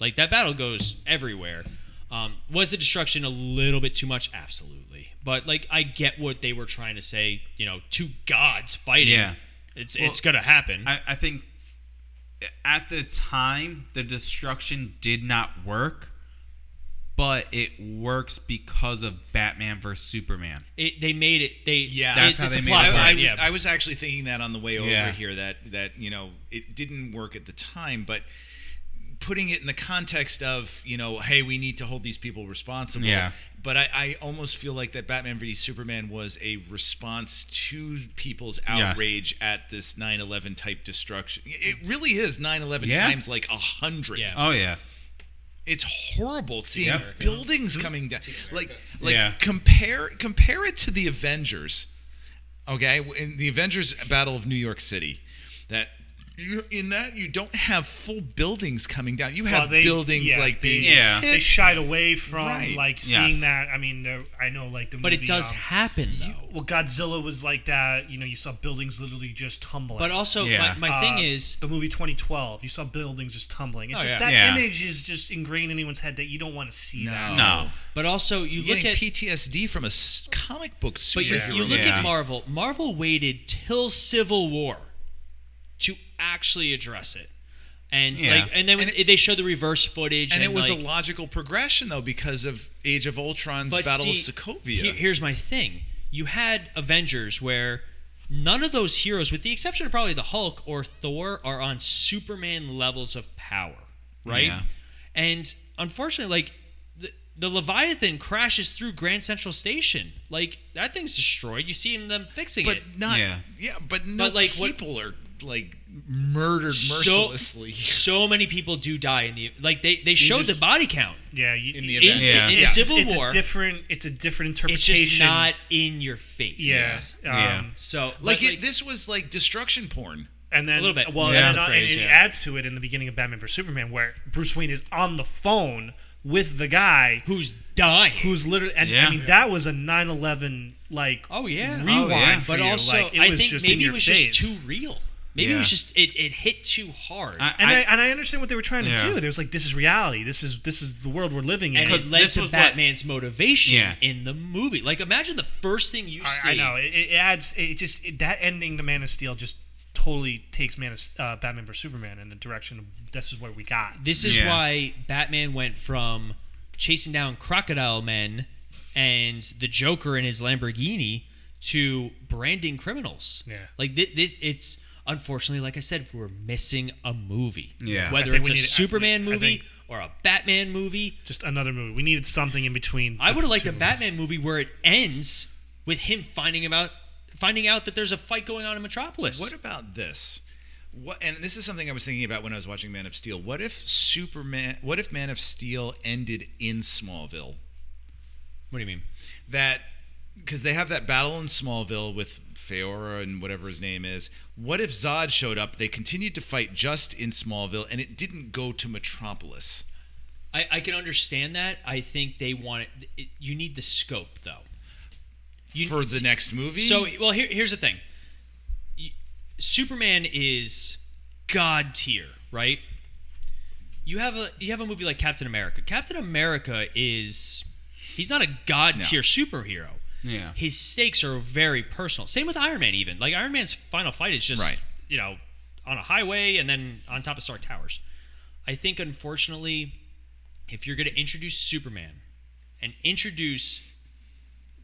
like that battle goes everywhere. Um, was the destruction a little bit too much? Absolutely, but like I get what they were trying to say. You know, two gods fighting.
Yeah.
It's,
Well,
it's gonna happen.
I, I think at the time the destruction did not work, but it works because of Batman versus Superman.
it, they made it. They
Yeah.
it-
That's
how
it's
they
a
made
plot
it.
point,
I, I,
yeah.
was, I was actually thinking that on the way over
Yeah.
here that that you know it didn't work at the time, but putting it in the context of you know, hey, we need to hold these people responsible.
Yeah.
But I, I almost feel like that Batman v Superman was a response to people's outrage at this 9/11 type destruction. It really is 9/11
Yeah.
times like a hundred.
Yeah.
Oh yeah.
It's horrible seeing
Yeah.
Mm-hmm.
buildings coming down. Like, like
Yeah.
compare compare it to the Avengers. Okay, in the Avengers Battle of New York City, that in that you don't have full buildings coming down. You have
Well, they-
buildings
yeah,
like
they-
being
Yeah.
hit.
They shied away from
Right.
like
Yes.
seeing that. I mean, there, I know like the
But
movie,
it does
um,
happen though.
well, Godzilla was like that. You know, you saw buildings literally just tumbling.
But also,
Yeah.
my, my
Uh,
thing is,
the movie 2012. You saw buildings just tumbling. It's
Oh,
just
yeah.
that
Yeah.
image is just ingrained in anyone's head that you don't want to see that.
No.
but also you
You're
look
getting
at
PTSD from a s- comic book
But you,
superhero.
you look
Yeah.
at Marvel. Marvel waited till Civil War to actually address it, and
Yeah.
like, and then
And
when they showed the reverse footage,
and
and,
it was
like,
a logical progression though because of Age of Ultron's
But
Battle
see,
of Sokovia.
he- here's my thing: you had Avengers where none of those heroes, with the exception of probably the Hulk or Thor, are on Superman levels of power, right?
Yeah.
And unfortunately, like the, the Leviathan crashes through Grand Central Station. Like that thing's destroyed. You see them fixing
but
it.
not yeah,
Yeah.
but no
But, like, what-
people are like murdered
So-
mercilessly
so many people do die in the like they they showed
just-
the body count
Yeah. You,
in the
in,
event.
Yeah.
Ci- in
it's,
Civil
it's
War.
a different. It's a different
It's
interpretation.
just not in your face.
Yeah.
Yeah.
Um,
So
Like,
like,
it, this was like destruction porn.
And then
A little bit.
Well,
Yeah.
it's not,
Phrase,
and it
yeah.
adds to it in the beginning of Batman vs Superman, where Bruce Wayne is on the phone with the guy
who's dying?
who's literally. And
Yeah.
I mean, that was a 9/11 like.
oh yeah.
rewind.
Oh, yeah.
for
but
you.
also,
Like, it
I
was
think
just in
maybe
your
it was
face.
just too real. Maybe it was
Yeah.
just it, it hit too hard.
I,
And I,
I-
and I understand what they were trying to
Yeah.
do. There's like this is reality. This is this is the world we're living in.
and it
because
led
this
to
was what-
Batman's motivation
Yeah.
in the movie. Like, imagine the first thing you see.
I, I know it, it adds. It just it, that ending to Man of Steel just totally takes Man of, S- uh, Batman vs Superman in the direction of this is what we got.
This is
Yeah.
why Batman went from chasing down crocodile men and the Joker in his Lamborghini to branding criminals.
Yeah.
Like this, this it's unfortunately, like I said, we're missing a movie.
Yeah.
Whether
I think
it's
we
a
need- I-
Superman
I
movie
think-
or a Batman movie,
Just another movie. We needed something in between.
I
the
would have liked a
two.
Batman movie where it ends with him finding about finding out that there's a fight going on in Metropolis.
What about this? What and this is something I was thinking about when I was watching Man of Steel. What if Superman? What if Man of Steel ended in Smallville?
What do you mean?
That because they have that battle in Smallville with Feora and whatever his name is. What if Zod showed up? They continued to fight just in Smallville, and it didn't go to Metropolis.
I, I can understand that. I think they want it, it. You need the scope, though. You-
for the next movie.
So, well, here, here's the thing. You- Superman is god tier, right? You have a you have a movie like Captain America. Captain America is he's not a god tier superhero.
Yeah.
His stakes are very personal. Same with Iron Man even. Like Iron Man's final fight is just
Right.
you know, on a highway and then on top of Stark Towers. I think unfortunately if you're going to introduce Superman and introduce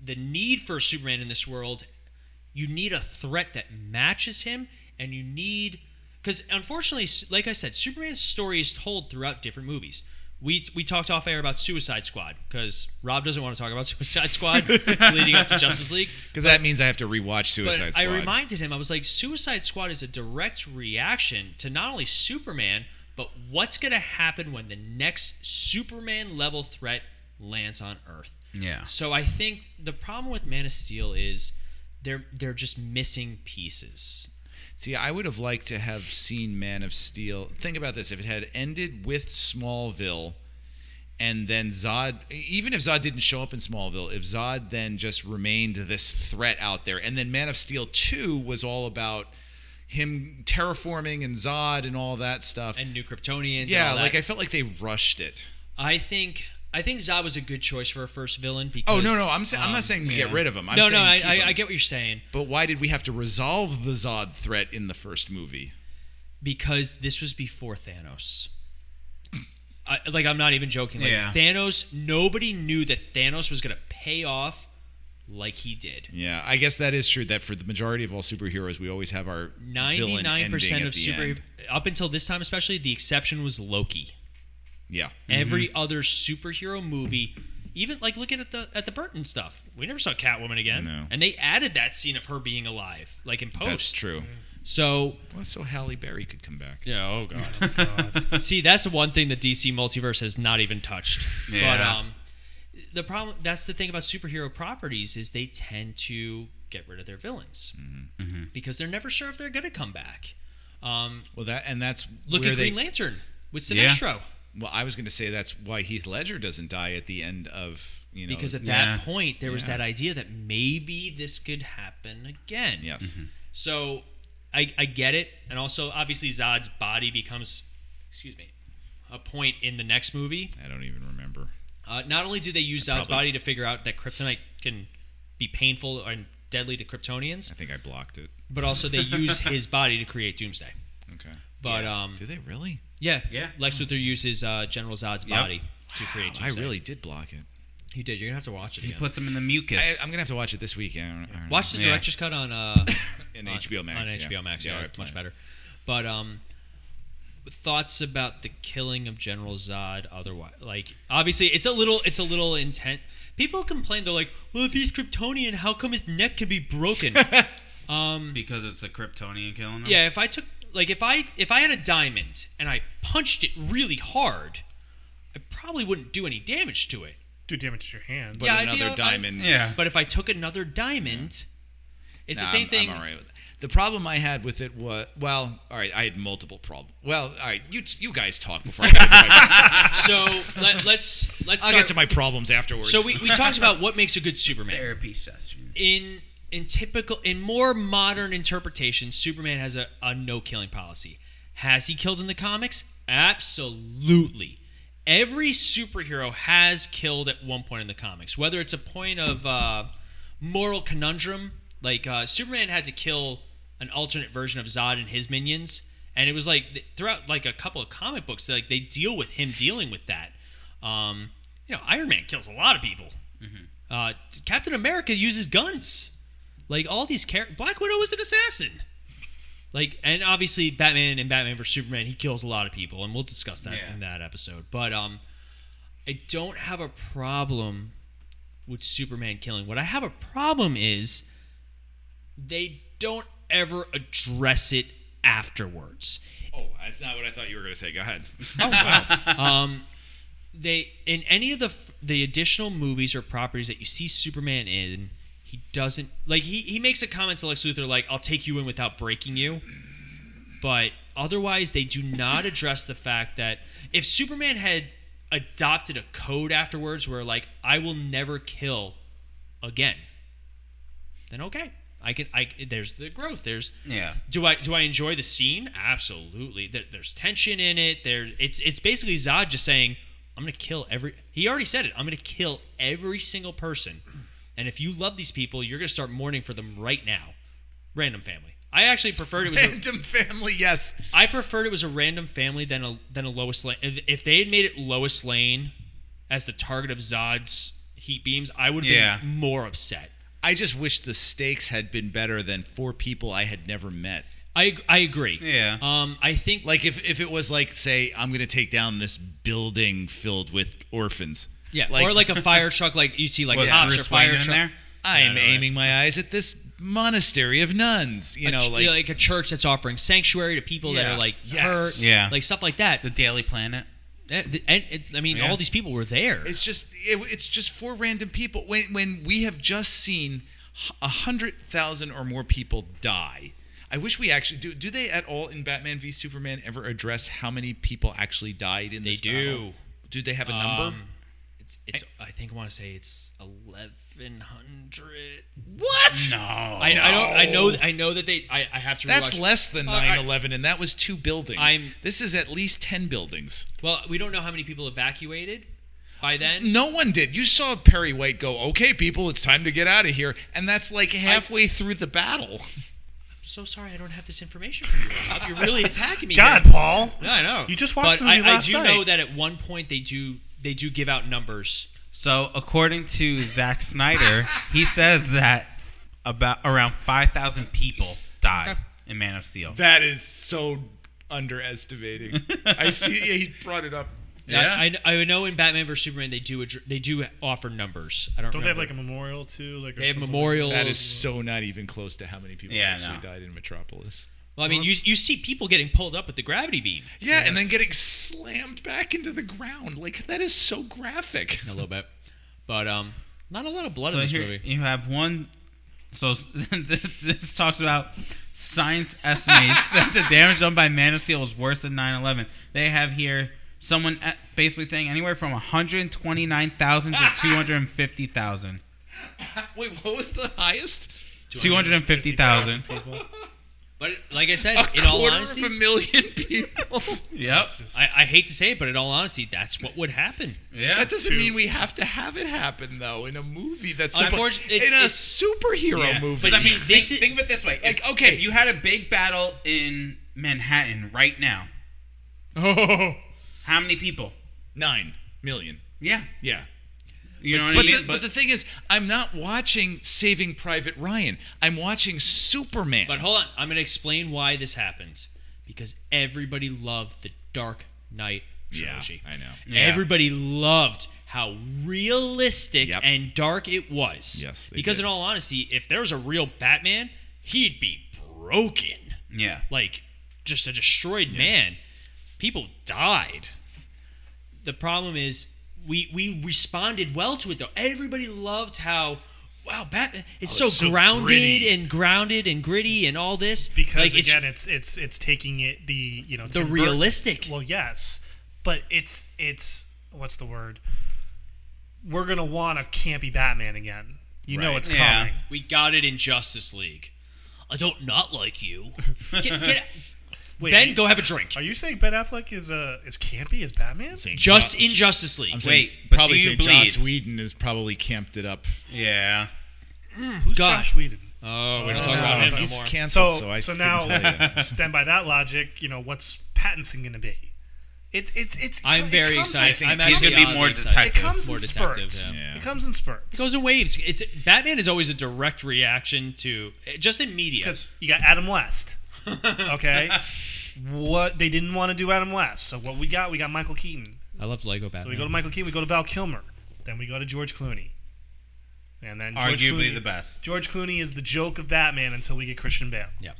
the need for Superman in this world, you need a threat that matches him, and you need because unfortunately, s- like I said, Superman's story is told throughout different movies. We we talked off air about Suicide Squad because Rob doesn't want to talk about Suicide Squad leading up to Justice League.
Because that means I have to rewatch
But
Suicide
I
Squad.
reminded him, I was like, Suicide Squad is a direct reaction to not only Superman, but what's going to happen when the next Superman level threat lands on Earth.
Yeah.
So I think the problem with Man of Steel is they're they're just missing pieces.
See, I would have liked to have seen Man of Steel. Think about this: if it had ended with Smallville, and then Zod, even if Zod didn't show up in Smallville, if Zod then just remained this threat out there, and then Man of Steel Two was all about him terraforming and Zod and all that stuff.
And new Kryptonians.
yeah,
and all
like I
that.
felt like they rushed it.
I think I think Zod was a good choice for a first villain because.
Oh no, no, I'm sa- I'm
um,
not saying get rid of him. I'm
no,
saying
no, I,
keep
I,
him.
I get what you're saying
But why did we have to resolve the Zod threat in the first movie?
because this was before Thanos. I, like I'm not even joking. Like
Yeah.
Thanos, nobody knew that Thanos was gonna pay off like he did.
Yeah, I guess that is true. That for the majority of all superheroes, we always have our ninety-nine
99%
percent
of super up until this time especially the exception was Loki.
Yeah.
Every other superhero movie, even like looking at the at the Burton stuff, we never saw Catwoman again,
No.
and they added that scene of her being alive, like in post.
That's true.
So
Well, so Halle Berry could come back.
yeah, oh god. See, that's the one thing the DC multiverse has not even touched. But
Yeah.
um, the problem that's the thing about superhero properties is they tend to get rid of their villains
Mm-hmm.
because they're never sure if they're gonna come back. Um,
Well, that and that's
look
where
at
they,
Green Lantern with
Yeah.
Sinestro.
Well, I was going to say that's why Heath Ledger doesn't die at the end of you know
because at
Yeah.
that point there was
Yeah.
that idea that maybe this could happen again.
yes.
So I, I get it, and also obviously Zod's body becomes, excuse me, a point in the next movie.
I don't even remember.
Uh, not only do they use
I
Zod's
probably-
body to figure out that kryptonite can be painful and deadly to Kryptonians,
I think I blocked it.
but also they use his body to create Doomsday.
Okay.
But um,
Do Mm-hmm. they really?
yeah,
Yeah.
Lex Luthor uses uh, General Zod's
Yep.
body to create
I
Doomsday.
really did block it.
you did. You're gonna have to watch it
He
again.
puts him in the
I,
mucus.
I'm gonna have to watch it this week. I don't- I don't
Watch the
Yeah.
director's cut on uh,
know. in
on-
HBO Max.
On
yeah.
HBO Max,
I
yeah,
plan
much
it.
better. But um, thoughts about the killing of General Zod? Otherwise, like obviously, it's a little, it's a little intent. People complain they're like, "Well, if he's Kryptonian, how come his neck could be broken?"
because it's a Kryptonian killing him.
yeah, if I took like if I if I had a diamond and I punched it really hard, I probably wouldn't do any damage to it.
Do damage to your hand.
But
Yeah, I'd be
another
all- I'd-
diamond.
Yeah.
But if I took another diamond, it's the
Nah,
same
I'm-
thing.
I'm all right with it. The problem I had with it was well, all right. I had multiple problems. Well, all right. You you guys talk before I get to my,
So let, let's let's
I'll
start.
get to my problems afterwards.
so we, we talked about what makes a good Superman.
Therapy session.
in in typical in more modern interpretations, Superman has a, a no killing policy. Has he killed in the comics? Absolutely. Every superhero has killed at one point in the comics, whether it's a point of uh, moral conundrum, like uh, Superman had to kill an alternate version of Zod and his minions, and it was like th- throughout like a couple of comic books, like they deal with him dealing with that. Um, you know, Iron Man kills a lot of people. Uh, Captain America uses guns. Like all these characters, Black Widow is an assassin. Like, and obviously Batman and Batman vs Superman, he kills a lot of people, and we'll discuss that
Yeah.
in that episode. But um, I don't have a problem with Superman killing. What I have a problem is they don't ever address it afterwards.
Oh, that's not what I thought you were gonna say. Go ahead.
Oh wow. um, they in any of the f- the additional movies or properties that you see Superman in, he doesn't like he he makes a comment to Lex Luthor like I'll take you in without breaking you, but otherwise they do not address the fact that if Superman had adopted a code afterwards where like I will never kill again, then okay. I can I there's the growth. There's
Yeah.
do I do I enjoy the scene? Absolutely. There, there's tension in it. There, it's it's basically Zod just saying, "I'm gonna kill every." He already said it. I'm gonna kill every single person, and if you love these people, you're gonna start mourning for them right now. Random family. I actually preferred it was. A,
Phantom Family. Yes.
I preferred it was a random family than a than a Lois Lane. If if they had made it Lois Lane as the target of Zod's heat beams, I would have
Yeah.
been more upset.
I just wish the stakes had been better than four people I had never met.
I ag- I agree.
Yeah.
Um, I think
Like if, if it was like, say, I'm gonna take down this building filled with orphans.
Yeah, or like a fire truck, like you see, like
Was
cops or
Bruce
fire
Wayne in
truck.
there?
I'm
Yeah, I know,
aiming my eyes at this monastery of nuns. You
A
know,
ch-
like,
a church that's offering sanctuary to people that
Yeah.
are like
Yes.
hurt,
Yeah.
like stuff like that.
The Daily Planet.
Eh, th- And, it- I mean,
Yeah.
all these people were there.
it's just it, it's just four random people. When when we have just seen h- a hundred thousand or more people die. I wish we actually do. Do they at all in Batman v Superman ever address how many people actually died in
They
this
do.
battle? Do they have a number?
Um, it's, it's I think I want to say it's eleven hundred.
what?
No.
I, I don't. I know. I know that they. I, I have to.
That's
rewatch.
less than
Uh, all right.
9 11, and that was two buildings.
I'm-
this is at least 10 buildings.
Well, we don't know how many people evacuated by then.
No one did. You saw Perry White go, okay, people, it's time to get out of here. And that's like halfway through the battle.
I'm so sorry, I don't have this information for you. Rob. You're really attacking me.
God,
here.
Paul.
Yeah, I know.
You just watched
but
the movie
I,
last
I do
night.
know that at one point they do they do give out numbers.
So, according to Zack Snyder, he says that about around 5,000 people died in Man of Steel.
That is so underestimating. I see yeah, he brought it up.
Yeah.
I, I, I know in Batman vs Superman they do addr- they do offer numbers. I don't.
Don't they have
remember.
like a memorial too? Like or
They have
something?
memorials.
That is so not even close to how many people
Yeah,
actually
no.
died in Metropolis.
well, I mean, you,
Well, it's-
you see people getting pulled up with the gravity beam.
Yeah, and then getting slammed back into the ground. Like that is so graphic.
a little bit, but um, not a lot of blood
So
in this
here
movie.
you have one. So s- this talks about science estimates that the damage done by Man of Steel was worse than 9/11. They have here someone e- basically saying anywhere from 129,000 to 250,000.
Wait, what was the highest?
250,000.
People.
But like I said,
A
in all
quarter
honesty,
of a million people.
Yep.
It's just-
I, I hate to say it, but in all honesty, that's what would happen.
Yeah.
that doesn't
Two.
mean we have to have it happen though in a movie that's
Unfortunate- it's-
in a
it's-
superhero
Yeah.
movie.
But
Because I
see,
mean,
this
think,
is-
think of it this way:
Like,
If-
okay.
if you had a big battle in Manhattan right now,
oh,
how many people?
nine million.
Yeah,
Yeah.
you know
But,
what I
the,
mean.
but the thing is, I'm not watching Saving Private Ryan. I'm watching Superman.
But hold on, I'm going to explain why this happens because everybody loved the Dark Knight
yeah,
trilogy.
I know.
Yeah.
Everybody loved how realistic
Yep.
and dark it was.
Yes, they
because
did.
in all honesty, if there was a real Batman, he'd be broken,
yeah,
like just a destroyed man. People died. The problem is we we responded well to it though. Everybody loved how. Wow, Batman! It's so,
it's so
grounded
gritty.
and grounded and gritty and all this
because
Like, it's-
again, it's, it's it's taking it the you know
the
Tim Burton-
realistic.
Well, yes, but it's it's what's the word? We're gonna want a campy Batman again. You know
Right.
it's
Yeah.
coming.
We got it in Justice League. I don't not like you. Get, get,
Wait, are
ben,
you-
go have a drink.
Are you saying Ben Affleck is uh, is campy as Batman?
Saying
Just
Jo-
in Justice League.
I'm saying-
Wait, but
probably
do you
saying Joss
bleed?
Whedon has probably camped it up.
yeah.
Who's
God.
Josh Whedon?
Oh, we
don't
don't
Oh,
talk
talk
about
about
him
him
he's
no more.
canceled, so,
So-
I
so
couldn't
now-
tell you.
then by that logic, you know what's Pattinson going to be? It's it's it's.
I'm
it
very
comes in-
excited. I'm
it
he's
actually
gonna
comes-
be
oddly
more
excited.
detective.
It comes in
More detective,
spurts.
yeah.
Yeah.
It comes in spurts.
It goes in waves. It's Batman is always a direct reaction to just in media.
because you got Adam West. Okay, what they didn't want to do Adam West. So what we got? We got Michael Keaton.
I love Lego Batman.
So we go to Michael Keaton. We go to Val Kilmer. Then we go to George Clooney. And then George
Arguably
Clooney,
the best.
George Clooney is the joke of Batman until we get Christian Bale.
Yeah.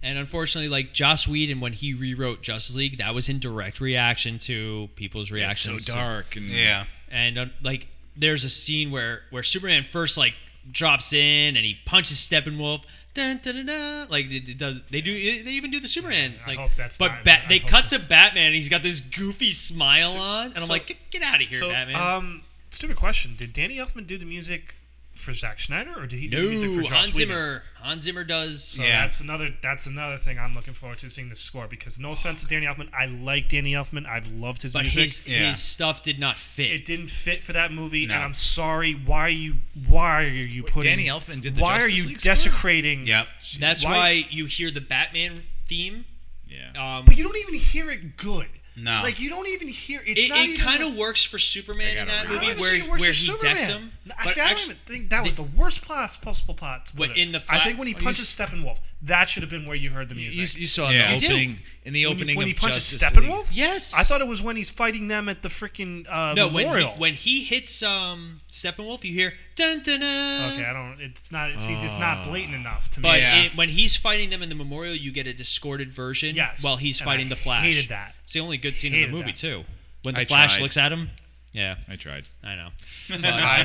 And unfortunately, like Joss Whedon, when he rewrote Justice League, that was in direct reaction to people's
It's so
reactions. to-
dark and
Yeah.
and uh, like there's a scene where where Superman first like drops in and he punches Steppenwolf. Dun, dun, dun, dun. Like they, they, does- they do, they even do the Superman.
I
Like,
hope that's
but
not-
Bat-
I
they
hope
cut to Batman and he's got this goofy smile on, and I'm
so-
like, get, get out of here,
so,
Batman.
um, stupid question. Did Danny Elfman do the music for Zack Snyder, or did he do the music for
no,
Josh
Hans
Whedon?
Zimmer. Hans Zimmer does.
So
Yeah.
that's another that's another thing I'm looking forward to seeing the score because no offense to Danny Elfman, I like Danny Elfman. I've loved his
But
music.
his
yeah.
his stuff did not fit.
it didn't fit for that movie,
No.
and I'm sorry. Why are you why are you putting
Danny Elfman did the
Why are
Justice
you
League score?
desecrating?
Yep.
That's why?
why-
you hear the Batman theme.
Yeah.
Um,
But you don't even hear it good.
No.
Like you don't even hear it's
it
not
it
even
kind of works for Superman
I
in that
gotta read
movie
it.
where where he decks him.
I,
But
see, I
actu-
don't even think that was the worst pos- possible plot. to put
But
it.
in the
I
fla-
think when he
when you
punches Steppenwolf, that should have been where you heard the
You,
music.
you you saw
Yeah.
in
You
the
do.
opening in the
when,
opening
he, when
of
he punches
Justice League.
Steppenwolf,
Yes.
I thought it was when he's fighting them at the freaking uh,
No, when he,
memorial.
when he hits um, Steppenwolf, you hear dun dun dun.
okay, I don't. It's not. It's, it's not blatant enough to me.
uh, But
Yeah.
it, when he's fighting them in the memorial, you get a discorded version.
Yes,
While he's
and
fighting
I
the Flash.
hated that.
It's the only good scene in
Hated
the movie
that.
too. When the
I
Flash
tried.
looks at him. Yeah,
I tried.
I know.
I,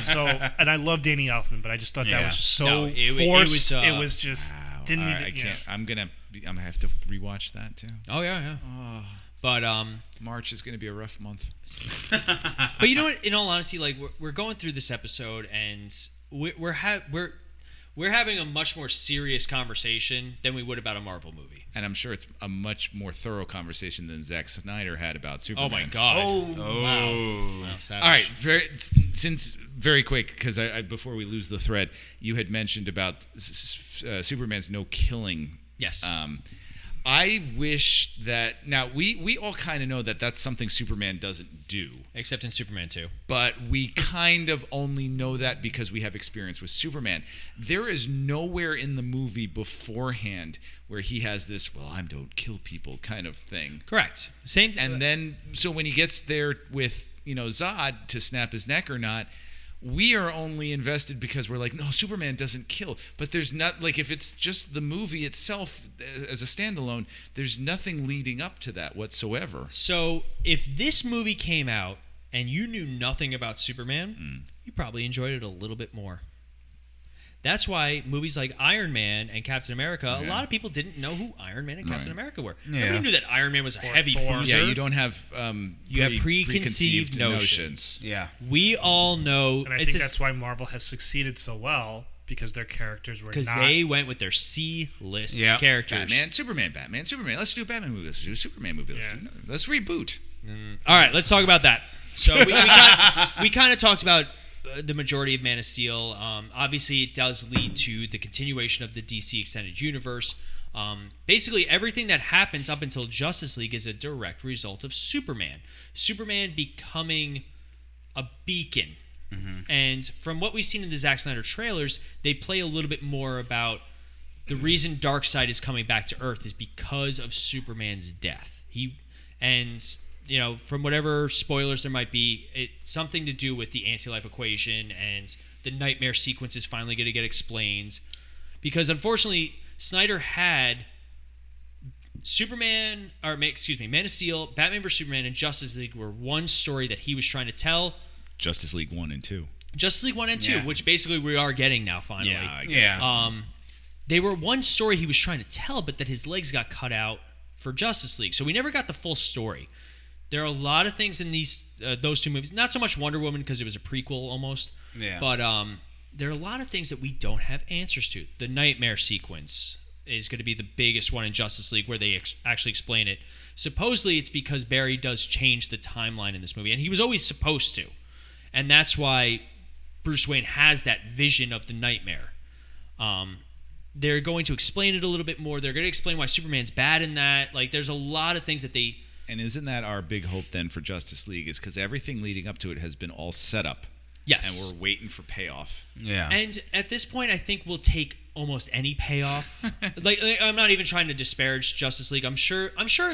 so, and I love Danny Elfman, but I just thought
Yeah.
that was just so
No, it wa- it was,
forced. It was,
uh,
just
Wow.
didn't
All
need.
right,
to,
I
yeah.
can't. I'm gonna. be- I'm gonna have to rewatch that too.
Oh yeah, yeah. But um,
March is gonna be a rough month.
but you know what? In all honesty, like we're, we're going through this episode and we're we're, ha- we're we're having a much more serious conversation than we would about a Marvel movie.
And I'm sure it's a much more thorough conversation than Zack Snyder had about Superman.
Oh my god.
Oh.
Wow, savage.
All right, very s- since very quick because I, I before we lose the thread, you had mentioned about s- s- uh, Superman's no killing.
Yes.
Um, I wish that now we we all kind of know that that's something Superman doesn't do,
Except in Superman 2.
but we kind of only know that because we have experience with Superman. There is nowhere in the movie beforehand where he has this "well, I don't kill people" kind of thing.
Correct. Same.
And then, so when he gets there with you know Zod to snap his neck or not, we are only invested because we're like, no, Superman doesn't kill. But there's not like if it's just the movie itself uh, as a standalone, there's nothing leading up to that whatsoever.
so if this movie came out and you knew nothing about Superman,
Mm.
you probably enjoyed it a little bit more. That's why movies like Iron Man and Captain America, a lot of people didn't know who Iron Man and Captain
Right.
America were.
Yeah.
Nobody knew that Iron Man was a heavy
Thor.
boozer.
Yeah, you don't have um,
You have preconceived notions.
Yeah.
We all know.
And I think that's why Marvel has succeeded so well because their characters were
because
not.
they went with their C list
Yeah.
characters.
Batman, Superman, Batman, Superman. Let's do a Batman movie. Let's do a Superman movie. Let's,
Yeah.
do another. let's reboot.
All right, let's talk about that. So we, we, kind, we kind of talked about uh, the majority of Man of Steel. Um, obviously, it does lead to the continuation of the DC Extended Universe. Um, basically, everything that happens up until Justice League is a direct result of Superman. Superman becoming a beacon. And from what we've seen in the Zack Snyder trailers, they play a little bit more about the reason Darkseid is coming back to Earth is because of Superman's death. He and you know from whatever spoilers there might be, it something to do with the anti-life equation and the nightmare sequence is finally going to get explained because unfortunately Snyder had Superman, or ma- excuse me, Man of Steel, Batman vs Superman, and Justice League were one story that he was trying to tell.
Justice League one and two.
Justice League one and two,
Yeah.
which basically we are getting now finally.
Yeah, I guess.
Yeah.
Um, they were one story he was trying to tell, but that his legs got cut out for Justice League, so we never got the full story. There are a lot of things in these uh, those two movies. Not so much Wonder Woman because it was a prequel almost.
Yeah.
But um, there are a lot of things that we don't have answers to. The nightmare sequence is going to be the biggest one in Justice League where they ex- actually explain it. Supposedly, it's because Barry does change the timeline in this movie, and he was always supposed to, and that's why Bruce Wayne has that vision of the nightmare. Um, they're going to explain it a little bit more. They're going to explain why Superman's bad in that. Like, there's a lot of things that they.
And isn't that our big hope then for Justice League? Is because everything leading up to it has been all set up.
Yes.
And we're waiting for payoff.
Yeah.
And at this point, I think we'll take almost any payoff. like, like, I'm not even trying to disparage Justice League. I'm sure. I'm sure.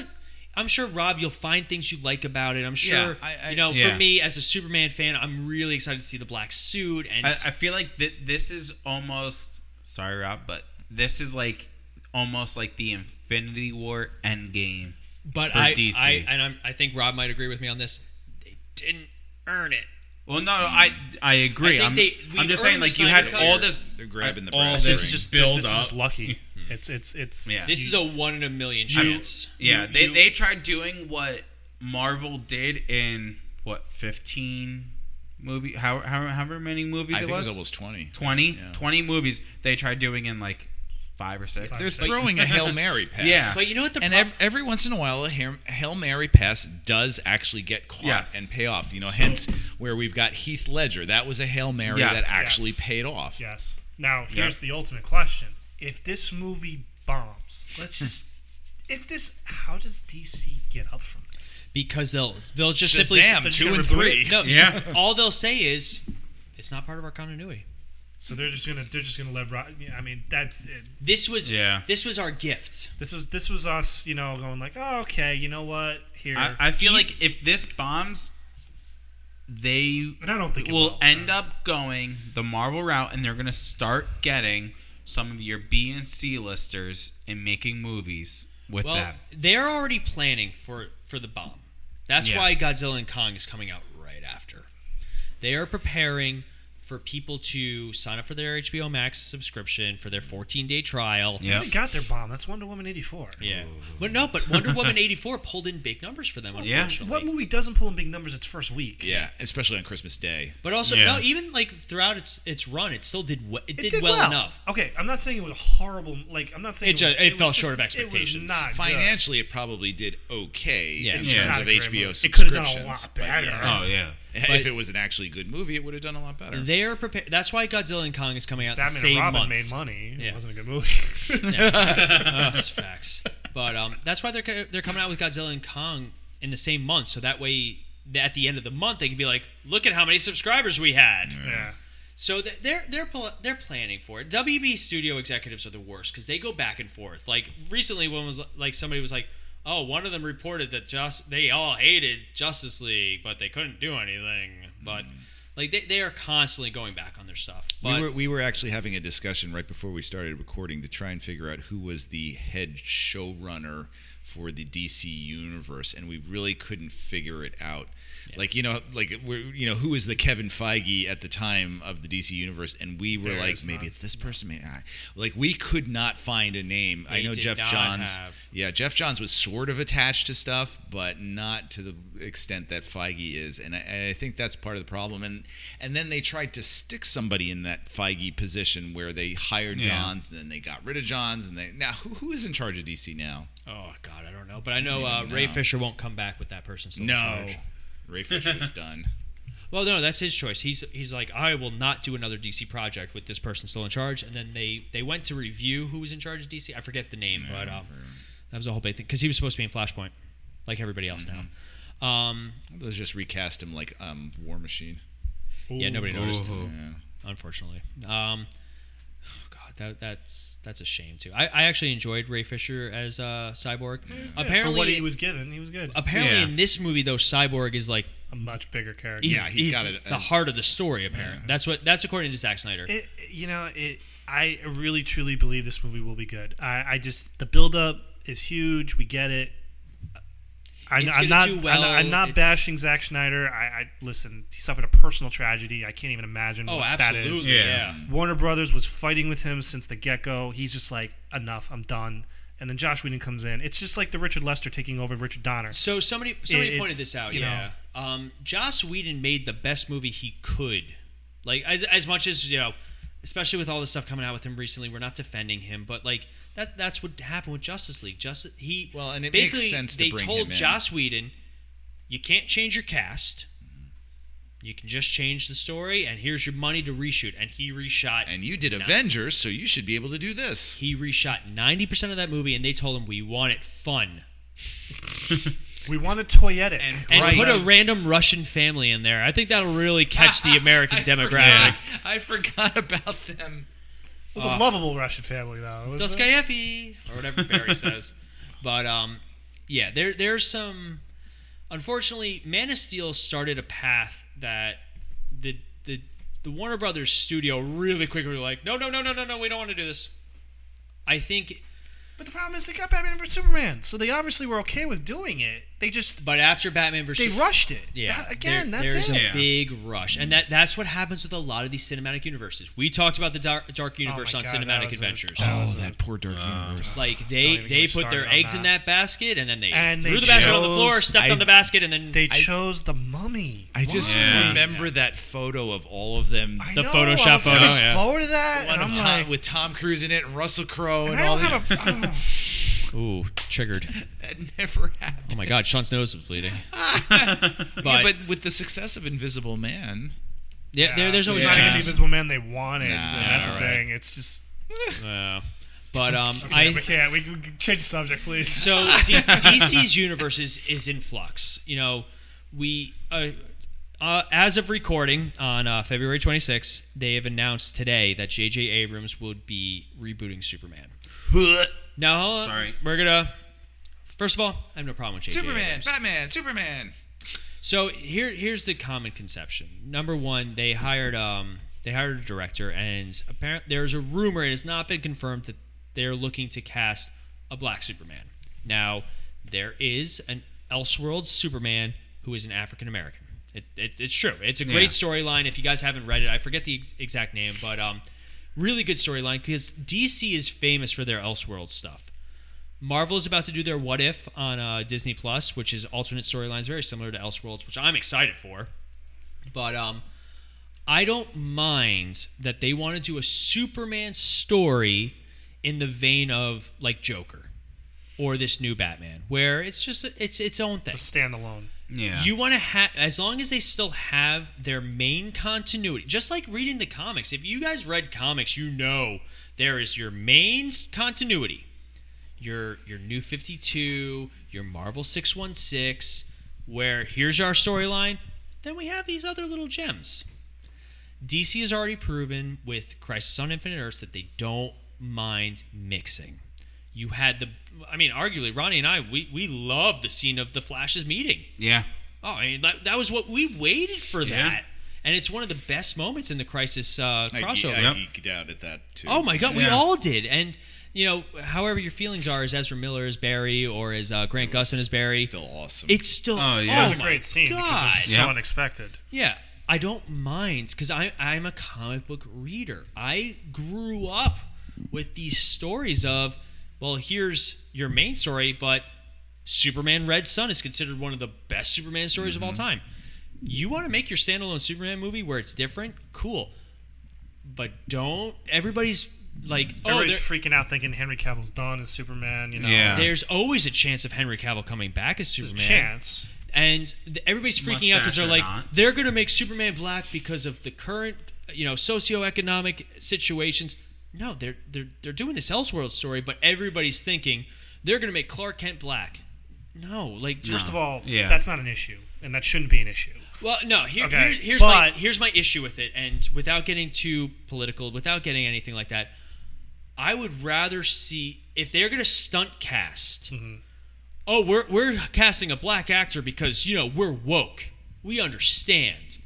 I'm sure Rob, you'll find things you like about it. I'm sure.
Yeah, I- I-
you know,
Yeah.
for me as a Superman fan, I'm really excited to see the black suit and
I, I feel like th- this is almost sorry, Rob, but this is like almost like the Infinity War Endgame.
but
for
I,
DC.
I and I'm, I think Rob might agree with me on this. They didn't earn it.
Well, no, I I agree.
I
I am
think they-
I'm
we've
just saying,
earned the
like you had
Snyder Cut.
all this.
They're grabbing the
all
brass
this
ring.
is just build
this
up.
is lucky. It's it's it's.
Yeah.
This is a one in a million chance.
yeah,
You-
they
you-
they tried doing what Marvel did in what 15 movie how how however many movies
I
it
think it
was
was almost 20.
20
Yeah.
20 movies they tried doing in like 5 or 6.
They're throwing a Hail Mary pass.
Yeah.
But you know what the
And
prob-
ev- every once in a while, a Hail Hail Mary pass does actually get caught
Yes.
and pay off. You know, hence where we've got Heath Ledger. That was a Hail Mary
Yes.
that actually
Yes.
paid off.
Yes. Now here's the ultimate question: If this movie bombs, let's just. If this, how does DC get up from this?
because they'll they'll just simply
Shazam,
they're just
two
gonna
and
reboot
three.
no
Yeah.
all they'll say is it's not part of our continuity.
So they're just gonna they're just gonna let. Ro- I mean, that's it.
This was
Yeah.
this was our gift.
this was this was us, you know, going like, oh, okay, you know what? Here,
I, I feel like if this bombs, they
And I don't think it
will
will,
end
no.
up going the Marvel route, and they're gonna start getting some of your B and C listers and making movies with
Well,
them.
they're already planning for for the bomb. That's
Yeah.
why Godzilla and Kong is coming out right after. They are preparing for people to sign up for their HBO Max subscription for their 14-day trial.
Yeah.
they got their bomb. That's Wonder Woman eighty four.
Yeah. But no, but Wonder Woman 84 pulled in big numbers for them
Yeah.
unfortunately.
What movie doesn't pull in big numbers its first week?
Yeah, especially on Christmas Day.
But also
Yeah.
no, even like throughout its its run, it still did well, it, did, well, enough.
Okay, I'm not saying it was a horrible. Like, I'm not saying
It
it, was-
ju- it
was
fell
just-
short of
It
expectations.
was not good.
Financially, it probably did okay
Yeah.
in
It's
just
terms
not
of
a great
HBO
movie. It could've done a
subscriptions.
lot
but
better.
yeah.
Oh yeah,
If it was an actually good movie, it would have done a lot better.
They're prepared. That's why Godzilla and Kong is coming out the
Batman
same
and Robin
month.
made money.
Yeah.
It wasn't a good movie.
Yeah. oh, it's facts. But um, that's why they're co- they're coming out with Godzilla and Kong in the same month, so that way th- at the end of the month they can be like, look at how many subscribers we had.
Yeah.
So th- they're they're pl- they're planning for it. WB studio executives are the worst because they go back and forth. Like recently, one was like somebody was like, "Oh, one of them reported that just they all hated Justice League, but they couldn't do anything." But like they, they are constantly going back on their stuff. But
Mm. we were we were actually having a discussion right before we started recording to try and figure out who was the head showrunner for the DC universe, and we really couldn't figure it out. Like you know, like we're, you know, who is the Kevin Feige at the time of the DC universe? And we were
There
like,
is
maybe
none.
it's this person, maybe not. like we could not find a name. I
They
know
did
Jeff
not
Johns.
have-
Yeah, Jeff Johns was sort of attached to stuff, but not to the extent that Feige is, and I, and I think that's part of the problem. And and then they tried to stick somebody in that Feige position where they hired
Yeah.
Johns, and then they got rid of Johns, and they now who, who is in charge of DC now?
oh god, I don't know. But I know uh, Ray
know.
Fisher won't come back with that person. Still in charge.
Ray Fisher's done.
Well, no, that's his choice. He's he's like, I will not do another DC project with this person still in charge. And then they they went to review who was in charge of DC. I forget the name, but um, that was a whole big thing because he was supposed to be in Flashpoint, like everybody else now. Um,
Let's just recast him like um, War Machine.
yeah,
Ooh.
nobody noticed,
Ooh.
Yeah.
unfortunately. Um, oh God, that, that's that's a shame too. I, I actually enjoyed Ray Fisher as uh, Cyborg. Apparently,
for what he was given, he was good.
apparently
Yeah.
in this movie though, Cyborg is like
A much bigger character.
he's,
Yeah, he's
he's
got it,
the
uh,
heart of the story. Apparently, that's what that's according to Zack Snyder.
It, you know, it. I really truly believe this movie will be good. I, I just the build up is huge. We get it. I,
It's gonna
I'm not.
do
I'm
well.
not- I'm not
It's-
bashing Zack Snyder. I, I listen. He suffered a personal tragedy. I can't even imagine.
oh,
what
absolutely,
That is.
Yeah.
yeah.
Warner Brothers was fighting with him since the get go. He's just like, enough, I'm done. And then Josh Whedon comes in. It's just like the Richard Lester taking over Richard Donner.
So somebody somebody
It's,
pointed this out.
you
Yeah, um, Joss Whedon made the best movie he could. Like as as much as you know, especially with all the stuff coming out with him recently, we're not defending him, but like that that's what happened with Justice League. Just he
Well, and it makes
basically
sense to
they
bring
told
him in.
Joss Whedon, you can't change your cast. You can just change the story, and here's your money to reshoot. And he reshot.
And you did Avengers, so you should be able to do this.
he reshot ninety percent of that movie, and they told him we want it fun.
We want a toy edit.
and
Right.
put a random Russian family in there. I think that'll really catch the American demographic.
I forgot about them.
it was a lovable Russian family, though. It was, uh,
Dostoevsky or whatever Barry says. But um, yeah, there there's some. Unfortunately, Man of Steel started a path that the the the Warner Brothers studio really quickly were like, no, no, no, no, no, no, we don't want to do this. I think,
but the problem is they got Batman vs Superman, so they obviously were okay with doing it. They just
but after Batman
they
versus
rushed it.
Yeah,
That- again,
there- there's
that's it.
a
Yeah.
big rush, and that that's what happens with a lot of these cinematic universes. We talked about the dark, dark universe
Oh my
on
God, that
cinematic
was a-
adventures.
that
Oh,
was a-
that poor Dark Universe.
Like
Don't
they
even get
they
me
put their
started on
eggs in
that.
that basket, and then they
And
threw
they
the basket on the
chose-
floor, stepped
I-
on the basket, and then
They
I-
chose the mummy.
I just
Why?
Yeah.
remember that photo of all of them.
I
the
know,
Photoshop
I was looking
photo, yeah.
forward to that,
One
and
of
I'm
Tom,
like,
with Tom Cruise in it and Russell Crowe and
I
all
don't
that.
have a. oh.
ooh triggered.
that never happened.
Oh my god, Sean's nose was bleeding. but
yeah,
yeah,
but with the success of Invisible Man,
there, there's always
it's not even the
chance.
Invisible Man they wanted.
Nah,
that's the
alright.
thing. It's just
Yeah. But um,
I, we
I
can't. We, we can change the subject, please.
so D- DC's universe is, is in flux. You know, we uh, uh, as of recording on uh, February 26th, they have announced today that J.J. Abrams would be rebooting Superman. Now, hold on.
Sorry.
we're gonna. First of all, I have no problem with J.J.
Superman,
Abrams.
Batman, Superman.
So here, here's the common conception. Number one, they hired um, they hired a director, and apparently there's a rumor, and it's not been confirmed that they're looking to cast a black Superman. Now, there is an Elseworlds Superman who is an African American. It, it, it's true. It's a great
Yeah.
storyline. If you guys haven't read it, I forget the ex- exact name, but um, really good storyline because DC is famous for their Elseworlds stuff. Marvel is about to do their What If on uh, Disney Plus, which is alternate storylines very similar to Elseworlds, which I'm excited for. But um, I don't mind that they want to do a Superman story in the vein of like Joker or this new Batman, where it's just it's its own thing.
It's a standalone.
Yeah.
You want to have, as long as they still have their main continuity, just like reading the comics. If you guys read comics, you know there is your main continuity. your your New Fifty Two, your Marvel Six One Six, where here's our storyline. Then we have these other little gems. DC has already proven with Crisis on Infinite Earths that they don't mind mixing. You had the, I mean, arguably Ronnie and I, we we love the scene of the Flash's meeting.
Yeah.
Oh, I mean, that, that was what we waited for that.
Yeah.
And it's one of the best moments in the Crisis uh,
I, ge-
crossover.
I
Yep.
geeked out at that too.
Oh my god, we
Yeah.
all did. And you know, however your feelings are as Ezra Miller as Barry or as uh, Grant Gustin as Barry,
Still awesome.
it's still
Oh, yeah.
oh
It
was a
my
great scene because
God.
it was
Yeah.
so unexpected.
Yeah, I don't mind because I I'm a comic book reader. I grew up with these stories of, well, here's your main story, but Superman Red Sun is considered one of the best Superman stories of all
Mm-hmm.
time. You want to make your standalone Superman movie where it's different? Cool, but don't. Everybody's like, oh,
Everybody's
there-
freaking out thinking Henry Cavill's Don is Superman. You know,
Yeah.
there's always a chance of Henry Cavill coming back as
there's a
Superman
chance.
and th- everybody's freaking out because
Mustache
they're
or
like
not.
they're going to make superman black because of the current you know socioeconomic situations no they're they're they're doing this elseworld story but everybody's thinking they're going to make clark kent black no like just
First of all,
Yeah.
that's not an issue, and that shouldn't be an issue.
well no here,
Okay,
here's, here's my
but-
here's my issue with it and without getting too political without getting anything like that i would rather see if they're going to stunt cast
Mm-hmm.
oh, we're we're casting a black actor because you know we're woke. We understand.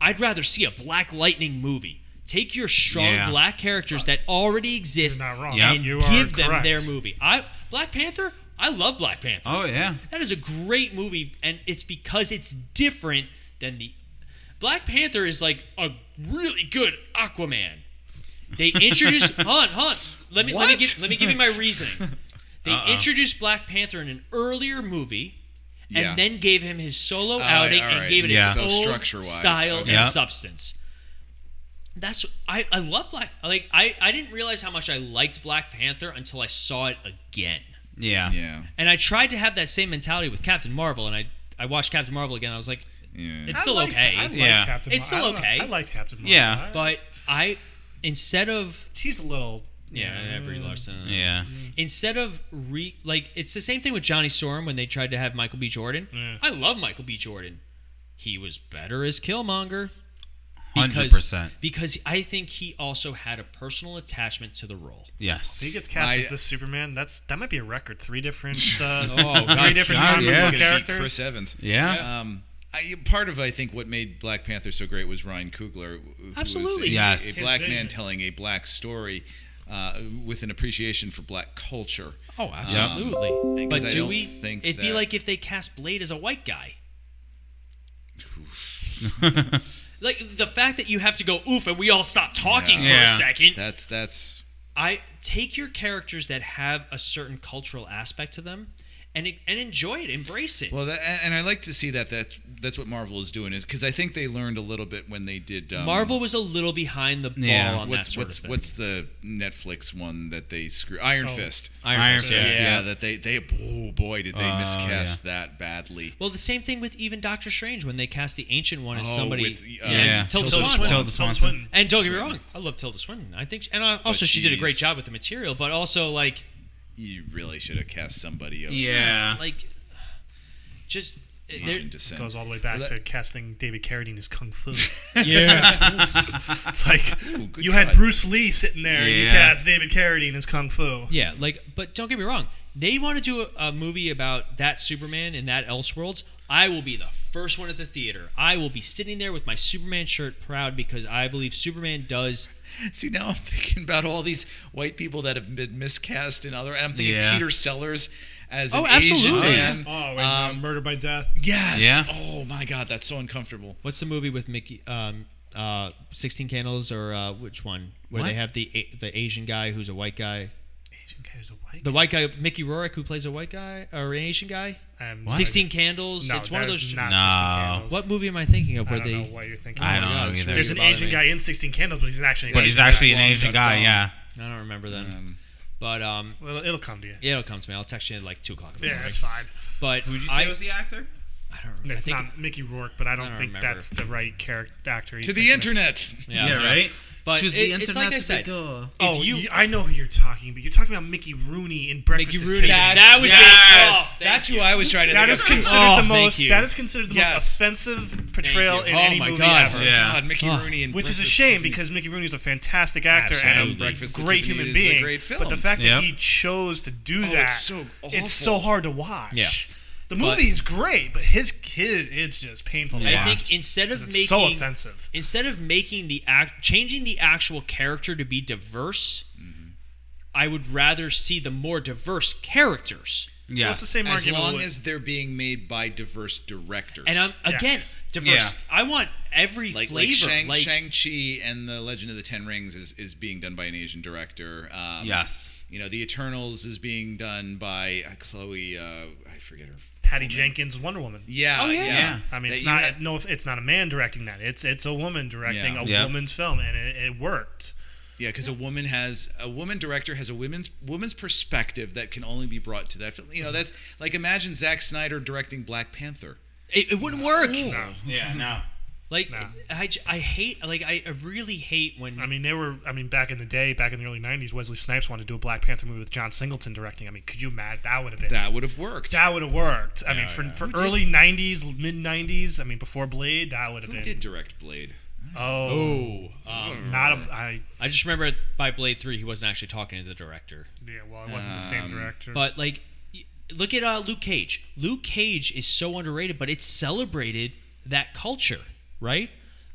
I'd rather see a Black Lightning movie. Take your strong
Yeah.
black characters that already exist
Uh, You're not wrong.
and
Yep. You are
give them
correct.
their movie. I Black Panther. I love Black Panther.
Oh yeah.
That is a great movie, and it's because it's different than the Black Panther is like a really good Aquaman. They introduced Hunt Hunt. Let me let me
What?
give, let me give you my reasoning. They
Uh-uh.
introduced Black Panther in an earlier movie, and
Yeah.
then gave him his solo
right,
outing
all
and
right.
gave it
Yeah.
its
So
own
structure-wise,
style
okay.
and
Yeah.
substance. That's I, I love Black like I, I didn't realize how much I liked Black Panther until I saw it again.
Yeah.
yeah.
And I tried to have that same mentality with Captain Marvel, and I I watched Captain Marvel again. I was like,
Yeah.
it's still
I liked-
okay,
I liked
Yeah.
Captain
It's
Mar-
still
I-
okay.
I liked Captain Marvel.
Yeah.
I-
but I instead of
she's a little. mm.
yeah, yeah Brie Larson.
Yeah.
Instead of re like it's the same thing with Johnny Storm when they tried to have Michael B. Jordan.
Yeah.
I love Michael B. Jordan. He was better as Killmonger.
Hundred
Because,
percent.
because I think he also had a personal attachment to the role.
Yes.
He gets cast
I-
as the Superman. That's that might be a record. Three different, uh,
Oh,
three
God,
different
God,
comic
yeah.
book
Could beat
characters.
Chris Evans.
Yeah.
Um, I, part of I think what made Black Panther so great was Ryan Coogler, who was
Absolutely.
a,
Yes.
a
His
black man
vision.
telling a black story uh, with an appreciation for black culture.
Oh, absolutely. but
'cause Um, I
do
don't
we?
think
it'd be
that-
like if they cast Blade as a white guy. like the fact that you have to go oof and we all stop talking for
Yeah.
a second.
That's that's
I take your characters that have a certain cultural aspect to them, and and enjoy it, embrace it.
well, that, and- and I like to see that that that's what Marvel is doing is because I think they learned a little bit when they did um,
Marvel was a little behind the ball
Yeah.
on that
What's
sort
what's
of thing. Oh,
what's the Netflix one that they screw Iron Fist?
Iron
Iron
Fist,
Fist.
yeah.
Yeah, that they they oh boy did they
Oh,
miscast that badly.
Well, the same thing with even Doctor Strange when they cast the Ancient One as
Oh,
somebody.
with, uh,
it's
Yeah.
Tilda
Tilda
Swinton.
Swinton.
Tilda
Swinton.
And don't get me wrong, I love Tilda Swinton. I think, she, and I, also she did a great
she's-
job with the material, but also like,
You really should have cast somebody of
Yeah.
like, just eh, there,
Asian descent.
Goes all the way back
Well,
to
that-
casting David Carradine as Kung Fu.
yeah,
it's like
good
you
cut.
had Bruce Lee sitting there, and you
Yeah.
cast David Carradine as Kung Fu.
yeah, like. But don't get me wrong, they want to do a, a movie about that Superman and that Elseworlds. I will be the first one at the theater. I will be sitting there with my Superman shirt, proud because I believe Superman does.
See, now I'm thinking about all these white people that have been miscast in other. And I'm thinking
Yeah.
Peter Sellers as an
Oh,
Asian
absolutely.
man.
Oh, and, uh,
um,
Murder by Death.
yes.
Yeah.
Oh my God, that's so uncomfortable.
What's the movie with Mickey? Um, uh, Sixteen Candles or uh, which one? Where
What?
they have the A- the Asian guy who's a white guy.
Asian guy who's a white.
The white guy, Mickey Rourke, who plays a white guy or an Asian guy.
I'm
Sixteen Candles.
No,
it's one of
that
those.
is
sh-
Not
No.
16 candles.
What movie am I thinking of?
I
Where
don't
they?
know what you're thinking.
I
of.
don't
God,
know
it's
either.
really-
There's an
bother
Asian
me.
guy in 16 Candles, but he's an actually.
but he's actually an
Long
Asian
Duck
guy.
Dong.
Yeah.
I don't remember then.
Um,
but um,
Well, it'll come to you.
it'll come to me. I'll text you at like two o'clock. In the
Yeah,
morning.
that's fine.
But
Who'd you say
I,
was the actor?
I don't remember. I
It's
think-
not Mickey Rourke, but I don't,
don't
think
remember.
that's the right character actor. he's
to the
thinking of.
internet.
Yeah,
yeah. Right.
But
Choose
it-
the
it's like I
internet to
said.
be good.
oh,
you-
you, I know who you're talking about. You're talking about Mickey Rooney in
Mickey
Breakfast at
Rooney.
Tiffany's.
That was
Yes.
it. Oh,
That's who I was trying to.
That
think
is
of.
considered
Oh,
the
thank
most.
you.
That is considered the
Yes.
most offensive portrayal in
Oh
any
my
movie
God.
ever.
Yeah.
God, Mickey
Oh.
Rooney and
Which is a
Breakfast
shame
at
because Mickey Rooney is a fantastic actor and
Absolutely.
a
Breakfast at
great
Tiffany's
human
is a
being.
great
But the
film. Oh,
fact
Yep.
that he chose to do
it's
that,
so
it's so
awful.
hard to watch.
Yeah.
The movie is great, but his kid, it's just painful. to
I
watch.
think instead of
It's
making
so offensive.
instead of making the act changing the actual character to be diverse,
Mm-hmm.
I would rather see the more diverse characters.
Yeah.
Well, it's the same
Tiffany's.
argument.
As long
with-
as they're being made by diverse directors.
And I'm again
Yes.
diverse.
Yeah.
I want every
like
flavor.
like, Shang,
like
Shang-Chi and the Legend of the Ten Rings is, is being done by an Asian director. Um,
Yes.
You know, The Eternals is being done by uh, Chloe, uh, I forget her.
Oh, Patty Jenkins, Wonder Woman.
Yeah,
Oh, yeah.
Yeah.
I mean,
That
it's
you
not
had-
no, it's not a man directing that. It's it's a woman directing
Yeah.
a
Yeah.
woman's film, and it, it worked.
Yeah, because a woman has a woman director has a women's woman's perspective that can only be brought to that film. You know, that's like imagine Zack Snyder directing Black Panther.
it, it wouldn't work.
No.
Yeah. No.
Like
No.
I, j- I hate like I I really hate when
I mean, they were. I mean, back in the day, back in the early '90s, Wesley Snipes wanted to do a Black Panther movie with John Singleton directing. I mean, could you imagine? That would have been. That,
That would have worked.
would have worked. I mean, for, for early '90s, mid '90s. I mean, before Blade, that would have
Who
been.
did direct Blade?
Oh,
oh um,
not a. I,
I just remember by Blade Three he wasn't actually talking to the director.
yeah, well, it wasn't the same director.
Um, But like, y- look at uh, Luke Cage. Luke Cage is so underrated, but it celebrated that culture, right?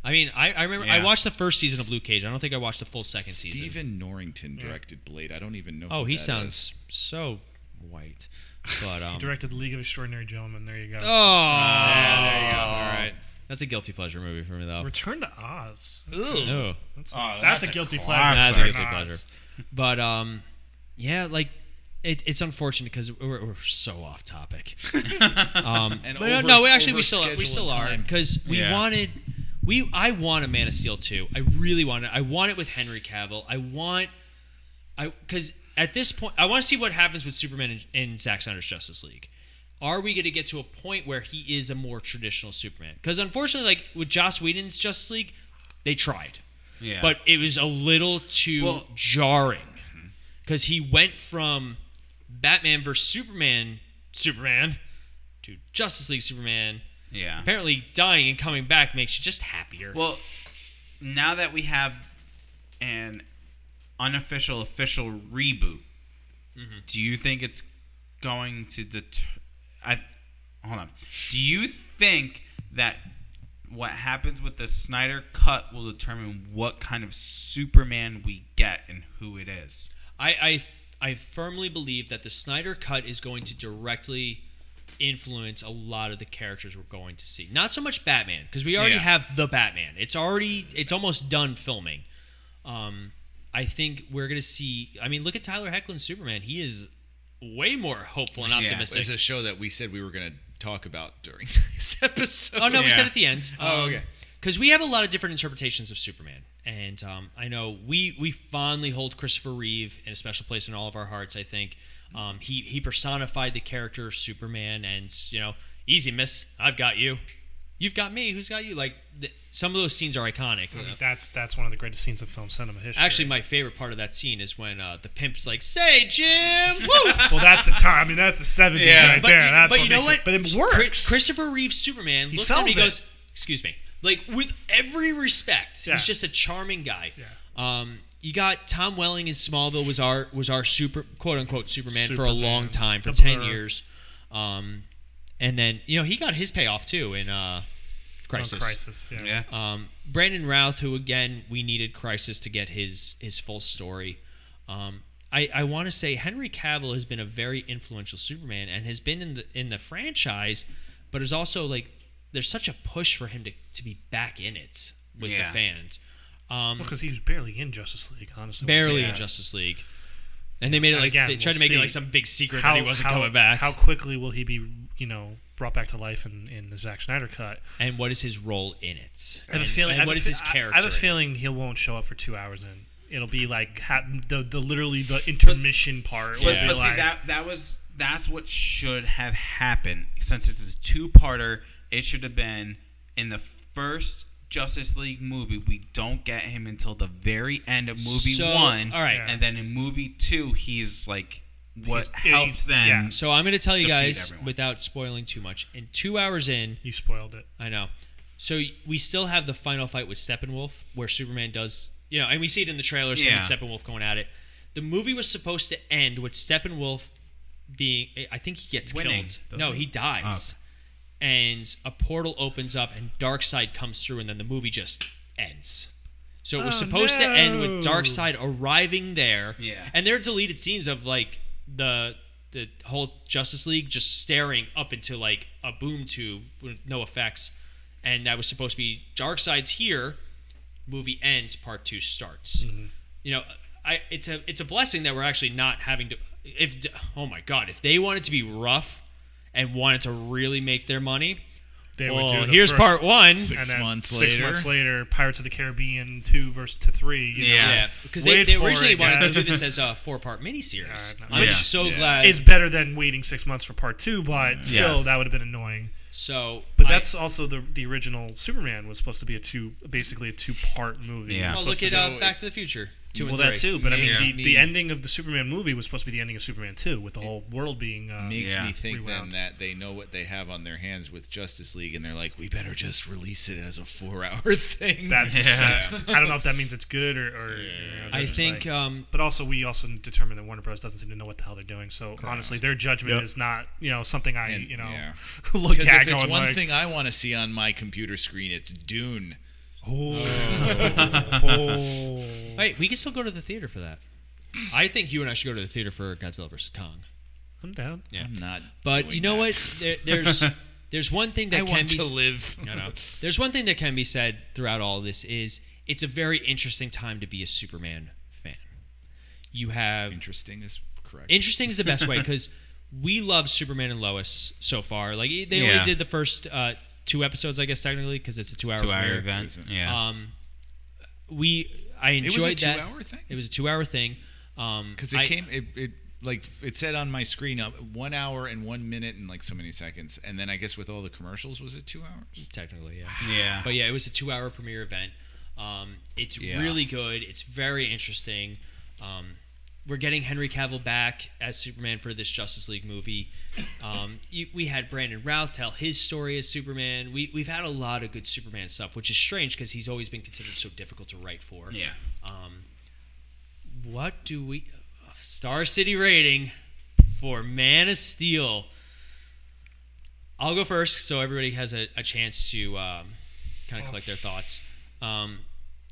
I mean, I, I remember I
Yeah.
watched the first season of Luke Cage. I don't think I watched the full second season.
Steven Norrington directed Blade. I don't even know.
Oh,
who
he
that is.
sounds so white. But um,
directed the League of Extraordinary Gentlemen. There you go.
oh,
Ah, There you go. All right.
that's a guilty pleasure movie for me though.
Return to Oz.
No,
That's,
Oh,
that's
that's
a
a
guilty
classic.
pleasure.
that's a
Return
guilty
to Oz.
pleasure. But um, yeah, like. It, it's unfortunate because we're, we're so off topic.
And
But, uh,
over-
no, we actually we
over
still are, we
schedule
still
and
are
time.
because we
Yeah.
wanted we I want a Man of Steel two. I really want it. I want it with Henry Cavill. I want I because at this point I want to see what happens with Superman in, in Zack Snyder's Justice League. Are we going to get to a point where he is a more traditional Superman? Because unfortunately, like with Joss Whedon's Justice League, they tried,
Yeah.
but it was a little too
Well- mm-hmm.
jarring because he went from Batman versus Superman, Superman, to Justice League Superman.
yeah.
Apparently, dying and coming back makes you just happier.
Well, now that we have an unofficial official reboot, do you think it's going to deter? I hold on. Do you think that what happens with the Snyder cut will determine what kind of Superman we get and who it is?
I, I I firmly believe that the Snyder cut is going to directly influence a lot of the characters we're going to see. Not so much Batman because we already
Yeah.
have the Batman. It's already it's almost done filming. Um, I think we're gonna see. I mean, look at Tyler Hecklin's Superman. He is way more hopeful and
Yeah.
optimistic.
It's a show that we said we were going to talk about during this episode.
Oh no, we
Yeah.
said at the end.
Oh, okay.
Because we have a lot of different interpretations of Superman, and um, I know we we fondly hold Christopher Reeve in a special place in all of our hearts. I think um, he he personified the character of Superman, and you know, easy miss, I've got you, you've got me, who's got you? Like th- some of those scenes are iconic.
I mean,
Mm-hmm.
That's that's one of the greatest scenes of film cinema history.
Actually, my favorite part of that scene is when uh, the pimp's like, "Say, Jim!" Woo!
well, that's the time. I mean, that's the '70s
Yeah.
right
but
there.
you-
That's
but
what
you know
makes it-
what?
But it works.
Chris- Christopher Reeve Superman looks at him
sells
he
it.
goes, "Excuse me." Like with every respect,
Yeah.
he's just a charming guy.
Yeah.
Um, you got Tom Welling in Smallville was our was our super quote unquote Superman, for a
Superman.
long time for
The
ten
Blur.
years, um, and then you know he got his payoff too in uh,
Oh,
Crisis.
crisis. Yeah.
Yeah.
Um, Brandon Routh, who again we needed Crisis to get his his full story. Um, I, I want to say Henry Cavill has been a very influential Superman and has been in the in the franchise, but is also like there's such a push for him to, to be back in it with
Yeah.
the fans. Um,
Because he was barely in Justice League, honestly.
barely
Yeah.
in Justice League, and they made it like
Again,
they tried
we'll
to make
see
it like some big secret
How
that he wasn't
how-
coming back.
How quickly will he be, you know, brought back to life in, in the Zack Snyder cut?
and what is his role in it?
I have a
And-
feeling.
And,
I have
what
a
is
fe-
his
I-
character?
I have a
in it?
feeling he won't show up for two hours in. It'll be like ha- the, the literally the intermission part. will
But,
be
but see
like-
that that was that's what should have happened since it's a two-parter. It should have been in the first Justice League movie, we don't get him until the very end of movie
So,
one.
all right.
and then in movie two, he's like what
He's- he's-
helps them.
yeah.
So I'm going to tell you
Defeat
guys
everyone.
without spoiling too much. In two hours in,
You spoiled it.
I know. So we still have the final fight with Steppenwolf, where Superman does, you know, and we see it in the trailer, seeing
Yeah.
Steppenwolf going at it. The movie was supposed to end with Steppenwolf being, eh, I think he gets
Winning,
killed.
doesn't
No,
he?
he dies, and a portal opens up, and Darkseid comes through, and then the movie just ends. So it was
Oh,
supposed to end with
no.
Darkseid arriving there,
Yeah.
and there are deleted scenes of like the the whole Justice League just staring up into like a boom tube with no effects, and that was supposed to be Darkseid's here. Movie ends, part two starts. You know, I it's a it's a blessing that we're actually not having to. If oh my god, if they wanted to be rough and wanted to really make their money,
They would
well,
do the
here's
first-
part one.
Six
and then
months
six
later.
months later, Pirates of the Caribbean two versus to three. You know,
Yeah.
Yeah, because they,
Wait
they
for
originally
it,
wanted to do
guys.
this as a four-part miniseries.
God, no.
I'm
Yeah.
so
Yeah.
glad.
is better than waiting six months for part two, but still
Yes.
that would have been annoying.
so,
But
I-
that's also the the original Superman was supposed to be a two, basically a two part movie.
Yeah.
It
Well,
was supposed
look
to-
at
so
uh, Back
Oh, it-
to the Future. Two
well,
and
that
three.
too. But I mean,
Yeah.
the, the ending of the Superman movie was supposed to be the ending of Superman two, with the whole world being. Uh,
Makes
yeah.
Yeah.
me me think then
Rewound.
that they know what they have on their hands with Justice League, and they're like, we better just release it as a four-hour thing.
That's.
Yeah.
I don't know if that means it's good or. or you know,
I
they're just
think.
uh,
like-
Um,
but also, we also determined that Warner Bros. doesn't seem to know what the hell they're doing. So honestly, their judgment is not, you know, something I,
And-
you know,
yeah.
look
Because
at
if it's
going
one
like,
thing I want to see on my computer screen, it's Dune.
oh,
wait, we can still go to the theater for that. I think you and I should go to the theater for Godzilla vs Kong.
I'm down.
Yeah.
I'm not.
But
doing
you know
that.
what? There, there's there's one thing that
I
can
want
be
to live.
I know. There's one thing that can be said throughout all of this is it's a very interesting time to be a Superman fan. You have
Interesting is correct.
interesting is the best way because we love Superman and Lois so far. Like they
Yeah.
only did the first uh, two episodes, I guess technically, because it's a two-hour
Two hour
premiere.
event. Yeah.
Um, we I
was a
enjoyed that.
two-hour thing?
It was a two-hour thing. Um,
Because it
I-
came, it, it like it said on my screen, uh, one hour and one minute and like so many seconds, and then I guess with all the commercials, was it two hours?
technically, yeah.
yeah.
Um, But yeah, it was a two-hour premiere event. Um, it's
Yeah.
really good. It's very interesting. Um, we're getting Henry Cavill back as Superman for this Justice League movie. Um, you, we had Brandon Routh tell his story as Superman. We, we've had a lot of good Superman stuff, which is strange because he's always been considered so difficult to write for.
yeah.
Um, what do we Star City rating for Man of Steel? I'll go first, so everybody has a, a chance to um, kind of collect their thoughts. Um,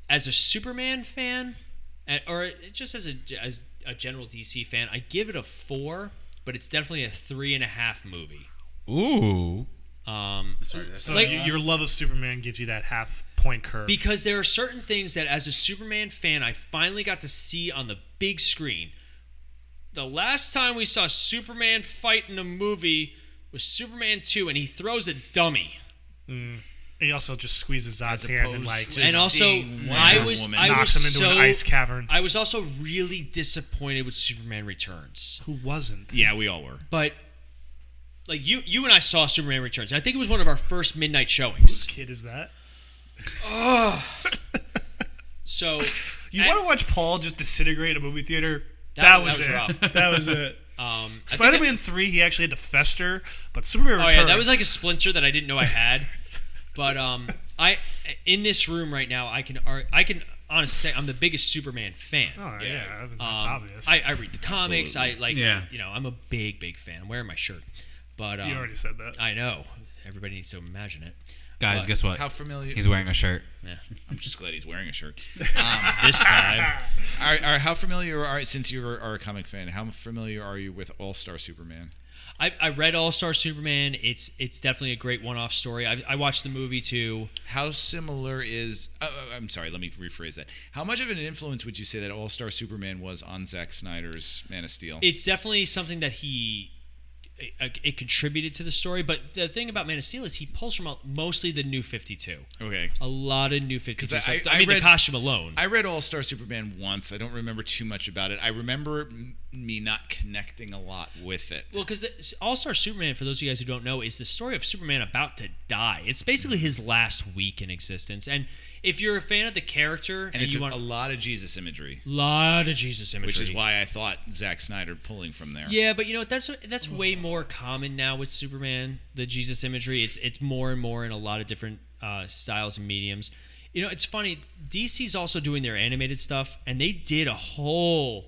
as a Superman fan, and, or just as a as a general DC fan, I give it a four, but it's definitely a three and a half movie.
Ooh.
Um,
Sorry. that's-
So
Like-
y- your love of Superman gives you that half point curve.
because there are certain things that as a superman fan i finally got to see on the big screen the last time we saw superman fight in a movie was superman 2 and he throws a dummy
he also just squeezes Zod's hand and
opposed
like
to-
and also
seeing
i
Wonder
was
Woman
i was
knocks him into
so
an ice cavern.
i was also really disappointed with superman returns
Who wasn't?
Yeah, we all were.
but like you you and i saw superman returns i think it was one of our first midnight showings
Whose kid is that?
so um,
You
I-
want to watch Paul just disintegrate at a movie theater?
That
That,
was-
was,
that was
it. that was it.
um I think I-
Spider Man 3, he actually had to fester, but Superman
Oh
Returns.
yeah, that was like a splinter that I didn't know I had. but um, I in this room right now, I can ar- I can honestly say I'm the biggest Superman fan.
Oh, yeah, I mean,
Um,
that's obvious.
I, I read the comics. I like.
Yeah.
You know, I'm a big big fan. I'm wearing my shirt, but um,
you already said that.
I know everybody needs to imagine it.
Guys,
But-
guess what?
How familiar?
He's wearing a shirt.
Yeah.
I'm just glad he's wearing a shirt.
This time,
All right, all right, how familiar are since you are a comic fan? How familiar are you with All Star Superman?
I, I read All Star Superman. It's it's definitely a great one off story. I, I watched the movie too.
How similar is? Uh, uh, I'm sorry, let me rephrase that. How much of an influence would you say that All Star Superman was on Zack Snyder's Man of Steel?
it's definitely something that he uh, it, it contributed to the story. But the thing about Man of Steel is he pulls from mostly the New Fifty Two.
Okay.
A lot of New Fifty Two.
I-
I,
I
mean,
read-
the costume alone.
I read All Star Superman once. I don't remember too much about it. I remember m- me not connecting a lot with it.
Well, because All Star Superman, for those of you guys who don't know, is the story of Superman about to die. It's basically his last week in existence. And if you're a fan of the character and,
And it's
you
a,
want a
a lot of Jesus imagery,
lot of Jesus imagery,
which is why I thought Zack Snyder pulling from there.
Yeah, but you know what? That's that's way more common now with Superman. The Jesus imagery. It's it's more and more in a lot of different uh, styles and mediums. You know, it's funny. DC's also doing their animated stuff, and they did a whole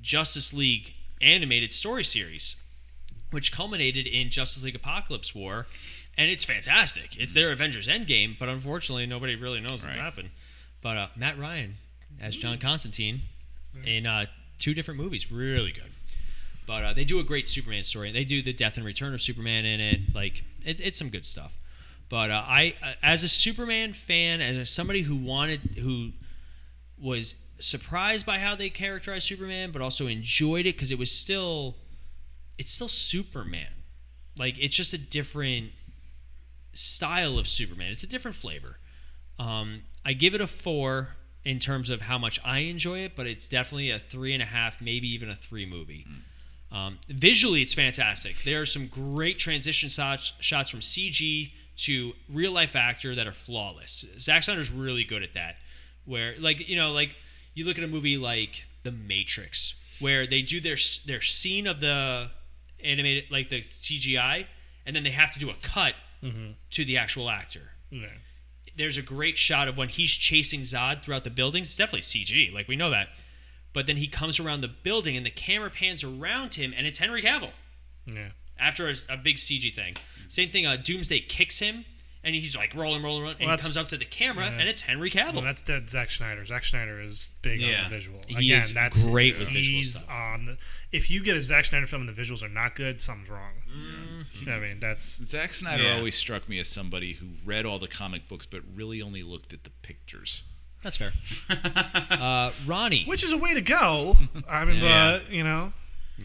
Justice League animated story series, which culminated in Justice League Apocalypse War, and it's fantastic. It's their Avengers Endgame, but unfortunately, nobody really knows what
Right.
happened. But uh, Matt Ryan as John Constantine in uh, two different movies, really good. But uh, they do a great Superman story. They do the death and return of Superman in it. Like it, it's some good stuff. But uh, I, uh, as a Superman fan, as somebody who wanted, who was surprised by how they characterized Superman, but also enjoyed it because it was still, it's still Superman. Like it's just a different style of Superman. It's a different flavor. Um, I give it a four in terms of how much I enjoy it, but it's definitely a three and a half, maybe even a three movie. Um, visually, it's fantastic. There are some great transition shots, shots from CG to real life actor that are flawless. Zack Snyder's really good at that. Where, like, you know, like you look at a movie like The Matrix, where they do their s- their scene of the animated, like the CGI, and then they have to do a cut to the actual actor
Yeah.
there's a great shot of when he's chasing Zod throughout the buildings. It's definitely CG, like we know that. But then he comes around the building and the camera pans around him and it's Henry Cavill
Yeah.
after a, a big CG thing. Same thing, uh, Doomsday kicks him and he's like rolling, rolling, rolling, and
Well,
he
that's-
comes up to the camera
yeah.
and it's Henry Cavill.
Well, that's dead Zack Schneider. Zack Schneider is big
Yeah.
on the visual.
He
Again,
is
that's
great with visual
he's
stuff.
on the, if you get a Zack Schneider film and the visuals are not good, something's wrong.
Mm-hmm.
I mean, that's
Zack Snyder always struck me as somebody who read all the comic books but really only looked at the pictures.
That's fair. uh, Ronnie,
which is a way to go. I mean,
Yeah.
but you know,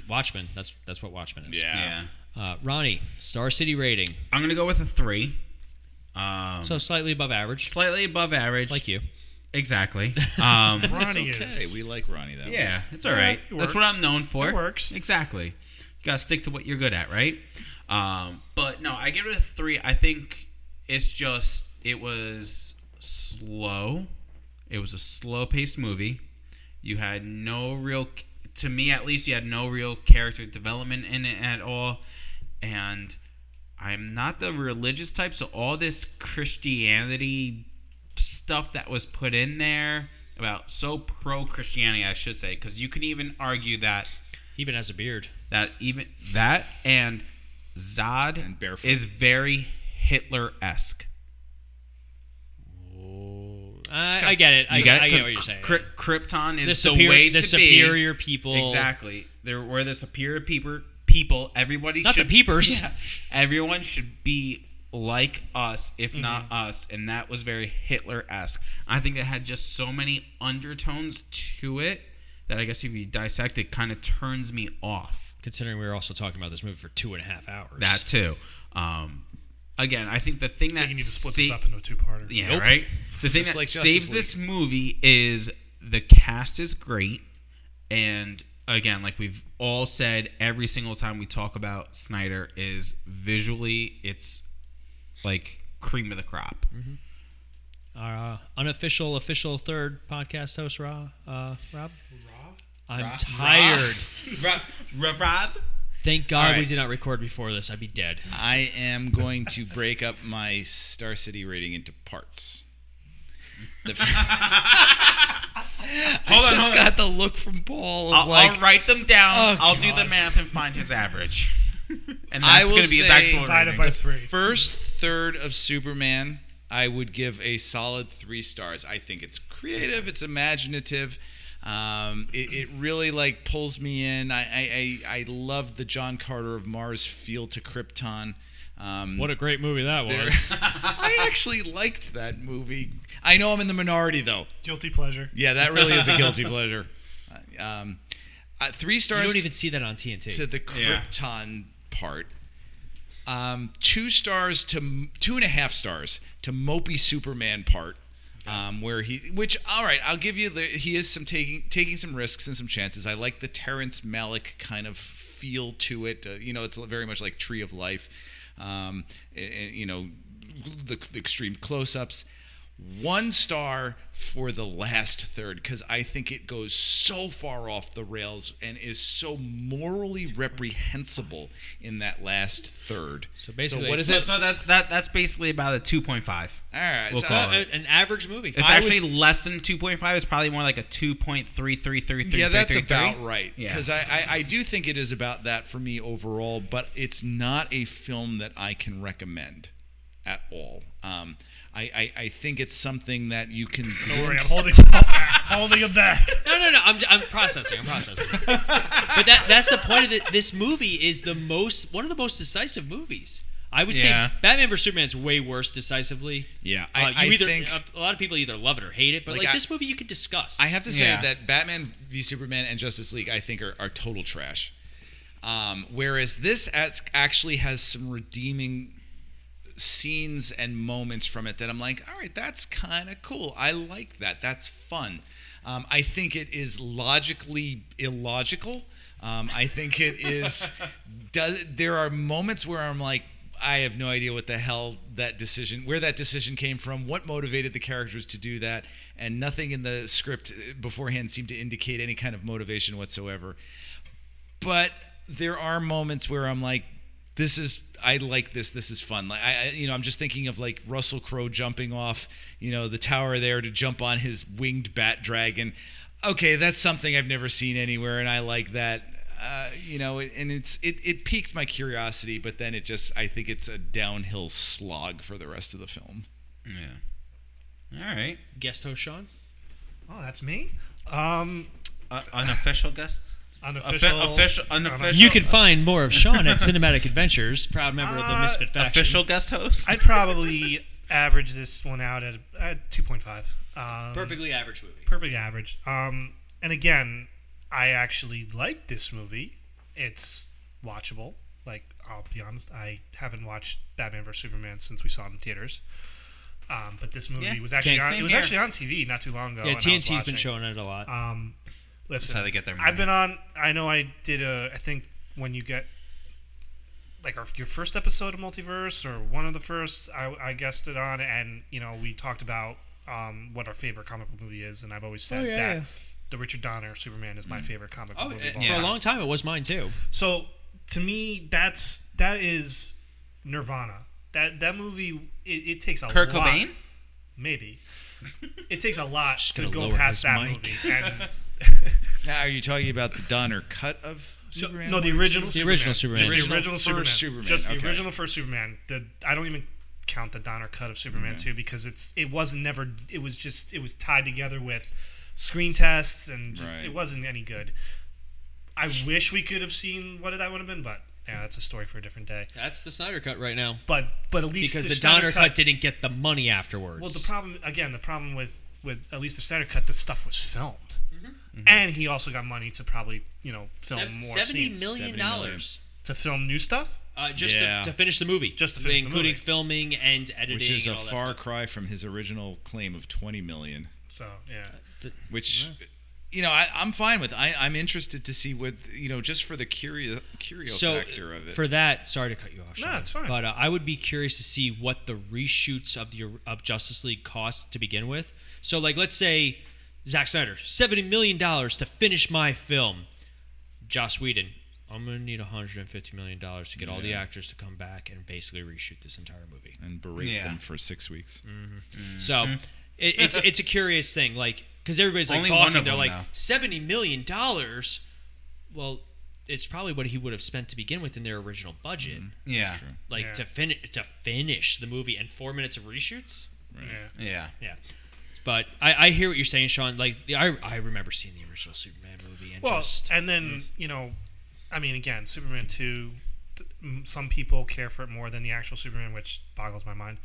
Watchmen. That's that's what Watchmen is.
Yeah.
Uh, Ronnie, Star City rating.
I'm gonna go with a three. Um,
So slightly above average,
slightly above average.
like you.
Exactly. Um,
Ronnie
Okay,
is.
we like Ronnie though.
yeah, it's all right.
it
That's
works.
what I'm known for.
It works.
Exactly. You gotta stick to what you're good at, right? Um, but no, I give it a three. I think it's just it was slow. It was a slow-paced movie. You had no real, to me at least, you had no real character development in it at all, and I'm not the religious type, so all this Christianity stuff that was put in there about so pro Christianity, I should say, because you can even argue that
He even has a beard.
that even that and Zod
And barefoot.
is very Hitler esque.
I, I get it. I, I get what you're saying.
Krypton is
the
the,
superior,
way
the
to
superior people.
be. Exactly, there were the superior people. People, everybody
Not
should
the peepers.
Yeah. Everyone should be like us, if
Mm-hmm.
not us, and that was very Hitler esque. I think it had just so many undertones to it that I guess if you dissect it, kind of turns me off.
Considering we were also talking about this movie for two and a half hours.
That too. Um, again, I think the thing that
You need to split
sa-
this up into a two-parter.
Yeah, right. The thing
Just
that
like Justice
saves this movie is the cast is great, and again, like we've all said every single time we talk about Snyder, is visually it's like cream of the crop.
Mm-hmm.
Our uh, unofficial, official third podcast host, Ra, uh, Rob. I'm tired.
Rob, Rob, Rob?
Thank God we
right.
did not record before this. I'd be dead.
I am going to break up my Star City rating into parts. The fir-
hold on,
just
hold on.
got the look from Paul of
I'll,
like
I'll write them down.
Oh,
I'll do the math and find his average. and
I
that's
will
going to be his
say-
actual
Divided
rating.
by three.
first third of Superman, I would give a solid three stars. I think it's creative, it's imaginative. Um, it, it really like pulls me in. I I, I, I love the John Carter of Mars feel to Krypton. Um,
a great movie that
there- I actually liked that movie. I know I'm in the minority though.
Guilty pleasure.
Yeah, that really is a guilty pleasure. Um, uh, three
You
stars
don't even see that on TNT.
to the Krypton part. Um, two stars to m- two and a half stars to mopey Superman part, um, where he, which all right, I'll give you the he is some taking taking some risks and some chances. I like the Terrence Malick kind of feel to it. Uh, you know, it's very much like Tree of Life, um, and- and, you know, the, the extreme close-ups. One star for the last third because I think it goes so far off the rails and is so morally reprehensible in that last third.
So basically-
what is
So,
it?
so that, that that's basically about a 2.5.
All right,
We'll
so uh,
call
I-
it.
A- an average movie.
It's
I would
actually
s-
less than 2.5. It's probably more like a 2.333333.
yeah, that's about right.
Yeah.
Because I, I, I do think it is about that for me overall, but it's not a film that I can recommend at all. Um, I, I, I think it's something that you can.
Oh,
Don't worry, I'm
glimpse-
holding him back. Holding him back.
No, no, no. I'm, I'm processing. I'm processing. but that that's the point of the, this movie is the most one of the most decisive movies. I would
Yeah.
say Batman vs Superman's way worse decisively.
Yeah,
Uh,
I-
you
I
either,
think-
a lot of people either love it or hate it, but
Like,
like,
I-
this movie, you can discuss.
I have to say
Yeah.
that Batman v Superman and Justice League, I think, are, are total trash. Um, whereas this act- actually has some redeeming scenes and moments from it that I'm like, all right, that's kind of cool. I like that. That's fun. Um, I think it is logically illogical. Um, I think it is. does there are moments where I'm like, I have no idea what the hell that decision, where that decision came from, what motivated the characters to do that, and nothing in the script uh, beforehand seemed to indicate any kind of motivation whatsoever but there are moments where I'm like, this is I like this. This is fun. Like I, I- you know, I'm just thinking of like Russell Crowe jumping off, you know, the tower there to jump on his winged bat dragon. Okay, that's something I've never seen anywhere, and I like that. Uh, you know, it- and it's it it piqued my curiosity, but then it just I think it's a downhill slog for the rest of the film.
Yeah. All right.
guest host Sean.
Oh, that's me. Um,
Uh, unofficial guests?
unofficial.
Offi- official- unofficial-
You can find more of Sean at Cinematic Adventures, proud member of the
Uh,
Misfit Faction.
Official guest host?
I'd probably average this one out at, at 2.5. Um,
perfectly average movie.
perfect average. Um, and again, I actually like this movie. It's watchable. Like I'll be honest, I haven't watched Batman vs Superman since we saw it in theaters. Um, but this movie
Yeah,
was actually
same-
on, it
same
was
here.
actually on TV not too long ago.
Yeah,
and Oh, I was
TNT's been
watching.
showing it a lot.
Um, listen,
how they get their money.
I've been on. I know I did a. I think when you get like our, your first episode of Multiverse or one of the first, I, I guessed it on, and you know we talked about um, what our favorite comic book movie is, and I've always said
Oh, yeah,
that
yeah.
the Richard Donner Superman is my
Mm.
favorite comic book
oh,
movie. of
uh,
all
for
time.
a long time it was mine too.
So to me, that's that is Nirvana. That that movie it, it takes a
Kurt
lot
Cobain?
maybe. It takes a lot to
gonna
go
lower his
past that
mic.
movie. And
Now, are you talking about the Donner cut of
So-
Superman?
No, the original.
The original Superman.
Just
Original
the original
first
Superman.
Superman,
Just
okay.
the original first Superman. The I don't even count the Donner cut of Superman two because it's it wasn't never. It was just it was tied together with screen tests and just
Right.
it wasn't any good. I wish we could have seen what that would have been, but yeah, that's a story for a different day.
That's the Snyder cut right now.
But but at least
Because the,
Snyder
Donner cut didn't get the money afterwards.
well, the problem again, the problem with with at least the Snyder cut, the stuff was filmed, and he also got money to probably you know film
Sev-
more
seventy
scenes.
million
$70 million.
dollars.
to film new stuff.
Uh, just
Yeah.
to, to finish the movie,
Just to finish the
including
movie.
filming and editing,
which is a
and all that
far
stuff.
cry from his original claim of 20 million.
So yeah.
which you know I, I'm fine with. I, I'm interested to see what you know just for the curio curio
So
factor of it.
for that, sorry to cut you off.
No,
Sean,
it's fine.
But uh, I would be curious to see what the reshoots of the of Justice League cost to begin with. So, like, let's say Zack Snyder, seventy million dollars to finish my film. Joss Whedon, I'm gonna need 150 million dollars to get all the actors to come back and basically reshoot this entire movie.
and berate
Yeah.
them for six weeks.
Mm-hmm. So it, it's it's a curious thing, like because everybody's like
Mm-hmm. Only one
balking.
of
They're
them,
like
though.
seventy million dollars. Well, it's probably what he would have spent to begin with in their original budget,
Yeah.
like
Yeah.
to finish to finish the movie and four minutes of reshoots.
Yeah.
Yeah.
Yeah, but I, I hear what you're saying, Sean. Like the, I I remember seeing the original Superman movie and
Well,
just
and then you know, I mean, again, Superman two. th- m- Some people care for it more than the actual Superman, which boggles my mind.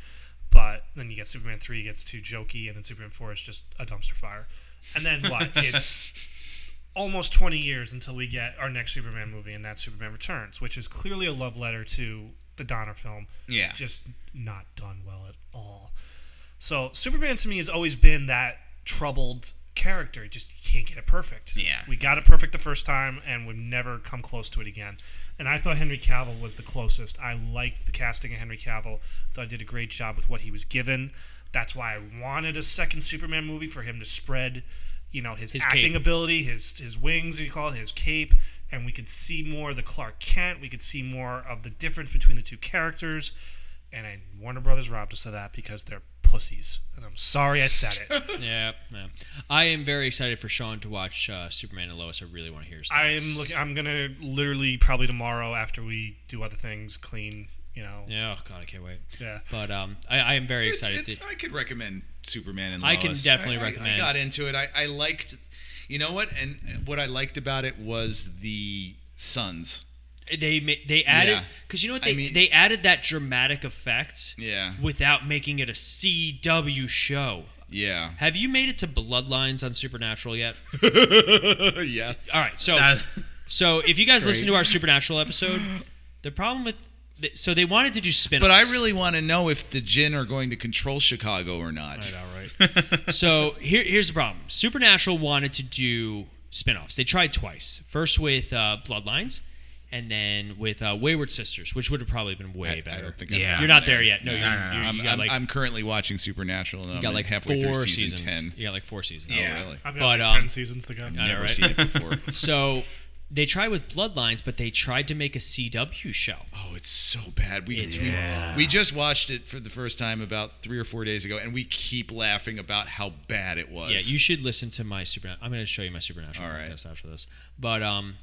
But then you get Superman three gets too jokey, and then Superman four is just a dumpster fire. And then what? it's almost 20 years until we get our next Superman movie, and that's Superman Returns, which is clearly a love letter to the Donner film.
Yeah.
Just not done well at all. So, Superman to me has always been that troubled character. Just you can't get it perfect.
Yeah.
We got it perfect the first time, and we've never come close to it again. And I thought Henry Cavill was the closest. I liked the casting of Henry Cavill. Thought he did a great job with what he was given. That's why I wanted a second Superman movie for him to spread, you know, his,
His
acting
cape.
ability, his his wings, you call it, his cape, and we could see more of the Clark Kent. We could see more of the difference between the two characters. And I, Warner Brothers robbed us of that because they're pussies. And I'm sorry I said it.
Yeah, yeah. I am very excited for Sean to watch uh, Superman and Lois. I really want to hear his
I
thoughts.
am looking. I'm gonna literally probably tomorrow after we do other things, clean. You know.
Yeah, oh god, I can't wait.
Yeah.
But um, I, I am very
It's-
excited.
it's-
to,
I could recommend Superman and
I
Lois.
can definitely
I- I- I
recommend.
got into it. I, I liked, you know what, and what I liked about it was the sons.
they ma- they added
Yeah.
because you know what
I
they
mean-
they added that dramatic effect.
Yeah.
Without making it a CW show.
Yeah.
Have you made it to Bloodlines on Supernatural yet?
yes.
All right, so
That-
so if you guys listen to our Supernatural episode, the problem with th- so they wanted to do spin.
But I really want to know if the Jin are going to control Chicago or not.
All right. so here, here's the problem. Supernatural wanted to do spin-offs. They tried twice. First with uh, Bloodlines, and then with uh, Wayward Sisters, which would have probably been way
I
better.
don't think
Yeah.
I'm
you're not there yet. No, you're,
no, no.
you're,
I'm,
you got
I'm-
like
I'm currently watching Supernatural, and I'm
you got like
halfway
four
through season
seasons.
ten.
You got like four seasons.
Oh,
Yeah.
really?
I've got
But,
like
um,
ten seasons to go.
I know,
Never
right?
seen it before.
So they tried with Bloodlines, but they tried to make a CW show.
Oh, it's so bad. We,
Yeah.
we we just watched it for the first time about three or four days ago, and we keep laughing about how bad it was.
Yeah, you should listen to my supernatural. I'm going to show you my supernatural
All right.
podcast after this. But um,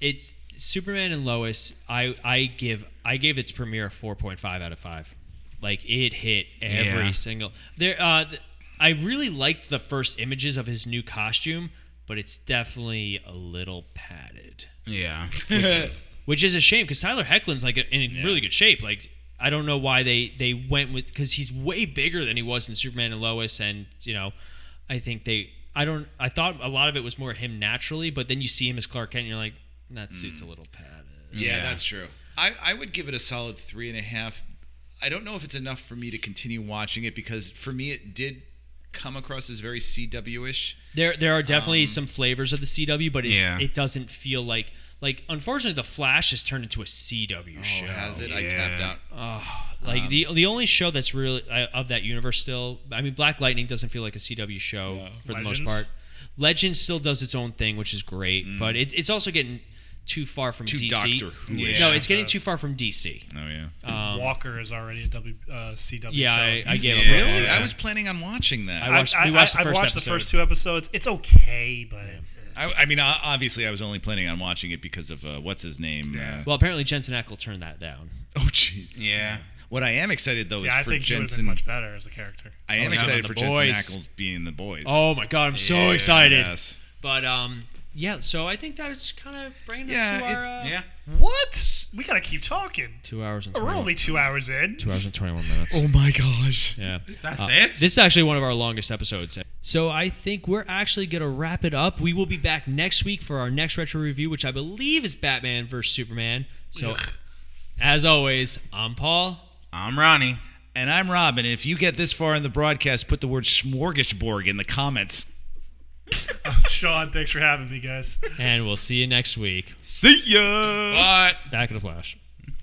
it's Superman and Lois. I I give I gave its premiere a 4.5 out of five. Like it hit every
Yeah.
single there. Uh, th- I really liked the first images of his new costume, but it's definitely a little padded,
yeah.
which is a shame because Tyler Hecklin's like in really good shape. Like. I don't know why they, they went with because he's way bigger than he was in Superman and Lois, and you know, I think they. I don't. I thought a lot of it was more him naturally, but then you see him as Clark Kent, and you're like, that suit's a little padded.
Yeah,
Yeah.
that's true. I, I would give it a solid three and a half. I don't know if it's enough for me to continue watching it because for me it did come across as very CW ish.
There, there are definitely some flavors of the CW, but it's,
Yeah.
it doesn't feel like like. Unfortunately, the Flash has turned into a CW
Oh,
show.
has it? I
yeah.
tapped out.
Oh, Like the the only show that's really uh, of that universe still. I mean, Black Lightning doesn't feel like a CW show for the most
Legends?
part. Legends still does its own thing, which is great, but it, it's also getting too far from
Too
DC.
Doctor Who-ish.
No, it's getting too far from DC.
Oh yeah.
Walker is already a w, uh, CW
um, Yeah,
show.
I, I gave up. on
Really?
that.
I was planning on watching that.
I
I,
I-
watched-
I,
we watched the
I- I've
first
watched
episode.
the first two episodes. It's okay, but it's,
I mean, o- obviously, I was only planning on watching it because of uh, what's his name. Uh,
Well, apparently Jensen Ackles turned that down.
oh, gee.
Yeah.
What I am excited though
see,
is
I
for
think he would have
Jensen.
been much better as a character.
I
Oh,
am
he's on
excited
the
for
boys.
Jensen Ackles being in the boys.
Oh my god, I'm so excited.
Yes.
But um, yeah. So I think that it's kind of bringing
Yeah,
us to our uh,
Oh.
Yeah.
What? We gotta keep talking.
two hours and
Oh, We're only two hours in.
hours and twenty one minutes.
Oh my gosh.
Yeah,
That's it?
Uh, This is actually one of our longest episodes. So I think we're actually gonna wrap it up. We will be back next week for our next retro review, which I believe is Batman versus Superman. So, as always, I'm Paul.
I'm Ronnie.
And I'm Robin. If you get this far in the broadcast, put the word smorgasbord in the comments.
Sean, thanks for having me, guys.
and we'll see you next week.
See ya.
Back in a flash.